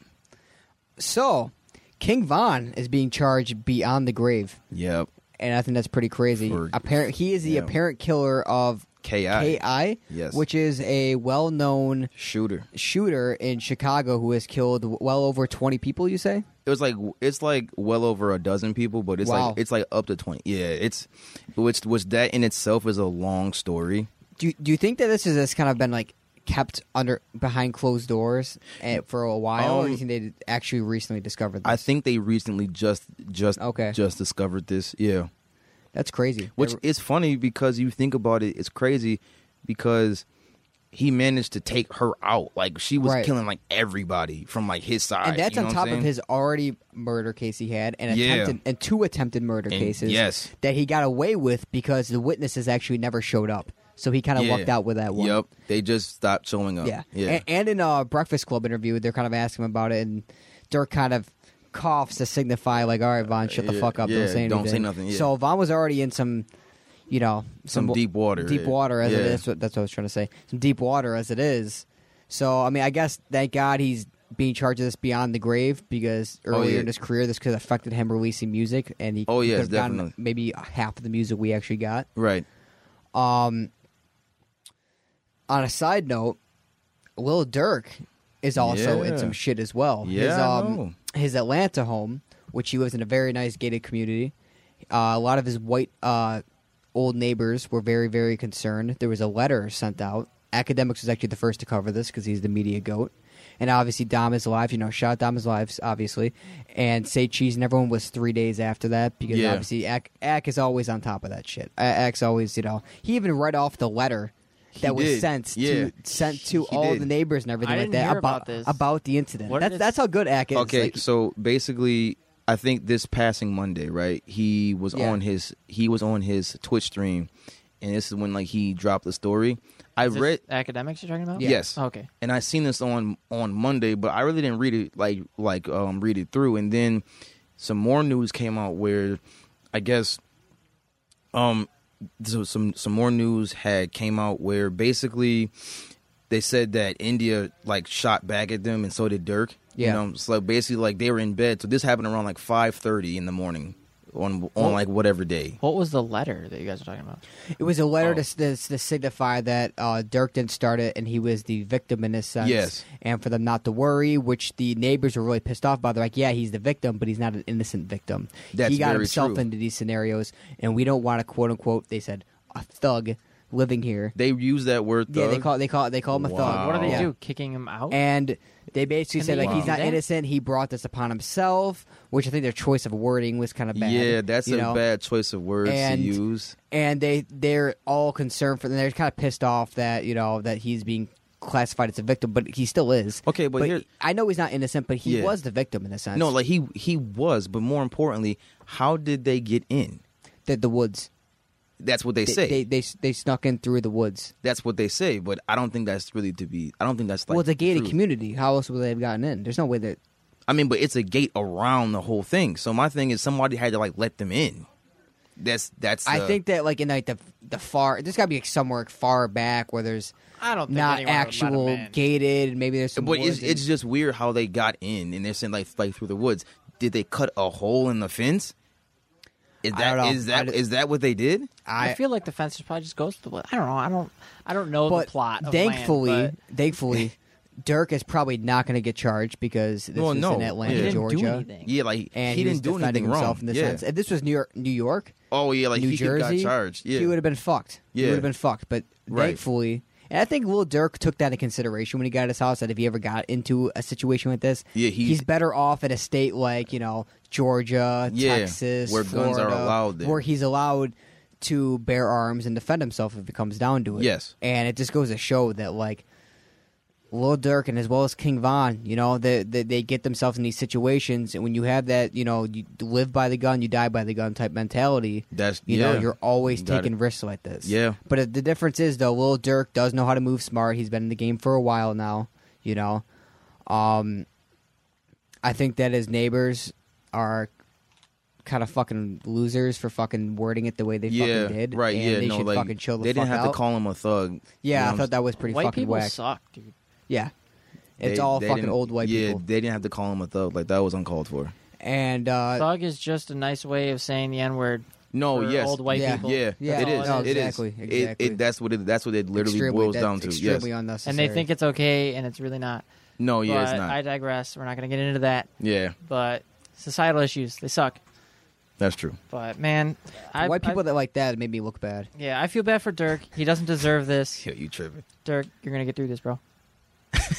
Speaker 3: So, King Von is being charged beyond the grave,
Speaker 2: Yep.
Speaker 3: and I think that's pretty crazy.
Speaker 2: For-
Speaker 3: apparent, he is the
Speaker 2: yeah.
Speaker 3: apparent killer of
Speaker 2: Ki.
Speaker 3: KI,
Speaker 2: Yes.
Speaker 3: which is a well-known
Speaker 2: Shooter.
Speaker 3: shooter in Chicago who has killed well over twenty people. You say?
Speaker 2: It was like it's like well over a dozen people, but it's
Speaker 3: Wow.
Speaker 2: like it's like up to twenty. Yeah, it's which which that in itself is a long story.
Speaker 3: Do Do you think that this has kind of been like kept under behind closed doors and, for a while, or do you
Speaker 2: Um,
Speaker 3: think they actually recently discovered this?
Speaker 2: I think they recently just just
Speaker 3: Okay.
Speaker 2: just discovered this. Yeah.
Speaker 3: that's crazy.
Speaker 2: Which is funny because you think about it, it's crazy because he managed to take her out. Like she was
Speaker 3: Right.
Speaker 2: killing like everybody from like his side.
Speaker 3: and that's
Speaker 2: you know what
Speaker 3: on top
Speaker 2: I'm
Speaker 3: of
Speaker 2: saying?
Speaker 3: his already murder case he had and
Speaker 2: Yeah.
Speaker 3: attempted and two attempted murder
Speaker 2: And-
Speaker 3: cases
Speaker 2: yes.
Speaker 3: that he got away with because the witnesses actually never showed up. So he kind of
Speaker 2: Yeah.
Speaker 3: lucked out with that one.
Speaker 2: Yep. They just stopped showing up.
Speaker 3: Yeah.
Speaker 2: Yeah.
Speaker 3: And, and in a Breakfast Club interview, they're kind of asking him about it, and Dirk kind of coughs to signify, like, all right, Vaughn, shut the
Speaker 2: yeah,
Speaker 3: fuck up.
Speaker 2: Uh, yeah,
Speaker 3: don't say anything.
Speaker 2: don't say nothing, yeah.
Speaker 3: So Vaughn was already in some, you know,
Speaker 2: Some deep water,
Speaker 3: Deep
Speaker 2: yeah.
Speaker 3: water, as it
Speaker 2: Yeah.
Speaker 3: is. That's what, that's what I was trying to say. Some deep water, as it is. So, I mean, I guess thank God he's being charged with this beyond the grave because earlier
Speaker 2: Oh, yeah.
Speaker 3: in his career, this could have affected him releasing music, and he
Speaker 2: Oh,
Speaker 3: could
Speaker 2: yes,
Speaker 3: have gotten
Speaker 2: definitely.
Speaker 3: maybe half of the music we actually got.
Speaker 2: right.
Speaker 3: Um, on a side note, Lil Durk is also in
Speaker 2: Yeah.
Speaker 3: some shit as well. his,
Speaker 2: Yeah, I
Speaker 3: um,
Speaker 2: know.
Speaker 3: his Atlanta home, which he lives in a very nice gated community. Uh, a lot of his white uh, old neighbors were very, very concerned. There was a letter sent out. Academics was actually the first to cover this because he's the media goat. And obviously, Dom is alive. You know, shout out Dom is alive, obviously. And say cheese and everyone was three days after that because
Speaker 2: Yeah.
Speaker 3: obviously see, Ack, Ack is always on top of that shit. A- Ack's always, you know, he even read off the letter that was
Speaker 2: did.
Speaker 3: sent
Speaker 2: Yeah.
Speaker 3: to sent to
Speaker 2: He
Speaker 3: all
Speaker 2: did.
Speaker 3: the neighbors and everything
Speaker 4: I
Speaker 3: like
Speaker 4: didn't
Speaker 3: that
Speaker 4: hear about this.
Speaker 3: about the incident.
Speaker 4: What
Speaker 3: That's
Speaker 4: did it-
Speaker 3: that's how good Ack is.
Speaker 2: Okay,
Speaker 3: Like,
Speaker 2: so basically, I think this passing Monday, right? He was
Speaker 3: Yeah.
Speaker 2: on his he was on his Twitch stream, and this is when like he dropped the story. I
Speaker 4: Is this
Speaker 2: read
Speaker 4: academics you're talking about
Speaker 3: Yeah. Oh,
Speaker 2: yes,
Speaker 4: okay
Speaker 2: and I seen this on on Monday, but I really didn't read it like like um read it through. And then some more news came out where I guess um so some some more news had came out where basically they said that India like shot back at them and so did Dirk.
Speaker 3: Yeah.
Speaker 2: You know, so basically like they were in bed. So this happened around like five thirty in the morning on on like whatever day.
Speaker 4: What was the letter that you guys were talking about?
Speaker 3: It was a letter
Speaker 2: Oh.
Speaker 3: to, s- to, s- to signify that uh, Dirk didn't start it and he was the victim in this sense.
Speaker 2: Yes.
Speaker 3: And for them not to worry, which the neighbors were really pissed off by. They're like, yeah, he's the victim, but he's not an innocent victim.
Speaker 2: That's
Speaker 3: he got
Speaker 2: very
Speaker 3: himself
Speaker 2: true.
Speaker 3: into these scenarios, and we don't want a quote unquote, they said, a thug living here.
Speaker 2: They use that word. Thug.
Speaker 3: Yeah, they call, they call, they call him a
Speaker 2: Wow.
Speaker 3: thug.
Speaker 4: What do they
Speaker 2: Oh.
Speaker 3: Yeah.
Speaker 4: do? Kicking him out?
Speaker 3: And they basically
Speaker 4: Can
Speaker 3: said,
Speaker 4: they
Speaker 3: like, he's
Speaker 4: do
Speaker 3: not
Speaker 4: that?
Speaker 3: innocent. He brought this upon himself, which I think their choice of wording was kind of bad.
Speaker 2: yeah, that's
Speaker 3: you
Speaker 2: a
Speaker 3: know?
Speaker 2: bad choice of words
Speaker 3: And-
Speaker 2: to use.
Speaker 3: and they they're all concerned for they're kind of pissed off that you know that he's being classified as a victim but he still is
Speaker 2: Okay, but here-
Speaker 3: i know he's not innocent but he
Speaker 2: Yeah.
Speaker 3: was the victim in a sense
Speaker 2: No, like he he was, but more importantly, how did they get in?
Speaker 3: the, the woods
Speaker 2: That's what they,
Speaker 3: they,
Speaker 2: say.
Speaker 3: they, they they snuck in through the woods
Speaker 2: that's what they say, but I don't think that's really to be. I don't think that's like.
Speaker 3: well it's a gated
Speaker 2: true.
Speaker 3: community how else would they have gotten in there's no way that
Speaker 2: I mean, but it's a gate around the whole thing. So my thing is, somebody had to like let them in. That's that's.
Speaker 3: i
Speaker 2: uh,
Speaker 3: think that like in like the the far there's gotta be like, somewhere far back where there's
Speaker 4: I don't think
Speaker 3: not
Speaker 4: anyone would let him
Speaker 3: actual
Speaker 4: in.
Speaker 3: gated and maybe there's some
Speaker 2: But it's,
Speaker 3: woods and-
Speaker 2: it's just weird how they got in and they're saying like like through the woods. Did they cut a hole in the fence? Is
Speaker 3: I don't
Speaker 2: that
Speaker 3: know.
Speaker 2: is that
Speaker 3: I
Speaker 2: is
Speaker 3: d-
Speaker 2: that what they did?
Speaker 4: I,
Speaker 3: I-
Speaker 4: feel like the fence just probably just goes to the. I don't know. I don't. I don't know
Speaker 3: but
Speaker 4: the plot. Of
Speaker 3: thankfully
Speaker 4: land,
Speaker 3: thankfully Dirk is probably not going to get charged because this
Speaker 2: Well,
Speaker 3: is
Speaker 2: no.
Speaker 3: in
Speaker 4: but
Speaker 3: Atlanta,
Speaker 4: he
Speaker 2: Yeah.
Speaker 4: didn't
Speaker 3: Georgia.
Speaker 4: do anything.
Speaker 2: Yeah, like
Speaker 3: and
Speaker 2: he,
Speaker 3: was
Speaker 2: didn't do
Speaker 3: defending
Speaker 2: anything wrong.
Speaker 3: himself in this
Speaker 2: yeah.
Speaker 3: sense. If this was New York, New York,
Speaker 2: Oh yeah, like
Speaker 3: New
Speaker 2: he could
Speaker 3: Jersey,
Speaker 2: got charged. Yeah,
Speaker 3: he would have been fucked. he
Speaker 2: Yeah.
Speaker 3: would have been fucked. But
Speaker 2: Right.
Speaker 3: thankfully, and I think Lil Durk took that into consideration when he got out of his house. That if he ever got into a situation like this,
Speaker 2: Yeah, he-
Speaker 3: he's better off in a state like you know Georgia,
Speaker 2: Yeah,
Speaker 3: Texas,
Speaker 2: where guns are
Speaker 3: Florida,
Speaker 2: allowed there.
Speaker 3: where he's allowed to bear arms and defend himself if it comes down to it.
Speaker 2: Yes.
Speaker 3: and it just goes to show that like. Lil Durk and as well as King Von, you know, they, they they get themselves in these situations, and when you have that, you know, you live by the gun, you die by the gun type mentality.
Speaker 2: That's-
Speaker 3: you know,
Speaker 2: yeah.
Speaker 3: you're always
Speaker 2: You got
Speaker 3: taking
Speaker 2: it.
Speaker 3: risks like this.
Speaker 2: Yeah.
Speaker 3: But uh, the difference is though, Lil Durk does know how to move smart. He's been in the game for a while now. You know, um, I think that his neighbors are kind of fucking losers for fucking wording it the way they
Speaker 2: yeah,
Speaker 3: fucking did.
Speaker 2: right.
Speaker 3: and
Speaker 2: Yeah,
Speaker 3: they
Speaker 2: no,
Speaker 3: should
Speaker 2: like
Speaker 3: fucking chill the
Speaker 2: they
Speaker 3: fuck
Speaker 2: didn't have
Speaker 3: out.
Speaker 2: to call him a thug. you
Speaker 3: yeah,
Speaker 2: know
Speaker 3: I
Speaker 2: what I'm
Speaker 3: thought that was pretty
Speaker 4: white
Speaker 3: fucking
Speaker 4: people
Speaker 3: whack.
Speaker 4: suck, dude.
Speaker 3: Yeah,
Speaker 2: saying?
Speaker 3: it's
Speaker 2: They-
Speaker 3: all
Speaker 2: they
Speaker 3: fucking
Speaker 2: didn't-
Speaker 3: old white
Speaker 2: yeah,
Speaker 3: people.
Speaker 2: they didn't have to call him a thug. Like that was uncalled for.
Speaker 3: And uh,
Speaker 4: Thug is just a nice way of saying the n word.
Speaker 2: No,
Speaker 4: for
Speaker 2: yes,
Speaker 4: old white
Speaker 3: Yeah.
Speaker 4: people.
Speaker 2: Yeah,
Speaker 3: Yeah,
Speaker 2: it is.
Speaker 3: no,
Speaker 2: it is.
Speaker 3: exactly,
Speaker 2: It-
Speaker 3: exactly.
Speaker 2: It, that's what it. That's what it literally
Speaker 3: extremely,
Speaker 2: boils
Speaker 3: that's
Speaker 2: down to. Yes.
Speaker 3: Extremely unnecessary.
Speaker 4: And they think it's okay, and it's really not.
Speaker 2: No,
Speaker 3: Oh,
Speaker 2: yeah, it's
Speaker 4: But
Speaker 2: not.
Speaker 4: I digress. We're not going to get into that.
Speaker 2: yeah,
Speaker 4: But societal issues, they suck.
Speaker 2: that's true.
Speaker 4: But man, I,
Speaker 3: white people
Speaker 4: I,
Speaker 3: that like that made me look bad.
Speaker 4: yeah, I feel bad for Dirk. He doesn't deserve this.
Speaker 2: Yeah, you tripping?
Speaker 4: Dirk, you're going to get through this, bro.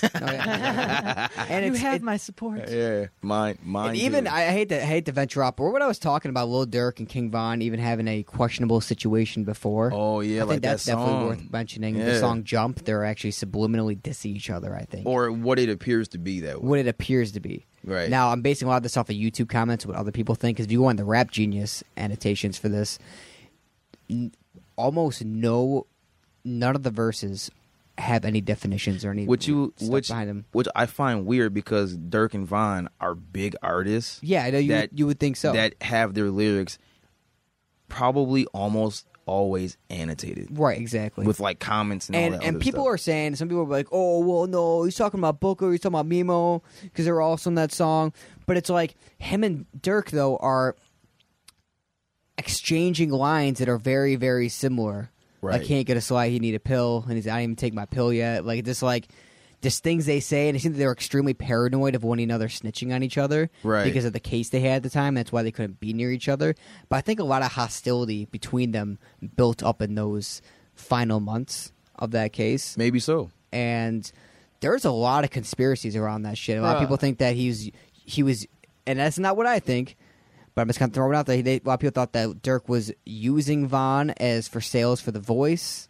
Speaker 3: Oh, yeah. and
Speaker 4: you
Speaker 3: it's,
Speaker 4: have
Speaker 3: it-
Speaker 4: my support.
Speaker 2: Yeah, mine, mine.
Speaker 3: And even
Speaker 2: too.
Speaker 3: I I hate to I hate to venture up, but when I was talking about Lil Durk and King Von even having a questionable situation before,
Speaker 2: Oh yeah,
Speaker 3: I
Speaker 2: like
Speaker 3: think that's
Speaker 2: that
Speaker 3: definitely
Speaker 2: song.
Speaker 3: worth mentioning. The
Speaker 2: Yeah.
Speaker 3: song "Jump," they're actually subliminally dissing each other. I think,
Speaker 2: or what it appears to be that way.
Speaker 3: what it appears to be.
Speaker 2: Right.
Speaker 3: now, I'm basing a lot of this off of YouTube comments, what other people think. Because if you go on the Rap Genius annotations for this, n- almost no, none of the verses have any definitions or any
Speaker 2: Which you,
Speaker 3: stuff
Speaker 2: which,
Speaker 3: behind them.
Speaker 2: which I find weird because Dirk and Vaughn are big artists.
Speaker 3: Yeah, I know you
Speaker 2: that-
Speaker 3: would, you would think so.
Speaker 2: that have their lyrics probably almost always annotated
Speaker 3: right, exactly.
Speaker 2: with like comments and,
Speaker 3: and
Speaker 2: all that
Speaker 3: and
Speaker 2: other
Speaker 3: people
Speaker 2: stuff.
Speaker 3: are saying some people are like, oh well, no, he's talking about Booker, he's talking about Mimo because they're also in that song. But it's like him and Dirk though are exchanging lines that are very very similar. I
Speaker 2: Right.
Speaker 3: can't get a slide. He need a pill, and he's I didn't even take my pill yet. Like just like just things they say, and it seems that they're extremely paranoid of one another snitching on each other,
Speaker 2: Right.
Speaker 3: Because of the case they had at the time, that's why they couldn't be near each other. But I think a lot of hostility between them built up in those final months of that case,
Speaker 2: maybe so.
Speaker 3: and there's a lot of conspiracies around that shit. A lot of people
Speaker 4: Bruh.
Speaker 3: think that he's he was, and that's not what I think. But I'm just kind of throwing it out there. They, a lot of people thought that Dirk was using Vaughn as for sales for the voice.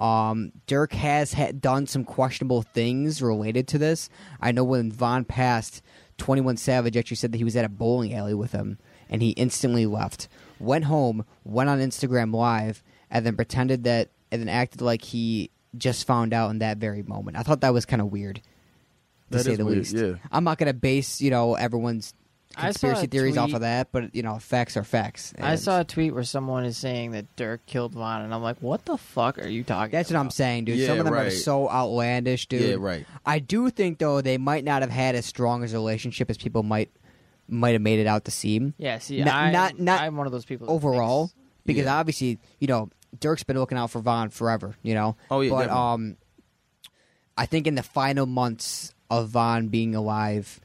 Speaker 3: Um, Dirk has ha- done some questionable things related to this. I know when Vaughn passed, 21 Savage actually said that he was at a bowling alley with him, and he instantly left. Went home, went on Instagram Live, and then pretended that, and then acted like he just found out in that very moment. I thought that was kind of weird, to
Speaker 2: That
Speaker 3: say
Speaker 2: is
Speaker 3: the
Speaker 2: weird,
Speaker 3: least.
Speaker 2: yeah.
Speaker 3: I'm not going to base, you know, everyone's
Speaker 4: I saw a
Speaker 3: conspiracy theories off
Speaker 4: tweet-
Speaker 3: of that, but, you know, facts are facts.
Speaker 4: I
Speaker 3: and-
Speaker 4: saw a tweet where someone is saying that Dirk killed Vaughn, and I'm like, what the fuck are you talking
Speaker 3: That's what I'm
Speaker 4: about?
Speaker 3: saying, dude. Some
Speaker 2: Uh, Yeah,
Speaker 3: of them are
Speaker 2: right.
Speaker 3: so outlandish, dude.
Speaker 2: Yeah, right.
Speaker 3: I do think though they might not have had as strong as a relationship as people might might have made it out to seem
Speaker 4: Yeah, see,
Speaker 3: Not-
Speaker 4: I'm,
Speaker 3: not- not
Speaker 4: I'm one of those people. that
Speaker 3: overall
Speaker 4: thinks-
Speaker 3: because
Speaker 2: Yeah.
Speaker 3: obviously you know Dirk's been looking out for Vaughn forever. You know.
Speaker 2: Oh, yeah,
Speaker 3: But
Speaker 2: definitely.
Speaker 3: um, I think in the final months of Vaughn being alive,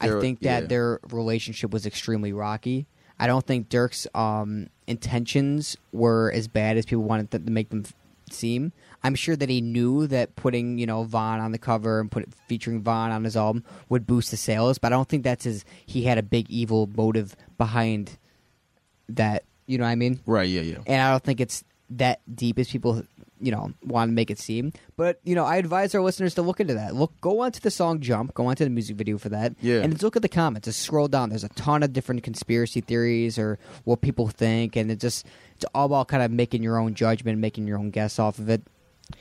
Speaker 3: I
Speaker 2: There-
Speaker 3: think that
Speaker 2: yeah.
Speaker 3: their relationship was extremely rocky. I don't think Dirk's um intentions were as bad as people wanted th- to make them f- seem. I'm sure that he knew that putting you know Vaughn on the cover and put featuring Vaughn on his album would boost the sales, but I don't think that's his. He had a big evil motive behind that. You know what I mean?
Speaker 2: Right. Yeah. Yeah.
Speaker 3: and I don't think it's that deep as people you know want to make it seem. But you know, I advise our listeners to look into that. Look, go onto the song "Jump," go onto the music video for that,
Speaker 2: Yeah.
Speaker 3: and just look at the comments. Just scroll down. There's a ton of different conspiracy theories or what people think, and it just it's all about kind of making your own judgment, making your own guess off of it.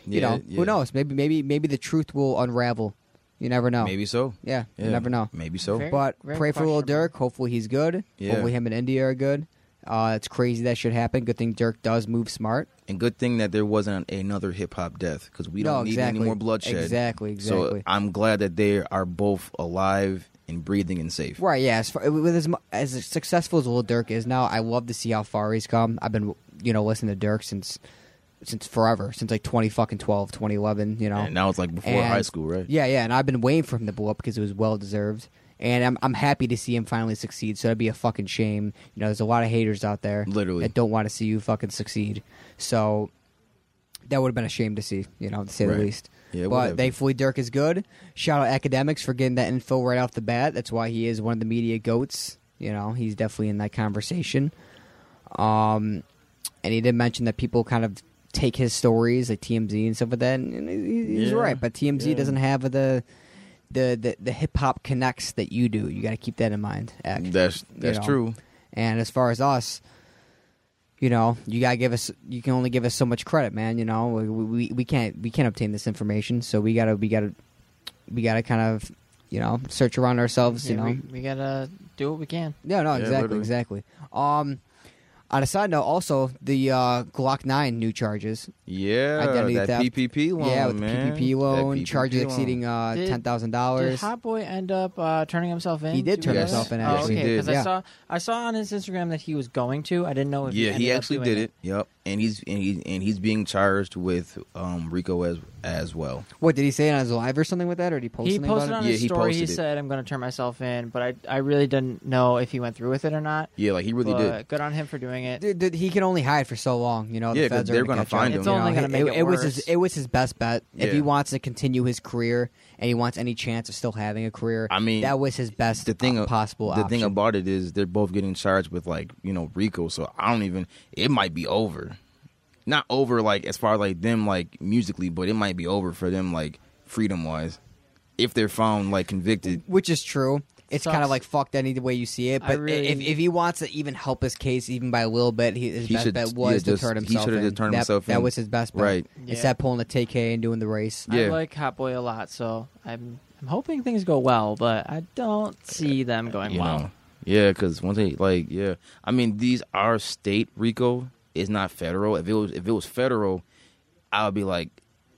Speaker 3: You
Speaker 2: Yeah,
Speaker 3: know,
Speaker 2: yeah.
Speaker 3: who knows? Maybe maybe maybe the truth will unravel. You never know.
Speaker 2: Maybe so.
Speaker 3: Yeah,
Speaker 2: Yeah.
Speaker 3: you never know.
Speaker 2: Maybe so.
Speaker 4: Very-
Speaker 3: But
Speaker 4: very
Speaker 3: pray for little
Speaker 4: questionable.
Speaker 3: Dirk. Hopefully he's good.
Speaker 2: Yeah.
Speaker 3: Hopefully him and India are good. Uh, it's crazy that should happen. Good thing Dirk does move smart.
Speaker 2: And good thing that there wasn't another hip hop death because we
Speaker 3: No,
Speaker 2: don't need
Speaker 3: exactly.
Speaker 2: any more bloodshed.
Speaker 3: Exactly,
Speaker 2: So
Speaker 3: exactly.
Speaker 2: I'm glad that they are both alive and breathing and safe.
Speaker 3: Right, yeah. As, far, with as, mu- as successful as Little Dirk is now, I love to see how far he's come. I've been, you know, listening to Dirk since since forever, since like 20 fucking 12, 2011, you know.
Speaker 2: And now it's like before
Speaker 3: And-
Speaker 2: high school, right?
Speaker 3: Yeah, yeah. And I've been waiting for him to blow up because it was well deserved. And I'm, I'm happy to see him finally succeed. So that'd be a fucking shame. You know, there's a lot of haters out there
Speaker 2: Literally.
Speaker 3: that don't want to see you fucking succeed. So that would have been a shame to see, you know, to say
Speaker 2: Right.
Speaker 3: the least.
Speaker 2: Yeah,
Speaker 3: but
Speaker 2: whatever.
Speaker 3: thankfully Dirk is good. Shout out academics for getting that info right off the bat. That's why he is one of the media goats. You know, he's definitely in that conversation. Um, and he did mention that people kind of take his stories like TMZ and stuff like that, and he- he's
Speaker 2: Yeah,
Speaker 3: right. But TMZ
Speaker 2: yeah.
Speaker 3: doesn't have the the the, the hip hop connects that you do. You got to keep that in mind. Act.
Speaker 2: That's that's
Speaker 3: know.
Speaker 2: true.
Speaker 3: And as far as us, you know, you gotta give us. You can only give us so much credit, man. You know, we we, we can't we can't obtain this information, so we gotta we gotta we gotta kind of you know search around ourselves. You
Speaker 4: yeah,
Speaker 3: know,
Speaker 4: we, we gotta do what we can.
Speaker 3: no, no,
Speaker 2: Yeah,
Speaker 3: exactly,
Speaker 2: literally.
Speaker 3: exactly. Um, on a side note, also the uh, Glock Nine new charges.
Speaker 2: Yeah,
Speaker 3: Identity
Speaker 2: that
Speaker 3: theft.
Speaker 2: PPP loan,
Speaker 3: yeah, with
Speaker 2: man.
Speaker 3: the PPP
Speaker 2: That
Speaker 3: loan,
Speaker 2: PPP
Speaker 3: charges
Speaker 2: loan.
Speaker 3: exceeding uh,
Speaker 4: Did-
Speaker 3: ten thousand
Speaker 4: Did
Speaker 3: dollars.
Speaker 4: Hot Boy end up uh, turning himself in?
Speaker 3: He did
Speaker 4: Do
Speaker 3: turn
Speaker 4: we know
Speaker 2: himself
Speaker 4: that?
Speaker 2: in,
Speaker 4: Oh,
Speaker 2: actually.
Speaker 4: okay,
Speaker 2: Yes, he
Speaker 4: because
Speaker 3: did.
Speaker 4: I saw I saw on his Instagram that he was going to. I didn't know if
Speaker 2: Yeah,
Speaker 4: he,
Speaker 2: he actually did it. Yep, and he's and he's and he's being charged with um, Rico as as well.
Speaker 3: What did he say on his live or something with that, or did he post
Speaker 4: He
Speaker 3: something
Speaker 4: posted
Speaker 3: about
Speaker 4: on
Speaker 2: Yeah,
Speaker 4: his
Speaker 2: he
Speaker 4: story. He
Speaker 2: posted it.
Speaker 4: said, "I'm going to turn myself in," but I I really didn't know if he went through with it or not.
Speaker 2: Yeah, like he really
Speaker 4: but
Speaker 2: did.
Speaker 4: Good on him for doing
Speaker 3: it?
Speaker 4: it.
Speaker 3: Dude, dude, he can only hide for so long. You know,
Speaker 2: Yeah,
Speaker 3: the
Speaker 2: 'cause
Speaker 3: feds are
Speaker 2: they're
Speaker 3: gonna
Speaker 2: gonna
Speaker 3: catch him.
Speaker 2: find him. It's
Speaker 3: You
Speaker 4: only
Speaker 3: know,
Speaker 4: gonna make it
Speaker 3: was his
Speaker 4: worse.
Speaker 3: it was his best bet. If he
Speaker 2: Yeah.
Speaker 3: wants to continue his career and he wants any chance of still having a career,
Speaker 2: I mean,
Speaker 3: that was his best
Speaker 2: the thing
Speaker 3: uh,
Speaker 2: a-
Speaker 3: possible.
Speaker 2: the thing
Speaker 3: option.
Speaker 2: about it is they're both getting charged with like you know rico so i don't even it might be over not over like as far as like them like musically but it might be over for them like freedom wise if they're found like convicted
Speaker 3: which is true. It's
Speaker 4: Sucks.
Speaker 3: kind of like fucked any way you see it.
Speaker 4: I
Speaker 3: But
Speaker 4: really-
Speaker 3: if, if he wants to even help his case even by a little bit, he, his
Speaker 2: He
Speaker 3: best
Speaker 2: should-
Speaker 3: bet
Speaker 2: yeah,
Speaker 3: was
Speaker 2: just-
Speaker 3: to turn
Speaker 2: he
Speaker 3: himself
Speaker 2: should've
Speaker 3: in.
Speaker 2: just turned
Speaker 3: that,
Speaker 2: himself
Speaker 3: That
Speaker 2: in.
Speaker 3: was his best bet.
Speaker 2: Right.
Speaker 3: It's
Speaker 4: Yeah.
Speaker 3: that pulling the TK and doing the race.
Speaker 4: I
Speaker 2: Yeah.
Speaker 4: like Hot Boy a lot, so I'm I'm hoping things go well, but I don't see them going
Speaker 2: you
Speaker 4: well.
Speaker 2: know yeah because once they like yeah i mean these are state rico it's not federal if it was if it was federal i would be like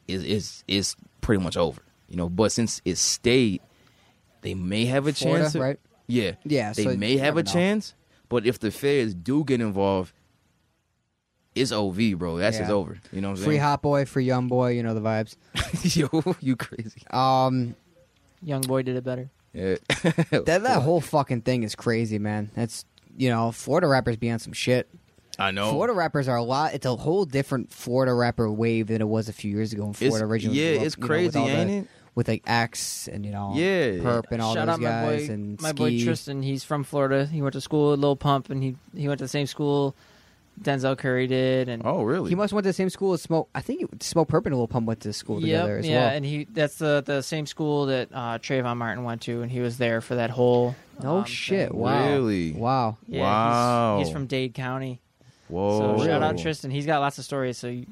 Speaker 2: it's it's, it's pretty much over you know but since it's state they may have a
Speaker 3: Florida,
Speaker 2: chance of-
Speaker 3: right?
Speaker 2: Yeah.
Speaker 3: Yeah,
Speaker 2: They
Speaker 3: so
Speaker 2: may
Speaker 3: you
Speaker 2: have a
Speaker 3: never know.
Speaker 2: chance, but if the feds do get involved, it's OV, bro. That's just
Speaker 3: Yeah.
Speaker 2: over. You know what I'm
Speaker 3: Free hot boy, free young boy. You know the vibes.
Speaker 2: saying? Yo, you crazy.
Speaker 3: Um,
Speaker 4: Young boy did it better.
Speaker 2: Yeah. Oh,
Speaker 3: that that whole fucking thing is crazy, man. That's you know, Florida rappers be on some shit.
Speaker 2: I know.
Speaker 3: Florida rappers are a lot. It's a whole different Florida rapper wave than it was a few years ago. When
Speaker 2: It's-
Speaker 3: Florida originally,
Speaker 2: yeah,
Speaker 3: blew up,
Speaker 2: it's
Speaker 3: you know,
Speaker 2: crazy,
Speaker 3: with all the-
Speaker 2: ain't it?
Speaker 3: With like X and you know,
Speaker 2: Yeah.
Speaker 3: Perp and all
Speaker 4: Shout
Speaker 3: those
Speaker 4: out my
Speaker 3: guys
Speaker 4: boy,
Speaker 3: and
Speaker 4: my
Speaker 3: Ski.
Speaker 4: boy Tristan. He's from Florida. He went to school at Lil Pump, and he he went to the same school Denzel Curry did, and
Speaker 2: Oh, really?
Speaker 3: He must went to the same school as Smoke. I think it- Smoke Perp and Lil Pump went to school
Speaker 4: Yep,
Speaker 3: together as
Speaker 4: yeah,
Speaker 3: well.
Speaker 4: and he that's the the same school that uh, Trayvon Martin went to, and he was there for that whole.
Speaker 3: no
Speaker 4: um,
Speaker 3: shit!
Speaker 4: thing.
Speaker 3: Wow.
Speaker 2: Really?
Speaker 3: Wow.
Speaker 4: Yeah,
Speaker 2: Wow. Oh.
Speaker 4: He's, he's from Dade County.
Speaker 2: Whoa.
Speaker 4: So shout out
Speaker 3: Really?
Speaker 4: Tristan. He's got lots of stories. So you,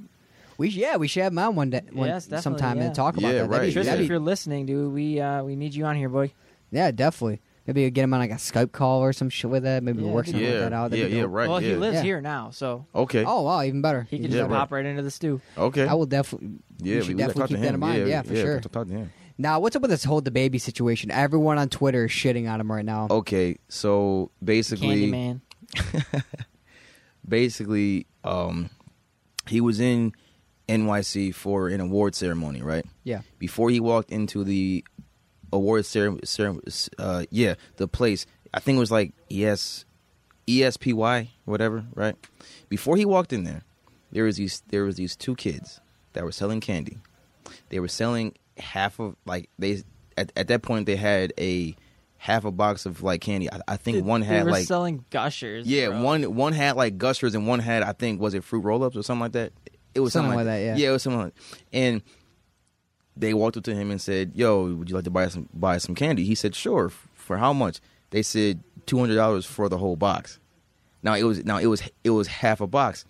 Speaker 3: We yeah we should have him on one day one,
Speaker 4: Yes, definitely,
Speaker 3: sometime
Speaker 4: yeah.
Speaker 3: and talk about
Speaker 2: Yeah,
Speaker 3: that. That'd be-
Speaker 2: right,
Speaker 4: Tristan,
Speaker 3: that'd
Speaker 2: yeah.
Speaker 3: be-
Speaker 4: if you're listening, dude, we uh, we need you on here, boy.
Speaker 3: yeah, definitely. Maybe we'll get him on like a Skype call or some shit with that. Maybe
Speaker 4: Yeah,
Speaker 3: we'll work
Speaker 4: dude.
Speaker 3: something
Speaker 2: yeah.
Speaker 3: like that out.
Speaker 2: yeah,
Speaker 3: That'd be
Speaker 2: yeah,
Speaker 3: dope.
Speaker 2: right.
Speaker 4: well,
Speaker 2: yeah.
Speaker 4: he lives
Speaker 3: Yeah.
Speaker 4: here now, so
Speaker 2: Okay.
Speaker 3: Oh wow, even better.
Speaker 4: he can
Speaker 3: Even
Speaker 4: just
Speaker 2: Yeah,
Speaker 3: better.
Speaker 2: right.
Speaker 4: pop right into the stew.
Speaker 2: okay.
Speaker 3: I will definitely.
Speaker 2: yeah,
Speaker 3: we should
Speaker 2: gotta
Speaker 3: definitely
Speaker 2: talk to
Speaker 3: keep that
Speaker 2: him.
Speaker 3: in mind. Yeah, for sure.
Speaker 2: Talk to him.
Speaker 3: Now, what's up with this whole the baby situation? Everyone on Twitter is shitting on him right now.
Speaker 2: Okay, so basically,
Speaker 4: Candyman.
Speaker 2: basically, um, he was in NYC for an award ceremony, right?
Speaker 3: Yeah.
Speaker 2: Before he walked into the award ceremony, uh, yeah, the place. I think it was like E ES, ESPY, whatever, right? Before he walked in there, there was these there was these two kids that were selling candy. They were selling half of like they at, at that point they had a half a box of like candy. I, I think one
Speaker 4: They
Speaker 2: had
Speaker 4: were
Speaker 2: like
Speaker 4: selling gushers.
Speaker 2: yeah,
Speaker 4: bro.
Speaker 2: one one had like gushers and one had I think was it fruit roll ups or something like that. It was something, like that. Yeah, it was something like and they walked up to him and said, "Yo, would you like to buy some buy some candy?" He said, "Sure." F- For how much? They said two hundred dollars for the whole box. Now it was now it was it was half a box.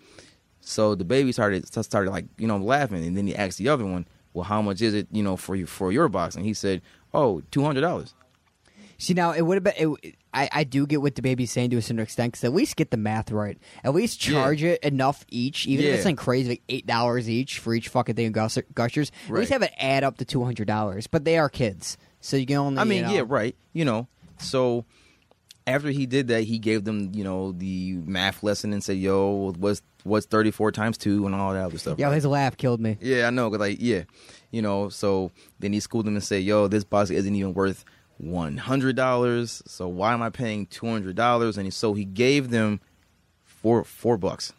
Speaker 2: So the baby started started like you know laughing, and then he asked the other one, "Well, how much is it you know for you for your box?" And he said, "Oh, two hundred dollars."
Speaker 3: See, now it would have been. It, I I do get what the baby's saying to a certain extent because at least get the math right. At least
Speaker 2: Yeah.
Speaker 3: charge it enough each, even if
Speaker 2: Yeah.
Speaker 3: it's something crazy like eight dollars each for each fucking thing of gusher, gushers. At
Speaker 2: Right.
Speaker 3: least have it add up to two hundred dollars. But they are kids, so you can only.
Speaker 2: I mean,
Speaker 3: you know-
Speaker 2: yeah, right. You know, so after he did that, he gave them, you know, the math lesson and said, "Yo, what's what's thirty four times two and all that other stuff."
Speaker 3: Yo, his laugh killed me.
Speaker 2: yeah, I know. 'cause, like, yeah, you know. So then he schooled them and said, "Yo, this box isn't even worth one hundred dollars. So why am I paying two hundred dollars?" And so he gave them four four bucks.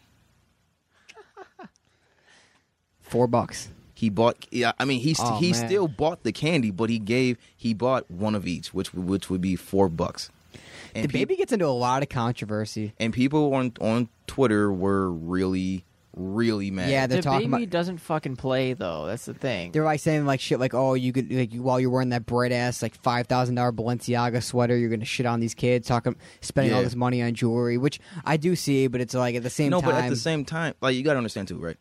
Speaker 3: Four bucks.
Speaker 2: He bought. Yeah, I mean, he st-
Speaker 3: Oh,
Speaker 2: he
Speaker 3: man.
Speaker 2: still bought the candy, but he gave he bought one of each, which which would be four bucks. And
Speaker 3: the
Speaker 2: peop-
Speaker 3: baby gets into a lot of controversy.
Speaker 2: and people on on Twitter were really really mad.
Speaker 3: Yeah, they're
Speaker 4: the
Speaker 3: talking
Speaker 4: baby
Speaker 3: about.
Speaker 4: doesn't fucking play though. That's the thing.
Speaker 3: They're like saying like shit like oh you could like you, while you're wearing that bright ass like five thousand dollar Balenciaga sweater you're gonna shit on these kids talking spending all
Speaker 2: Yeah.
Speaker 3: this money on jewelry which I do see but it's like at the same
Speaker 2: no,
Speaker 3: time
Speaker 2: but at the same time, like you got to understand too, right?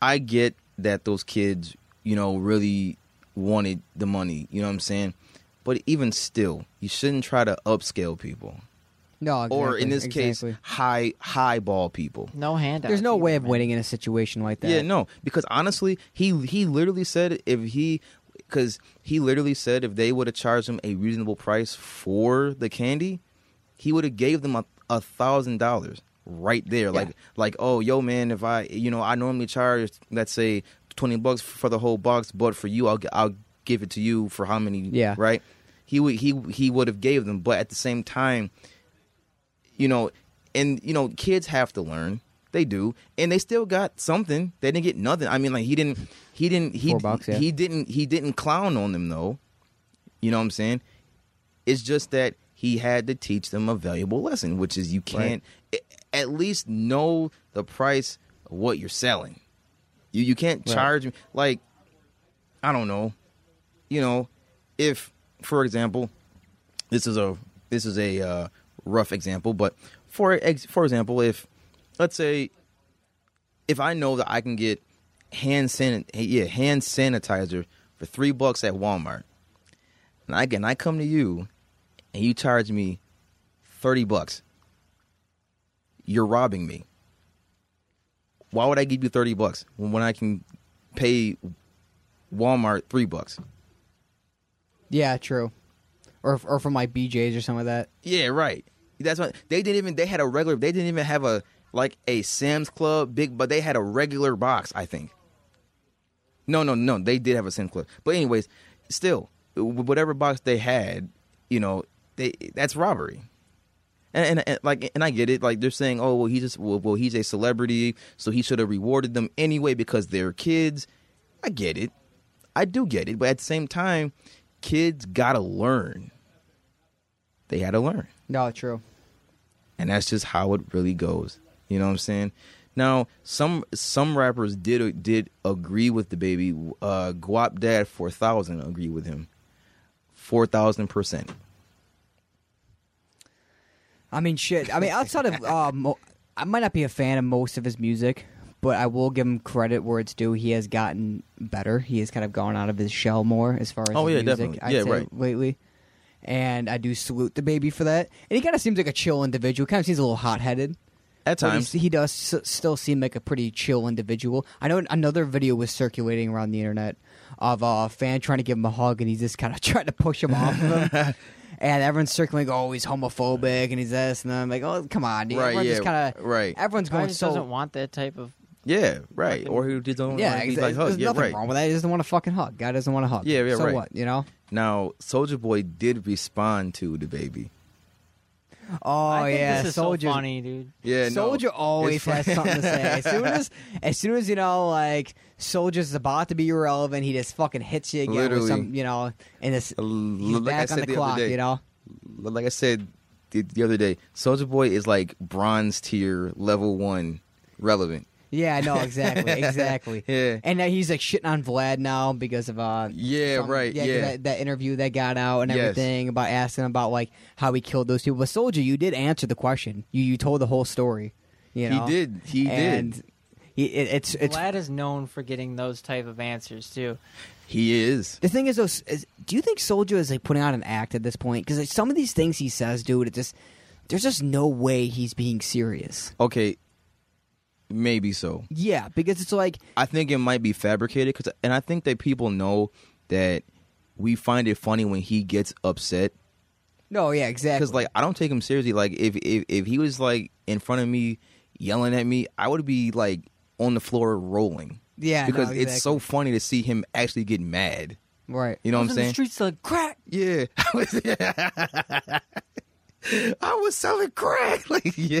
Speaker 2: I get that those kids, you know, really wanted the money, you know what I'm saying? But even still, you shouldn't try to upscale people
Speaker 3: no
Speaker 2: or
Speaker 3: exactly,
Speaker 2: in this
Speaker 3: exactly.
Speaker 2: case high highball people.
Speaker 4: No handout.
Speaker 3: there's no way of winning in a situation like that
Speaker 2: Yeah, no, because honestly, he he literally said if he because he literally said if they would have charged him a reasonable price for the candy, he would have gave them a a thousand dollars right there. Like like oh yo man, if I you know I normally charge let's say twenty bucks for the whole box, but for you I'll g- I'll give it to you for how many?
Speaker 3: Yeah.
Speaker 2: right. He would he he would have gave them, but at the same time, you know, and you know, kids have to learn. They do, and they still got something. They didn't get nothing. I mean, like he didn't, he didn't, he
Speaker 3: Four bucks, yeah.
Speaker 2: he didn't, he didn't clown on them though. You know what I'm saying? It's just that he had to teach them a valuable lesson, which is you can't a- at least know the price of what you're selling. You you can't charge like I don't know. You know, if for example, this is a this is a uh, rough example, but for ex- for example, if let's say if I know that I can get hand san- yeah hand sanitizer for three bucks at Walmart, and I can I come to you, and you charge me thirty bucks, you're robbing me. Why would I give you thirty bucks when when I can pay Walmart three bucks?
Speaker 3: yeah true or or from like BJ's or something like that
Speaker 2: Yeah, right. That's what they didn't even. They had a regular. They didn't even have a like a Sam's Club big, but they had a regular box. I think. No, no, no. They did have a Sam's Club, but anyways, still, wh- whatever box they had, you know, they that's robbery. And, and, and like and I get it. Like they're saying, oh well, he's just well, well he's a celebrity, so he should have rewarded them anyway because they're kids. I get it. I do get it, but at the same time, kids gotta learn. They gotta learn
Speaker 3: no true
Speaker 2: and that's just how it really goes. You know what I'm saying? Now, some some rappers did did agree with the baby. Uh, Guap Dad four thousand agree with him, four thousand percent.
Speaker 3: I mean, shit. I mean, outside of uh, mo- I might not be a fan of most of his music, but I will give him credit where it's due. He has gotten better. He has kind of gone out of his shell more as far as
Speaker 2: Oh,
Speaker 3: his
Speaker 2: yeah,
Speaker 3: music,
Speaker 2: definitely.
Speaker 3: I'd
Speaker 2: Yeah,
Speaker 3: say,
Speaker 2: right.
Speaker 3: lately. And I do salute the baby for that. And he kind of seems like a chill individual. Kind of seems a little hot headed.
Speaker 2: At
Speaker 3: but
Speaker 2: times.
Speaker 3: he's- he does s- still seem like a pretty chill individual. I know another video was circulating around the internet of a fan trying to give him a hug, and he's just kind of trying to push him off of him. And everyone's circling, oh, he's homophobic, and he's this, and I'm like, oh, come on, dude.
Speaker 2: Right,
Speaker 3: Everyone's just
Speaker 2: yeah,
Speaker 3: kind of
Speaker 2: right.
Speaker 3: Everyone's
Speaker 4: Probably
Speaker 3: going
Speaker 4: just
Speaker 3: so
Speaker 4: doesn't want that type of.
Speaker 2: Yeah, right. Or he doesn't want
Speaker 3: yeah,
Speaker 2: to be
Speaker 3: exactly.
Speaker 2: like
Speaker 3: There's
Speaker 2: hug. Yeah,
Speaker 3: nothing
Speaker 2: right.
Speaker 3: wrong with that. He doesn't want to fucking hug. Guy doesn't want to hug.
Speaker 2: Yeah, yeah,
Speaker 3: So
Speaker 2: right.
Speaker 3: what? You know?
Speaker 2: Now, Soldier Boy did respond to the baby.
Speaker 3: Oh
Speaker 4: I think
Speaker 3: yeah,
Speaker 4: this is
Speaker 3: soldier.
Speaker 4: so funny, dude.
Speaker 2: Yeah, no,
Speaker 3: Soldier always
Speaker 2: it's fu-
Speaker 3: has something to say. As soon as, as soon as you know, like Soldier's about to be irrelevant, he just fucking hits you again
Speaker 2: Literally.
Speaker 3: with some, you know, and it's
Speaker 2: L-
Speaker 3: he's
Speaker 2: like I
Speaker 3: back on
Speaker 2: said
Speaker 3: the,
Speaker 2: the other
Speaker 3: clock,
Speaker 2: day.
Speaker 3: you know.
Speaker 2: like I said the, the other day, Soldier Boy is like bronze tier level one relevant.
Speaker 3: Yeah, no, exactly, exactly.
Speaker 2: Yeah.
Speaker 3: and now he's like shitting on Vlad now because of uh,
Speaker 2: Yeah,
Speaker 3: some-
Speaker 2: right,
Speaker 3: 'cause
Speaker 2: yeah.
Speaker 3: that, that interview that got out and
Speaker 2: Yes.
Speaker 3: everything about asking about like how he killed those people. But Soldier, you did answer the question. You you told the whole story. You know,
Speaker 2: He did. He
Speaker 3: and
Speaker 2: did.
Speaker 3: He, it, it's it's
Speaker 4: Vlad is known for getting those type of answers too.
Speaker 2: He is.
Speaker 3: The thing is, though, is, do you think Soldier is like putting on an act at this point? Because like, some of these things he says, dude, it just there's just no way he's being serious.
Speaker 2: Okay, maybe so.
Speaker 3: Yeah, because it's like
Speaker 2: I think it might be fabricated, cause, and I think that people know that we find it funny when he gets upset
Speaker 3: no, yeah, exactly.
Speaker 2: because like I don't take him seriously. Like if if if he was like in front of me yelling at me, I would be like on the floor rolling.
Speaker 3: Yeah, no,
Speaker 2: because it's so
Speaker 3: exactly.
Speaker 2: funny to see him actually get mad.
Speaker 3: right,
Speaker 2: You know
Speaker 4: I
Speaker 2: what I'm
Speaker 4: was in
Speaker 2: saying?
Speaker 4: The streets like crack.
Speaker 2: Yeah, I was. I was selling crack. Like yeah,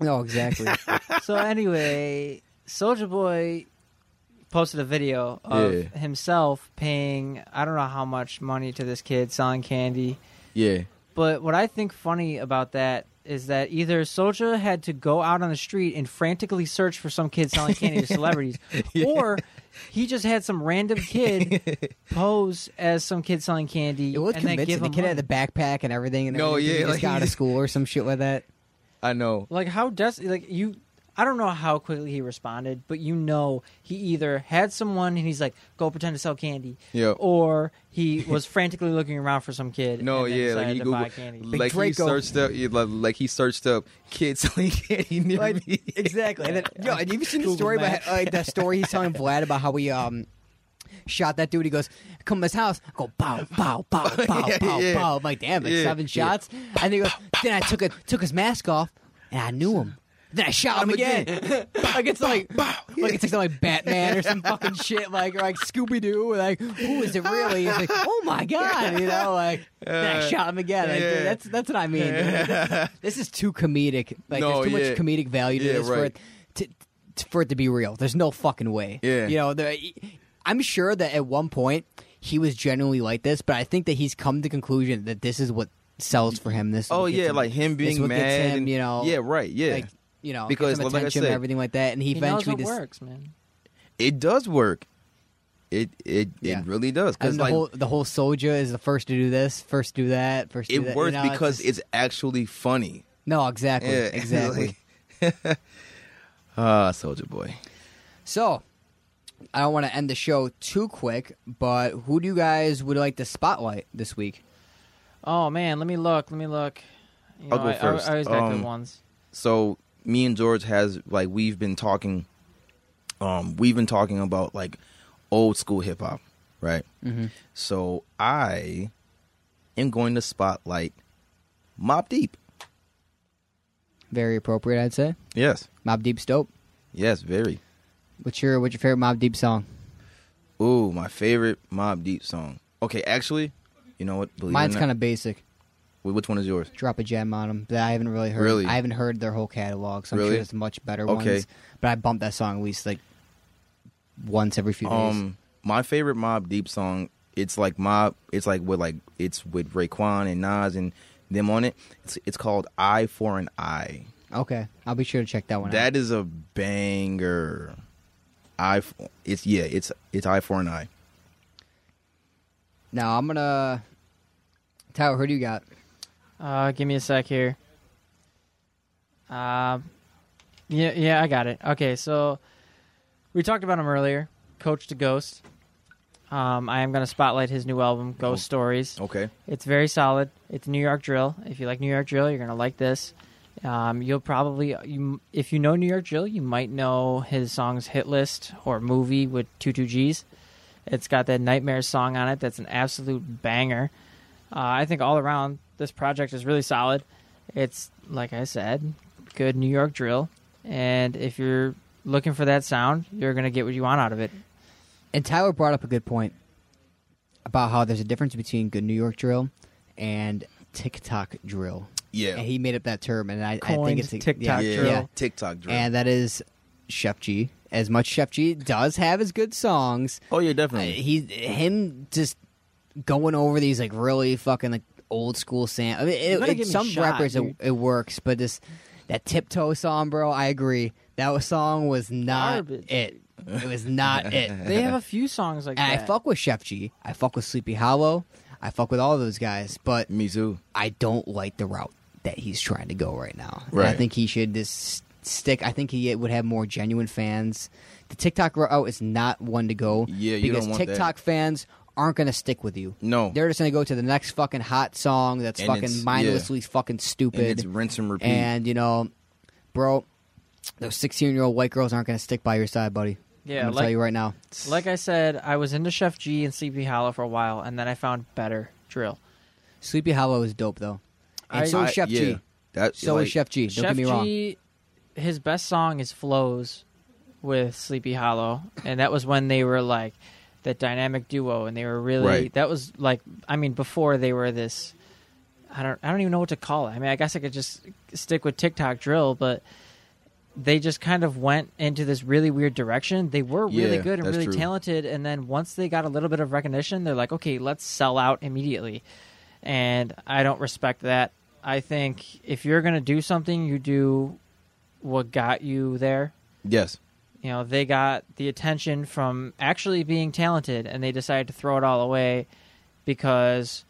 Speaker 3: no, exactly.
Speaker 4: so anyway, Soldier Boy posted a video of
Speaker 2: Yeah.
Speaker 4: himself paying I don't know how much money to this kid selling candy.
Speaker 2: yeah,
Speaker 4: But what I think funny about that is that either Soldier had to go out on the street and frantically search for some kid selling candy to celebrities, or he just had some random kid pose as some kid selling candy
Speaker 3: It was
Speaker 4: and then give
Speaker 3: convincing. The
Speaker 4: him
Speaker 3: kid had
Speaker 4: money.
Speaker 3: the backpack and everything, and
Speaker 2: No,
Speaker 3: everything.
Speaker 2: yeah,
Speaker 3: he just
Speaker 2: like,
Speaker 3: got out of
Speaker 2: he-
Speaker 3: school or some shit like that.
Speaker 2: I know.
Speaker 4: Like how does like you? I don't know how quickly he responded, but you know he either had someone and he's like, "Go pretend to sell candy,"
Speaker 2: Yeah.
Speaker 4: or he was frantically looking around for some kid.
Speaker 2: No,
Speaker 4: and then
Speaker 2: yeah, like
Speaker 4: decided
Speaker 2: he
Speaker 4: to buy
Speaker 2: Googled,
Speaker 4: candy.
Speaker 3: Like
Speaker 2: like he
Speaker 3: Draco.
Speaker 2: searched up, yeah, like, like he searched up kids selling candy near
Speaker 3: Like,
Speaker 2: me.
Speaker 3: exactly. And then, yo, and you've seen the
Speaker 4: Google
Speaker 3: story about
Speaker 4: Maps.
Speaker 3: like the story he's telling Vlad about how he um shot that dude. He goes, "Come to his house." I go, bow, bow, bow, bow,
Speaker 2: Yeah,
Speaker 3: bow,
Speaker 2: yeah.
Speaker 3: bow. I'm like, damn, like
Speaker 2: Yeah,
Speaker 3: seven
Speaker 2: yeah.
Speaker 3: shots. And he goes, then I took it, took his mask off, and I knew him. Then I shot him again. like it's like, like it's like something like Batman or some fucking shit, like or like Scooby Doo. Like who is it really? It's like, oh my god, you know, like then I shot him again. Like, dude,
Speaker 2: Uh, Yeah.
Speaker 3: that's that's what I mean. dude. This is too comedic. Like
Speaker 2: No,
Speaker 3: there's too
Speaker 2: yeah.
Speaker 3: much comedic value to
Speaker 2: Yeah,
Speaker 3: this for
Speaker 2: right.
Speaker 3: it to, to- for it to be real. There's no fucking way.
Speaker 2: Yeah.
Speaker 3: You know, there, I'm sure that at one point he was genuinely like this, but I think that he's come to the conclusion that this is what sells for him. This. is
Speaker 2: Oh
Speaker 3: what gets
Speaker 2: yeah,
Speaker 3: him-
Speaker 2: like him
Speaker 3: this
Speaker 2: being
Speaker 3: is what
Speaker 2: mad.
Speaker 3: gets him,
Speaker 2: and-
Speaker 3: you know.
Speaker 2: Yeah, right. Yeah,
Speaker 3: Like, you know,
Speaker 2: Because,
Speaker 3: because him
Speaker 2: like I
Speaker 3: attention,
Speaker 2: said-
Speaker 3: everything like that, and he,
Speaker 4: He knows
Speaker 3: eventually
Speaker 4: what
Speaker 3: just
Speaker 4: works, man.
Speaker 2: it does work. It it
Speaker 3: Yeah.
Speaker 2: it really does
Speaker 3: and
Speaker 2: because
Speaker 3: the
Speaker 2: like
Speaker 3: whole the whole soldier is the first to do this, first to do that, first. To do
Speaker 2: it
Speaker 3: that,
Speaker 2: works
Speaker 3: you know,
Speaker 2: because
Speaker 3: just-
Speaker 2: it's actually funny.
Speaker 3: no, exactly,
Speaker 2: Yeah,
Speaker 3: exactly.
Speaker 2: Ah, Soldier Boy.
Speaker 3: So, I don't want to end the show too quick, but who do you guys would like to spotlight this week?
Speaker 4: Oh man, let me look. Let me look. You
Speaker 2: I'll
Speaker 4: know,
Speaker 2: go
Speaker 4: I- I,
Speaker 2: first.
Speaker 4: I always got
Speaker 2: Um,
Speaker 4: good ones.
Speaker 2: so me and George has like we've been talking um we've been talking about like old school hip hop, right? Mm-hmm. So I am going to spotlight Mob Deep.
Speaker 3: Very appropriate, I'd say.
Speaker 2: Yes.
Speaker 3: Mob Deep's dope.
Speaker 2: Yes, very.
Speaker 3: What's your what's your favorite Mob Deep song?
Speaker 2: Ooh, my favorite Mob Deep song. Okay, actually, you know what? Believe it or
Speaker 3: Mine's
Speaker 2: not-
Speaker 3: kind of basic.
Speaker 2: Wh- which one is yours?
Speaker 3: Drop a gem on them that I haven't really heard.
Speaker 2: Really?
Speaker 3: I haven't heard their whole catalog, so I'm
Speaker 2: Really?
Speaker 3: sure there's much better
Speaker 2: Okay.
Speaker 3: ones. But I bump that song at least like once every few days.
Speaker 2: Um, my favorite Mob Deep song. It's like Mob. It's like with like it's with Raekwon and Nas and them on it. It's it's called Eye for an Eye.
Speaker 3: Okay, I'll be sure to check that one out.
Speaker 2: That is a banger. I for- it's yeah it's it's eye for an eye.
Speaker 3: Now I'm gonna Tyler, who do you got?
Speaker 4: Uh, give me a sec here. Um, yeah, yeah, I got it. Okay, so we talked about him earlier. Coach to Ghost. Um, I am going to spotlight his new album, Ghost Stories.
Speaker 2: Okay.
Speaker 4: It's very solid. It's New York drill. If you like New York drill, you're going to like this. Um, you'll probably, you, if you know New York Jill, you might know his songs "Hit List" or "Movie" with two two G's. It's got that Nightmare song on it. That's an absolute banger. Uh, I think all around this project is really solid. It's like I said, good New York drill, and if you're looking for that sound, you're gonna get what you want out of it.
Speaker 3: And Tyler brought up a good point about how there's a difference between good New York drill and TikTok drill.
Speaker 2: Yeah.
Speaker 3: And he made up that term, and I, I
Speaker 4: Coined
Speaker 3: think it's a-
Speaker 4: TikTok
Speaker 3: yeah,
Speaker 2: yeah.
Speaker 4: drill.
Speaker 3: yeah.
Speaker 2: TikTok drill.
Speaker 3: And that is Chef G. As much Chef G does have his good songs,
Speaker 2: oh yeah,
Speaker 3: uh,
Speaker 2: definitely.
Speaker 3: he him just going over these like really fucking like old school sam. I mean, it,
Speaker 4: better
Speaker 3: it-
Speaker 4: give me a
Speaker 3: some
Speaker 4: shot,
Speaker 3: rappers
Speaker 4: dude.
Speaker 3: it, it works, but this that tiptoe song, bro. I agree. That was- song was not
Speaker 4: Garbage.
Speaker 3: it. It was not it.
Speaker 4: They have a few songs like
Speaker 3: And
Speaker 4: that.
Speaker 3: I fuck with Chef G. I fuck with Sleepy Hollow. I fuck with all those guys, but
Speaker 2: Me too.
Speaker 3: I don't like the route that he's trying to go right now. And I
Speaker 2: Right.
Speaker 3: think he should just stick. I think he would have more genuine fans. The TikTok route is not one to go.
Speaker 2: Yeah, you
Speaker 3: because
Speaker 2: don't want that.
Speaker 3: TikTok fans aren't going to stick with you.
Speaker 2: No.
Speaker 3: they're just going to go to the next fucking hot song that's
Speaker 2: And it's-
Speaker 3: fucking
Speaker 2: yeah.
Speaker 3: mindlessly fucking stupid.
Speaker 2: And it's rinse and repeat.
Speaker 3: And, you know, bro, those sixteen-year-old white girls aren't going to stick by your side, buddy.
Speaker 4: Yeah,
Speaker 3: I'm gonna
Speaker 4: like-
Speaker 3: tell you right now.
Speaker 4: Like I said, I was into Chef G and Sleepy Hollow for a while, and then I found better drill.
Speaker 3: Sleepy Hollow is dope though, and
Speaker 4: I-
Speaker 3: so is Chef
Speaker 2: yeah.
Speaker 3: G.
Speaker 2: That
Speaker 3: So
Speaker 2: like,
Speaker 3: is Chef G. Don't
Speaker 4: Chef
Speaker 3: get me wrong.
Speaker 4: G, his best song is "Flows" with Sleepy Hollow, and that was when they were like that dynamic duo, and they were really
Speaker 2: Right.
Speaker 4: that was like I mean before they were this. I don't I don't even know what to call it. I mean, I guess I could just stick with TikTok drill, but they just kind of went into this really weird direction. They were really
Speaker 2: Yeah,
Speaker 4: good and
Speaker 2: that's
Speaker 4: really
Speaker 2: true.
Speaker 4: talented, and then once they got a little bit of recognition, they're like, okay, let's sell out immediately. And I don't respect that. I think if you're gonna do something, you do what got you there.
Speaker 2: Yes.
Speaker 4: You know, they got the attention from actually being talented, and they decided to throw it all away because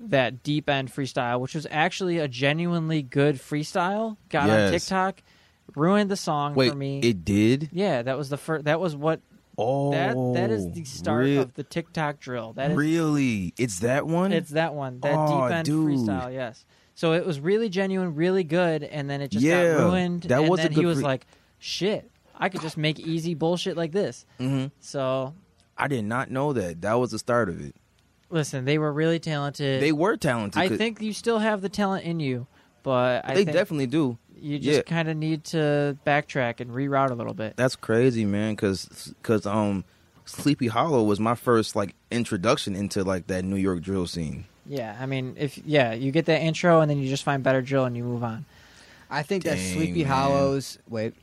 Speaker 4: that deep end freestyle, which was actually a genuinely good freestyle, got on
Speaker 2: Yes.
Speaker 4: TikTok, ruined the song
Speaker 2: Wait,
Speaker 4: for me.
Speaker 2: it did.
Speaker 4: yeah, that was the first. That was what.
Speaker 2: Oh,
Speaker 4: That that is the start
Speaker 2: rea-
Speaker 4: of the TikTok drill. That is
Speaker 2: really, it's that one.
Speaker 4: it's that one. That
Speaker 2: Aw,
Speaker 4: deep end
Speaker 2: dude.
Speaker 4: freestyle, yes. So it was really genuine, really good, and then it just
Speaker 2: Yeah,
Speaker 4: got ruined.
Speaker 2: that
Speaker 4: and
Speaker 2: was a
Speaker 4: then he
Speaker 2: good
Speaker 4: was
Speaker 2: free-
Speaker 4: like, shit, I could just make easy bullshit like this. Mm-hmm. So
Speaker 2: I did not know that. That was the start of it.
Speaker 4: listen, they were really talented.
Speaker 2: They were talented.
Speaker 4: I
Speaker 2: 'cause-
Speaker 4: think you still have the talent in you, but I
Speaker 2: they
Speaker 4: think
Speaker 2: definitely do.
Speaker 4: you just
Speaker 2: yeah.
Speaker 4: kind of need to backtrack and reroute a little bit.
Speaker 2: That's crazy, man. Because um, Sleepy Hollow was my first like introduction into like that New York drill scene.
Speaker 4: yeah, I mean, if yeah, you get that intro and then you just find better drill and you move on.
Speaker 3: I think that
Speaker 2: Dang,
Speaker 3: Sleepy
Speaker 2: man.
Speaker 3: Hollows. Wait.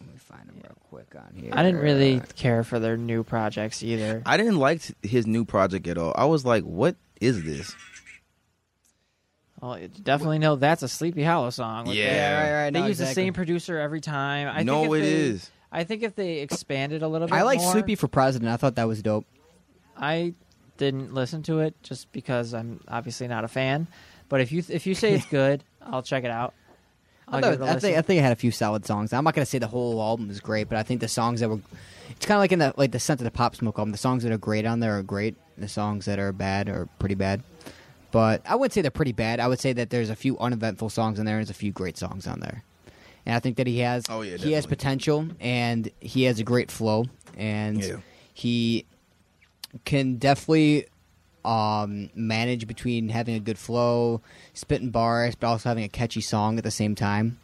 Speaker 3: Let me find them real quick on here.
Speaker 4: I didn't really care for their new projects either.
Speaker 2: I didn't like his new project at all. I was like, what is this?
Speaker 4: Well, you definitely know that's a Sleepy Hollow song. with
Speaker 2: Yeah.
Speaker 3: Yeah, right, right.
Speaker 4: they
Speaker 3: no,
Speaker 4: use
Speaker 3: exactly.
Speaker 4: the same producer every time. I
Speaker 2: no,
Speaker 4: think if
Speaker 2: it
Speaker 4: they-
Speaker 2: is.
Speaker 4: I think if they expanded a little bit,
Speaker 3: I like
Speaker 4: more,
Speaker 3: Sleepy for President. I thought that was dope.
Speaker 4: I didn't listen to it just because I'm obviously not a fan. But if you if you say it's good, I'll check it out.
Speaker 3: I,
Speaker 4: I'll
Speaker 3: thought-
Speaker 4: give it a
Speaker 3: I think I
Speaker 4: listen.
Speaker 3: think it had a few solid songs. I'm not gonna say the whole album is great, but I think the songs that were, it's kind of like in the like the sense of the Pop Smoke album. The songs that are great on there are great. and The songs that are bad are pretty bad. But I wouldn't say they're pretty bad. I would say that there's a few uneventful songs on there and there's a few great songs on there. And I think that he has
Speaker 2: Oh, yeah,
Speaker 3: he has
Speaker 2: definitely.
Speaker 3: potential and he has a great flow and
Speaker 2: Yeah.
Speaker 3: he can definitely um, manage between having a good flow, spitting bars, but also having a catchy song at the same time.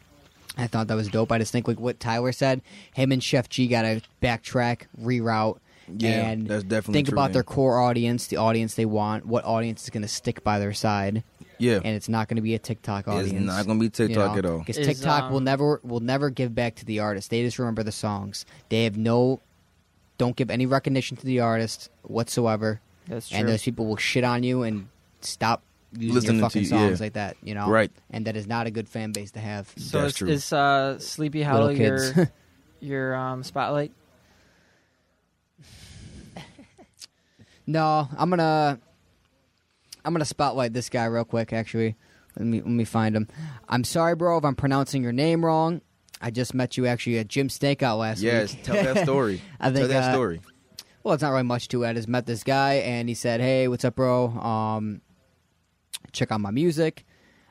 Speaker 3: I thought that was dope. I just think like what Tyler said, him and Chef G got to backtrack, reroute,
Speaker 2: Yeah,
Speaker 3: and
Speaker 2: that's definitely
Speaker 3: think
Speaker 2: true,
Speaker 3: about
Speaker 2: man.
Speaker 3: their core audience, the audience they want, what audience is going to stick by their side,
Speaker 2: Yeah.
Speaker 3: and it's not going to be a TikTok audience.
Speaker 2: It's not going to be TikTok at all.
Speaker 3: Because
Speaker 4: Is,
Speaker 3: TikTok will
Speaker 4: um,
Speaker 3: never will never give back to the artist. They just remember the songs. They have no, don't give any recognition to the artist whatsoever.
Speaker 4: That's
Speaker 3: And
Speaker 4: true.
Speaker 3: those people will shit on you and stop using
Speaker 2: Listening
Speaker 3: your
Speaker 2: to
Speaker 3: fucking
Speaker 2: you,
Speaker 3: songs
Speaker 2: yeah.
Speaker 3: like that. You know,
Speaker 2: Right.
Speaker 3: And that is not a good fan base to have.
Speaker 4: so
Speaker 2: That's
Speaker 4: is,
Speaker 2: true.
Speaker 4: is uh, Sleepy Hollow
Speaker 3: Little
Speaker 4: your your um, spotlight?
Speaker 3: No, I'm gonna I'm gonna spotlight this guy real quick. Actually, let me let me find him. I'm sorry, bro, if I'm pronouncing your name wrong. I just met you actually at Jim Stakeout last
Speaker 2: Yes,
Speaker 3: week.
Speaker 2: tell that story.
Speaker 3: I think,
Speaker 2: tell that
Speaker 3: uh,
Speaker 2: story.
Speaker 3: well, it's not really much to it. I just met this guy and he said, "Hey, what's up, bro? Um, check out my music."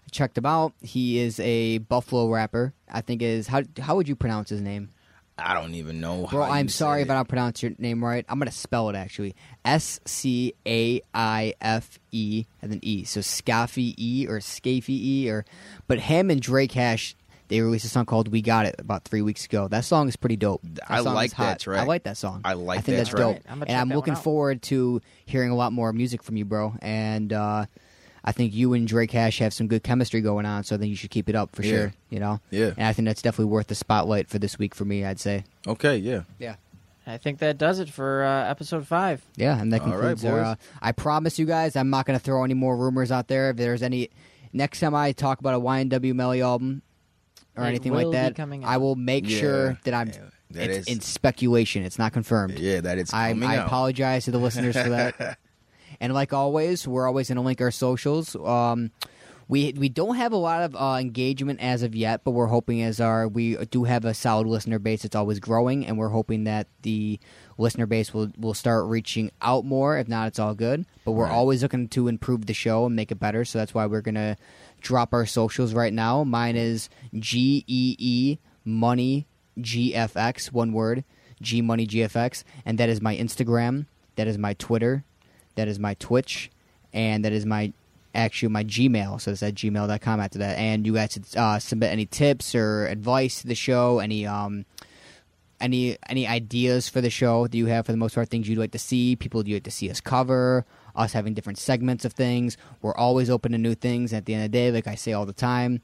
Speaker 3: I checked him out. He is a Buffalo rapper. I think is how how would you pronounce his name?
Speaker 2: I don't even know.
Speaker 3: Bro,
Speaker 2: how
Speaker 3: I'm
Speaker 2: you
Speaker 3: sorry
Speaker 2: said
Speaker 3: if I don't pronounce your name right. I'm gonna spell it actually. S C A I F E and then E. So Scaffy E or Scafy E or but him and Drake Hash they released a song called "We Got It" about three weeks ago. That song is pretty dope. That
Speaker 2: I
Speaker 3: song is
Speaker 2: like that
Speaker 3: hot. I
Speaker 2: track.
Speaker 3: like that song.
Speaker 2: I like
Speaker 3: I
Speaker 2: that
Speaker 3: think that's
Speaker 2: track.
Speaker 3: dope.
Speaker 4: Alright, I'm gonna
Speaker 3: and
Speaker 4: check
Speaker 3: I'm
Speaker 4: that one
Speaker 3: looking
Speaker 4: out.
Speaker 3: forward to hearing a lot more music from you, bro. And uh, I think you and Drake Hash have some good chemistry going on. So I think you should keep it up for
Speaker 2: Yeah.
Speaker 3: sure. You know.
Speaker 2: Yeah.
Speaker 3: And I think that's definitely worth the spotlight for this week for me. I'd say.
Speaker 2: it. Okay, yeah.
Speaker 3: Yeah.
Speaker 4: I think that does it for uh, episode five.
Speaker 3: Yeah, and that
Speaker 2: All right,
Speaker 3: concludes our.
Speaker 2: boys.
Speaker 3: Uh, I promise you guys, I'm not going to throw any more rumors out there. If there's any, next time I talk about a YNW Melly album or
Speaker 4: It
Speaker 3: anything
Speaker 4: will
Speaker 3: like
Speaker 4: be
Speaker 3: that,
Speaker 4: coming
Speaker 3: I
Speaker 4: out.
Speaker 3: will make
Speaker 2: Yeah,
Speaker 3: sure that I'm.
Speaker 2: yeah, that
Speaker 3: it's
Speaker 2: is-
Speaker 3: in speculation. It's not confirmed.
Speaker 2: Yeah, that it's
Speaker 3: I,
Speaker 2: coming
Speaker 3: I
Speaker 2: out.
Speaker 3: apologize to the listeners for that. And like always, we're always going to link our socials. Um, we we don't have a lot of uh, engagement as of yet, but we're hoping as our we do have a solid listener base. It's always growing, and we're hoping that the listener base will will start reaching out more. If not, it's all good. But we're always looking to improve the show and make it better. So that's why we're gonna drop our socials right now. Mine is G E E Money GFX, one word, G Money GFX, and that is my Instagram, that is my Twitter, that is my Twitch, and that is my actually my Gmail. So it's at gmail.com after that. And you guys should uh, submit any tips or advice to the show, any um any any ideas for the show that you have for the most part, things you'd like to see, people you'd like to see us cover, us having different segments of things. We're always open to new things. At the end of the day, like I say all the time,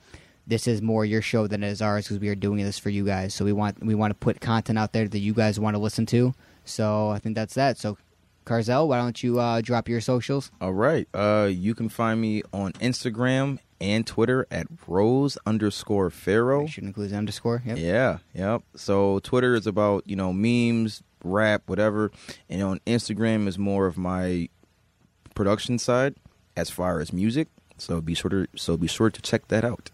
Speaker 3: this is more your show than it is ours because we are doing this for you guys. So we want we want to put content out there that you guys want to listen to. So I think that's that. So Carzel, why don't you uh, drop your socials?
Speaker 2: All right. Uh, you can find me on Instagram and Twitter at rose underscore pharaoh.
Speaker 3: I should include an underscore. Yep.
Speaker 2: Yeah, yep. So Twitter is about you know memes, rap, whatever, and on Instagram is more of my production side as far as music. So be sure to so be sure to check that out.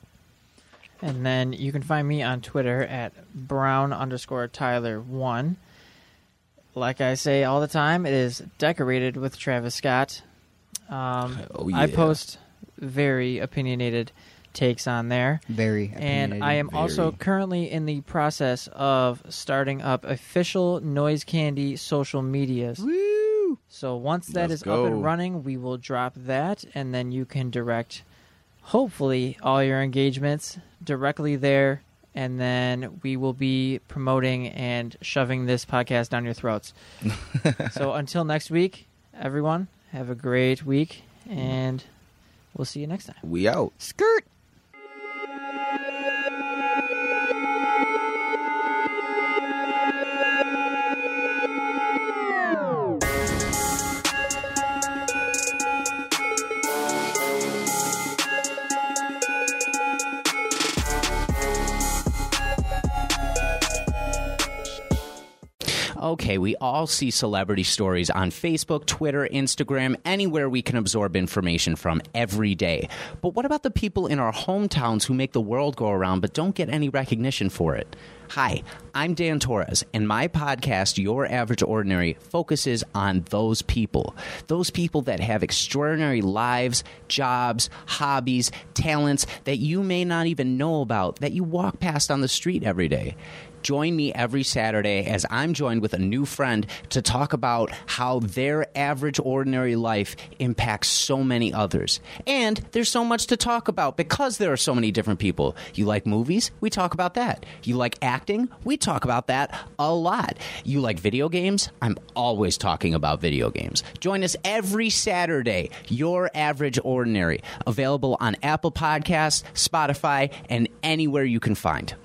Speaker 4: And then you can find me on Twitter at brown underscore Tyler one. Like I say all the time, it is decorated with Travis Scott. Um,
Speaker 2: Oh,
Speaker 4: I
Speaker 2: yeah.
Speaker 4: post very opinionated takes on there.
Speaker 3: Very.
Speaker 4: And
Speaker 3: opinionated.
Speaker 4: I am also
Speaker 2: Very.
Speaker 4: currently in the process of starting up official Noise Candy social medias.
Speaker 2: Woo!
Speaker 4: So once that
Speaker 2: Let's
Speaker 4: is
Speaker 2: go.
Speaker 4: up and running, we will drop that, and then you can direct, hopefully, all your engagements directly there. And then we will be promoting and shoving this podcast down your throats. so until next week, everyone, have a great week, and we'll see you next time.
Speaker 2: We out.
Speaker 3: skirt.
Speaker 5: Okay, we all see celebrity stories on Facebook, Twitter, Instagram, anywhere we can absorb information from every day. But what about the people in our hometowns who make the world go around but don't get any recognition for it? Hi, I'm Dan Torres, and my podcast, Your Average Ordinary, focuses on those people. Those people that have extraordinary lives, jobs, hobbies, talents that you may not even know about, that you walk past on the street every day. Join me every Saturday as I'm joined with a new friend to talk about how their average, ordinary life impacts so many others. And there's so much to talk about because there are so many different people. You like movies? We talk about that. You like acting? We talk about that a lot. You like video games? I'm always talking about video games. Join us every Saturday, Your Average Ordinary, available on Apple Podcasts, Spotify, and anywhere you can find.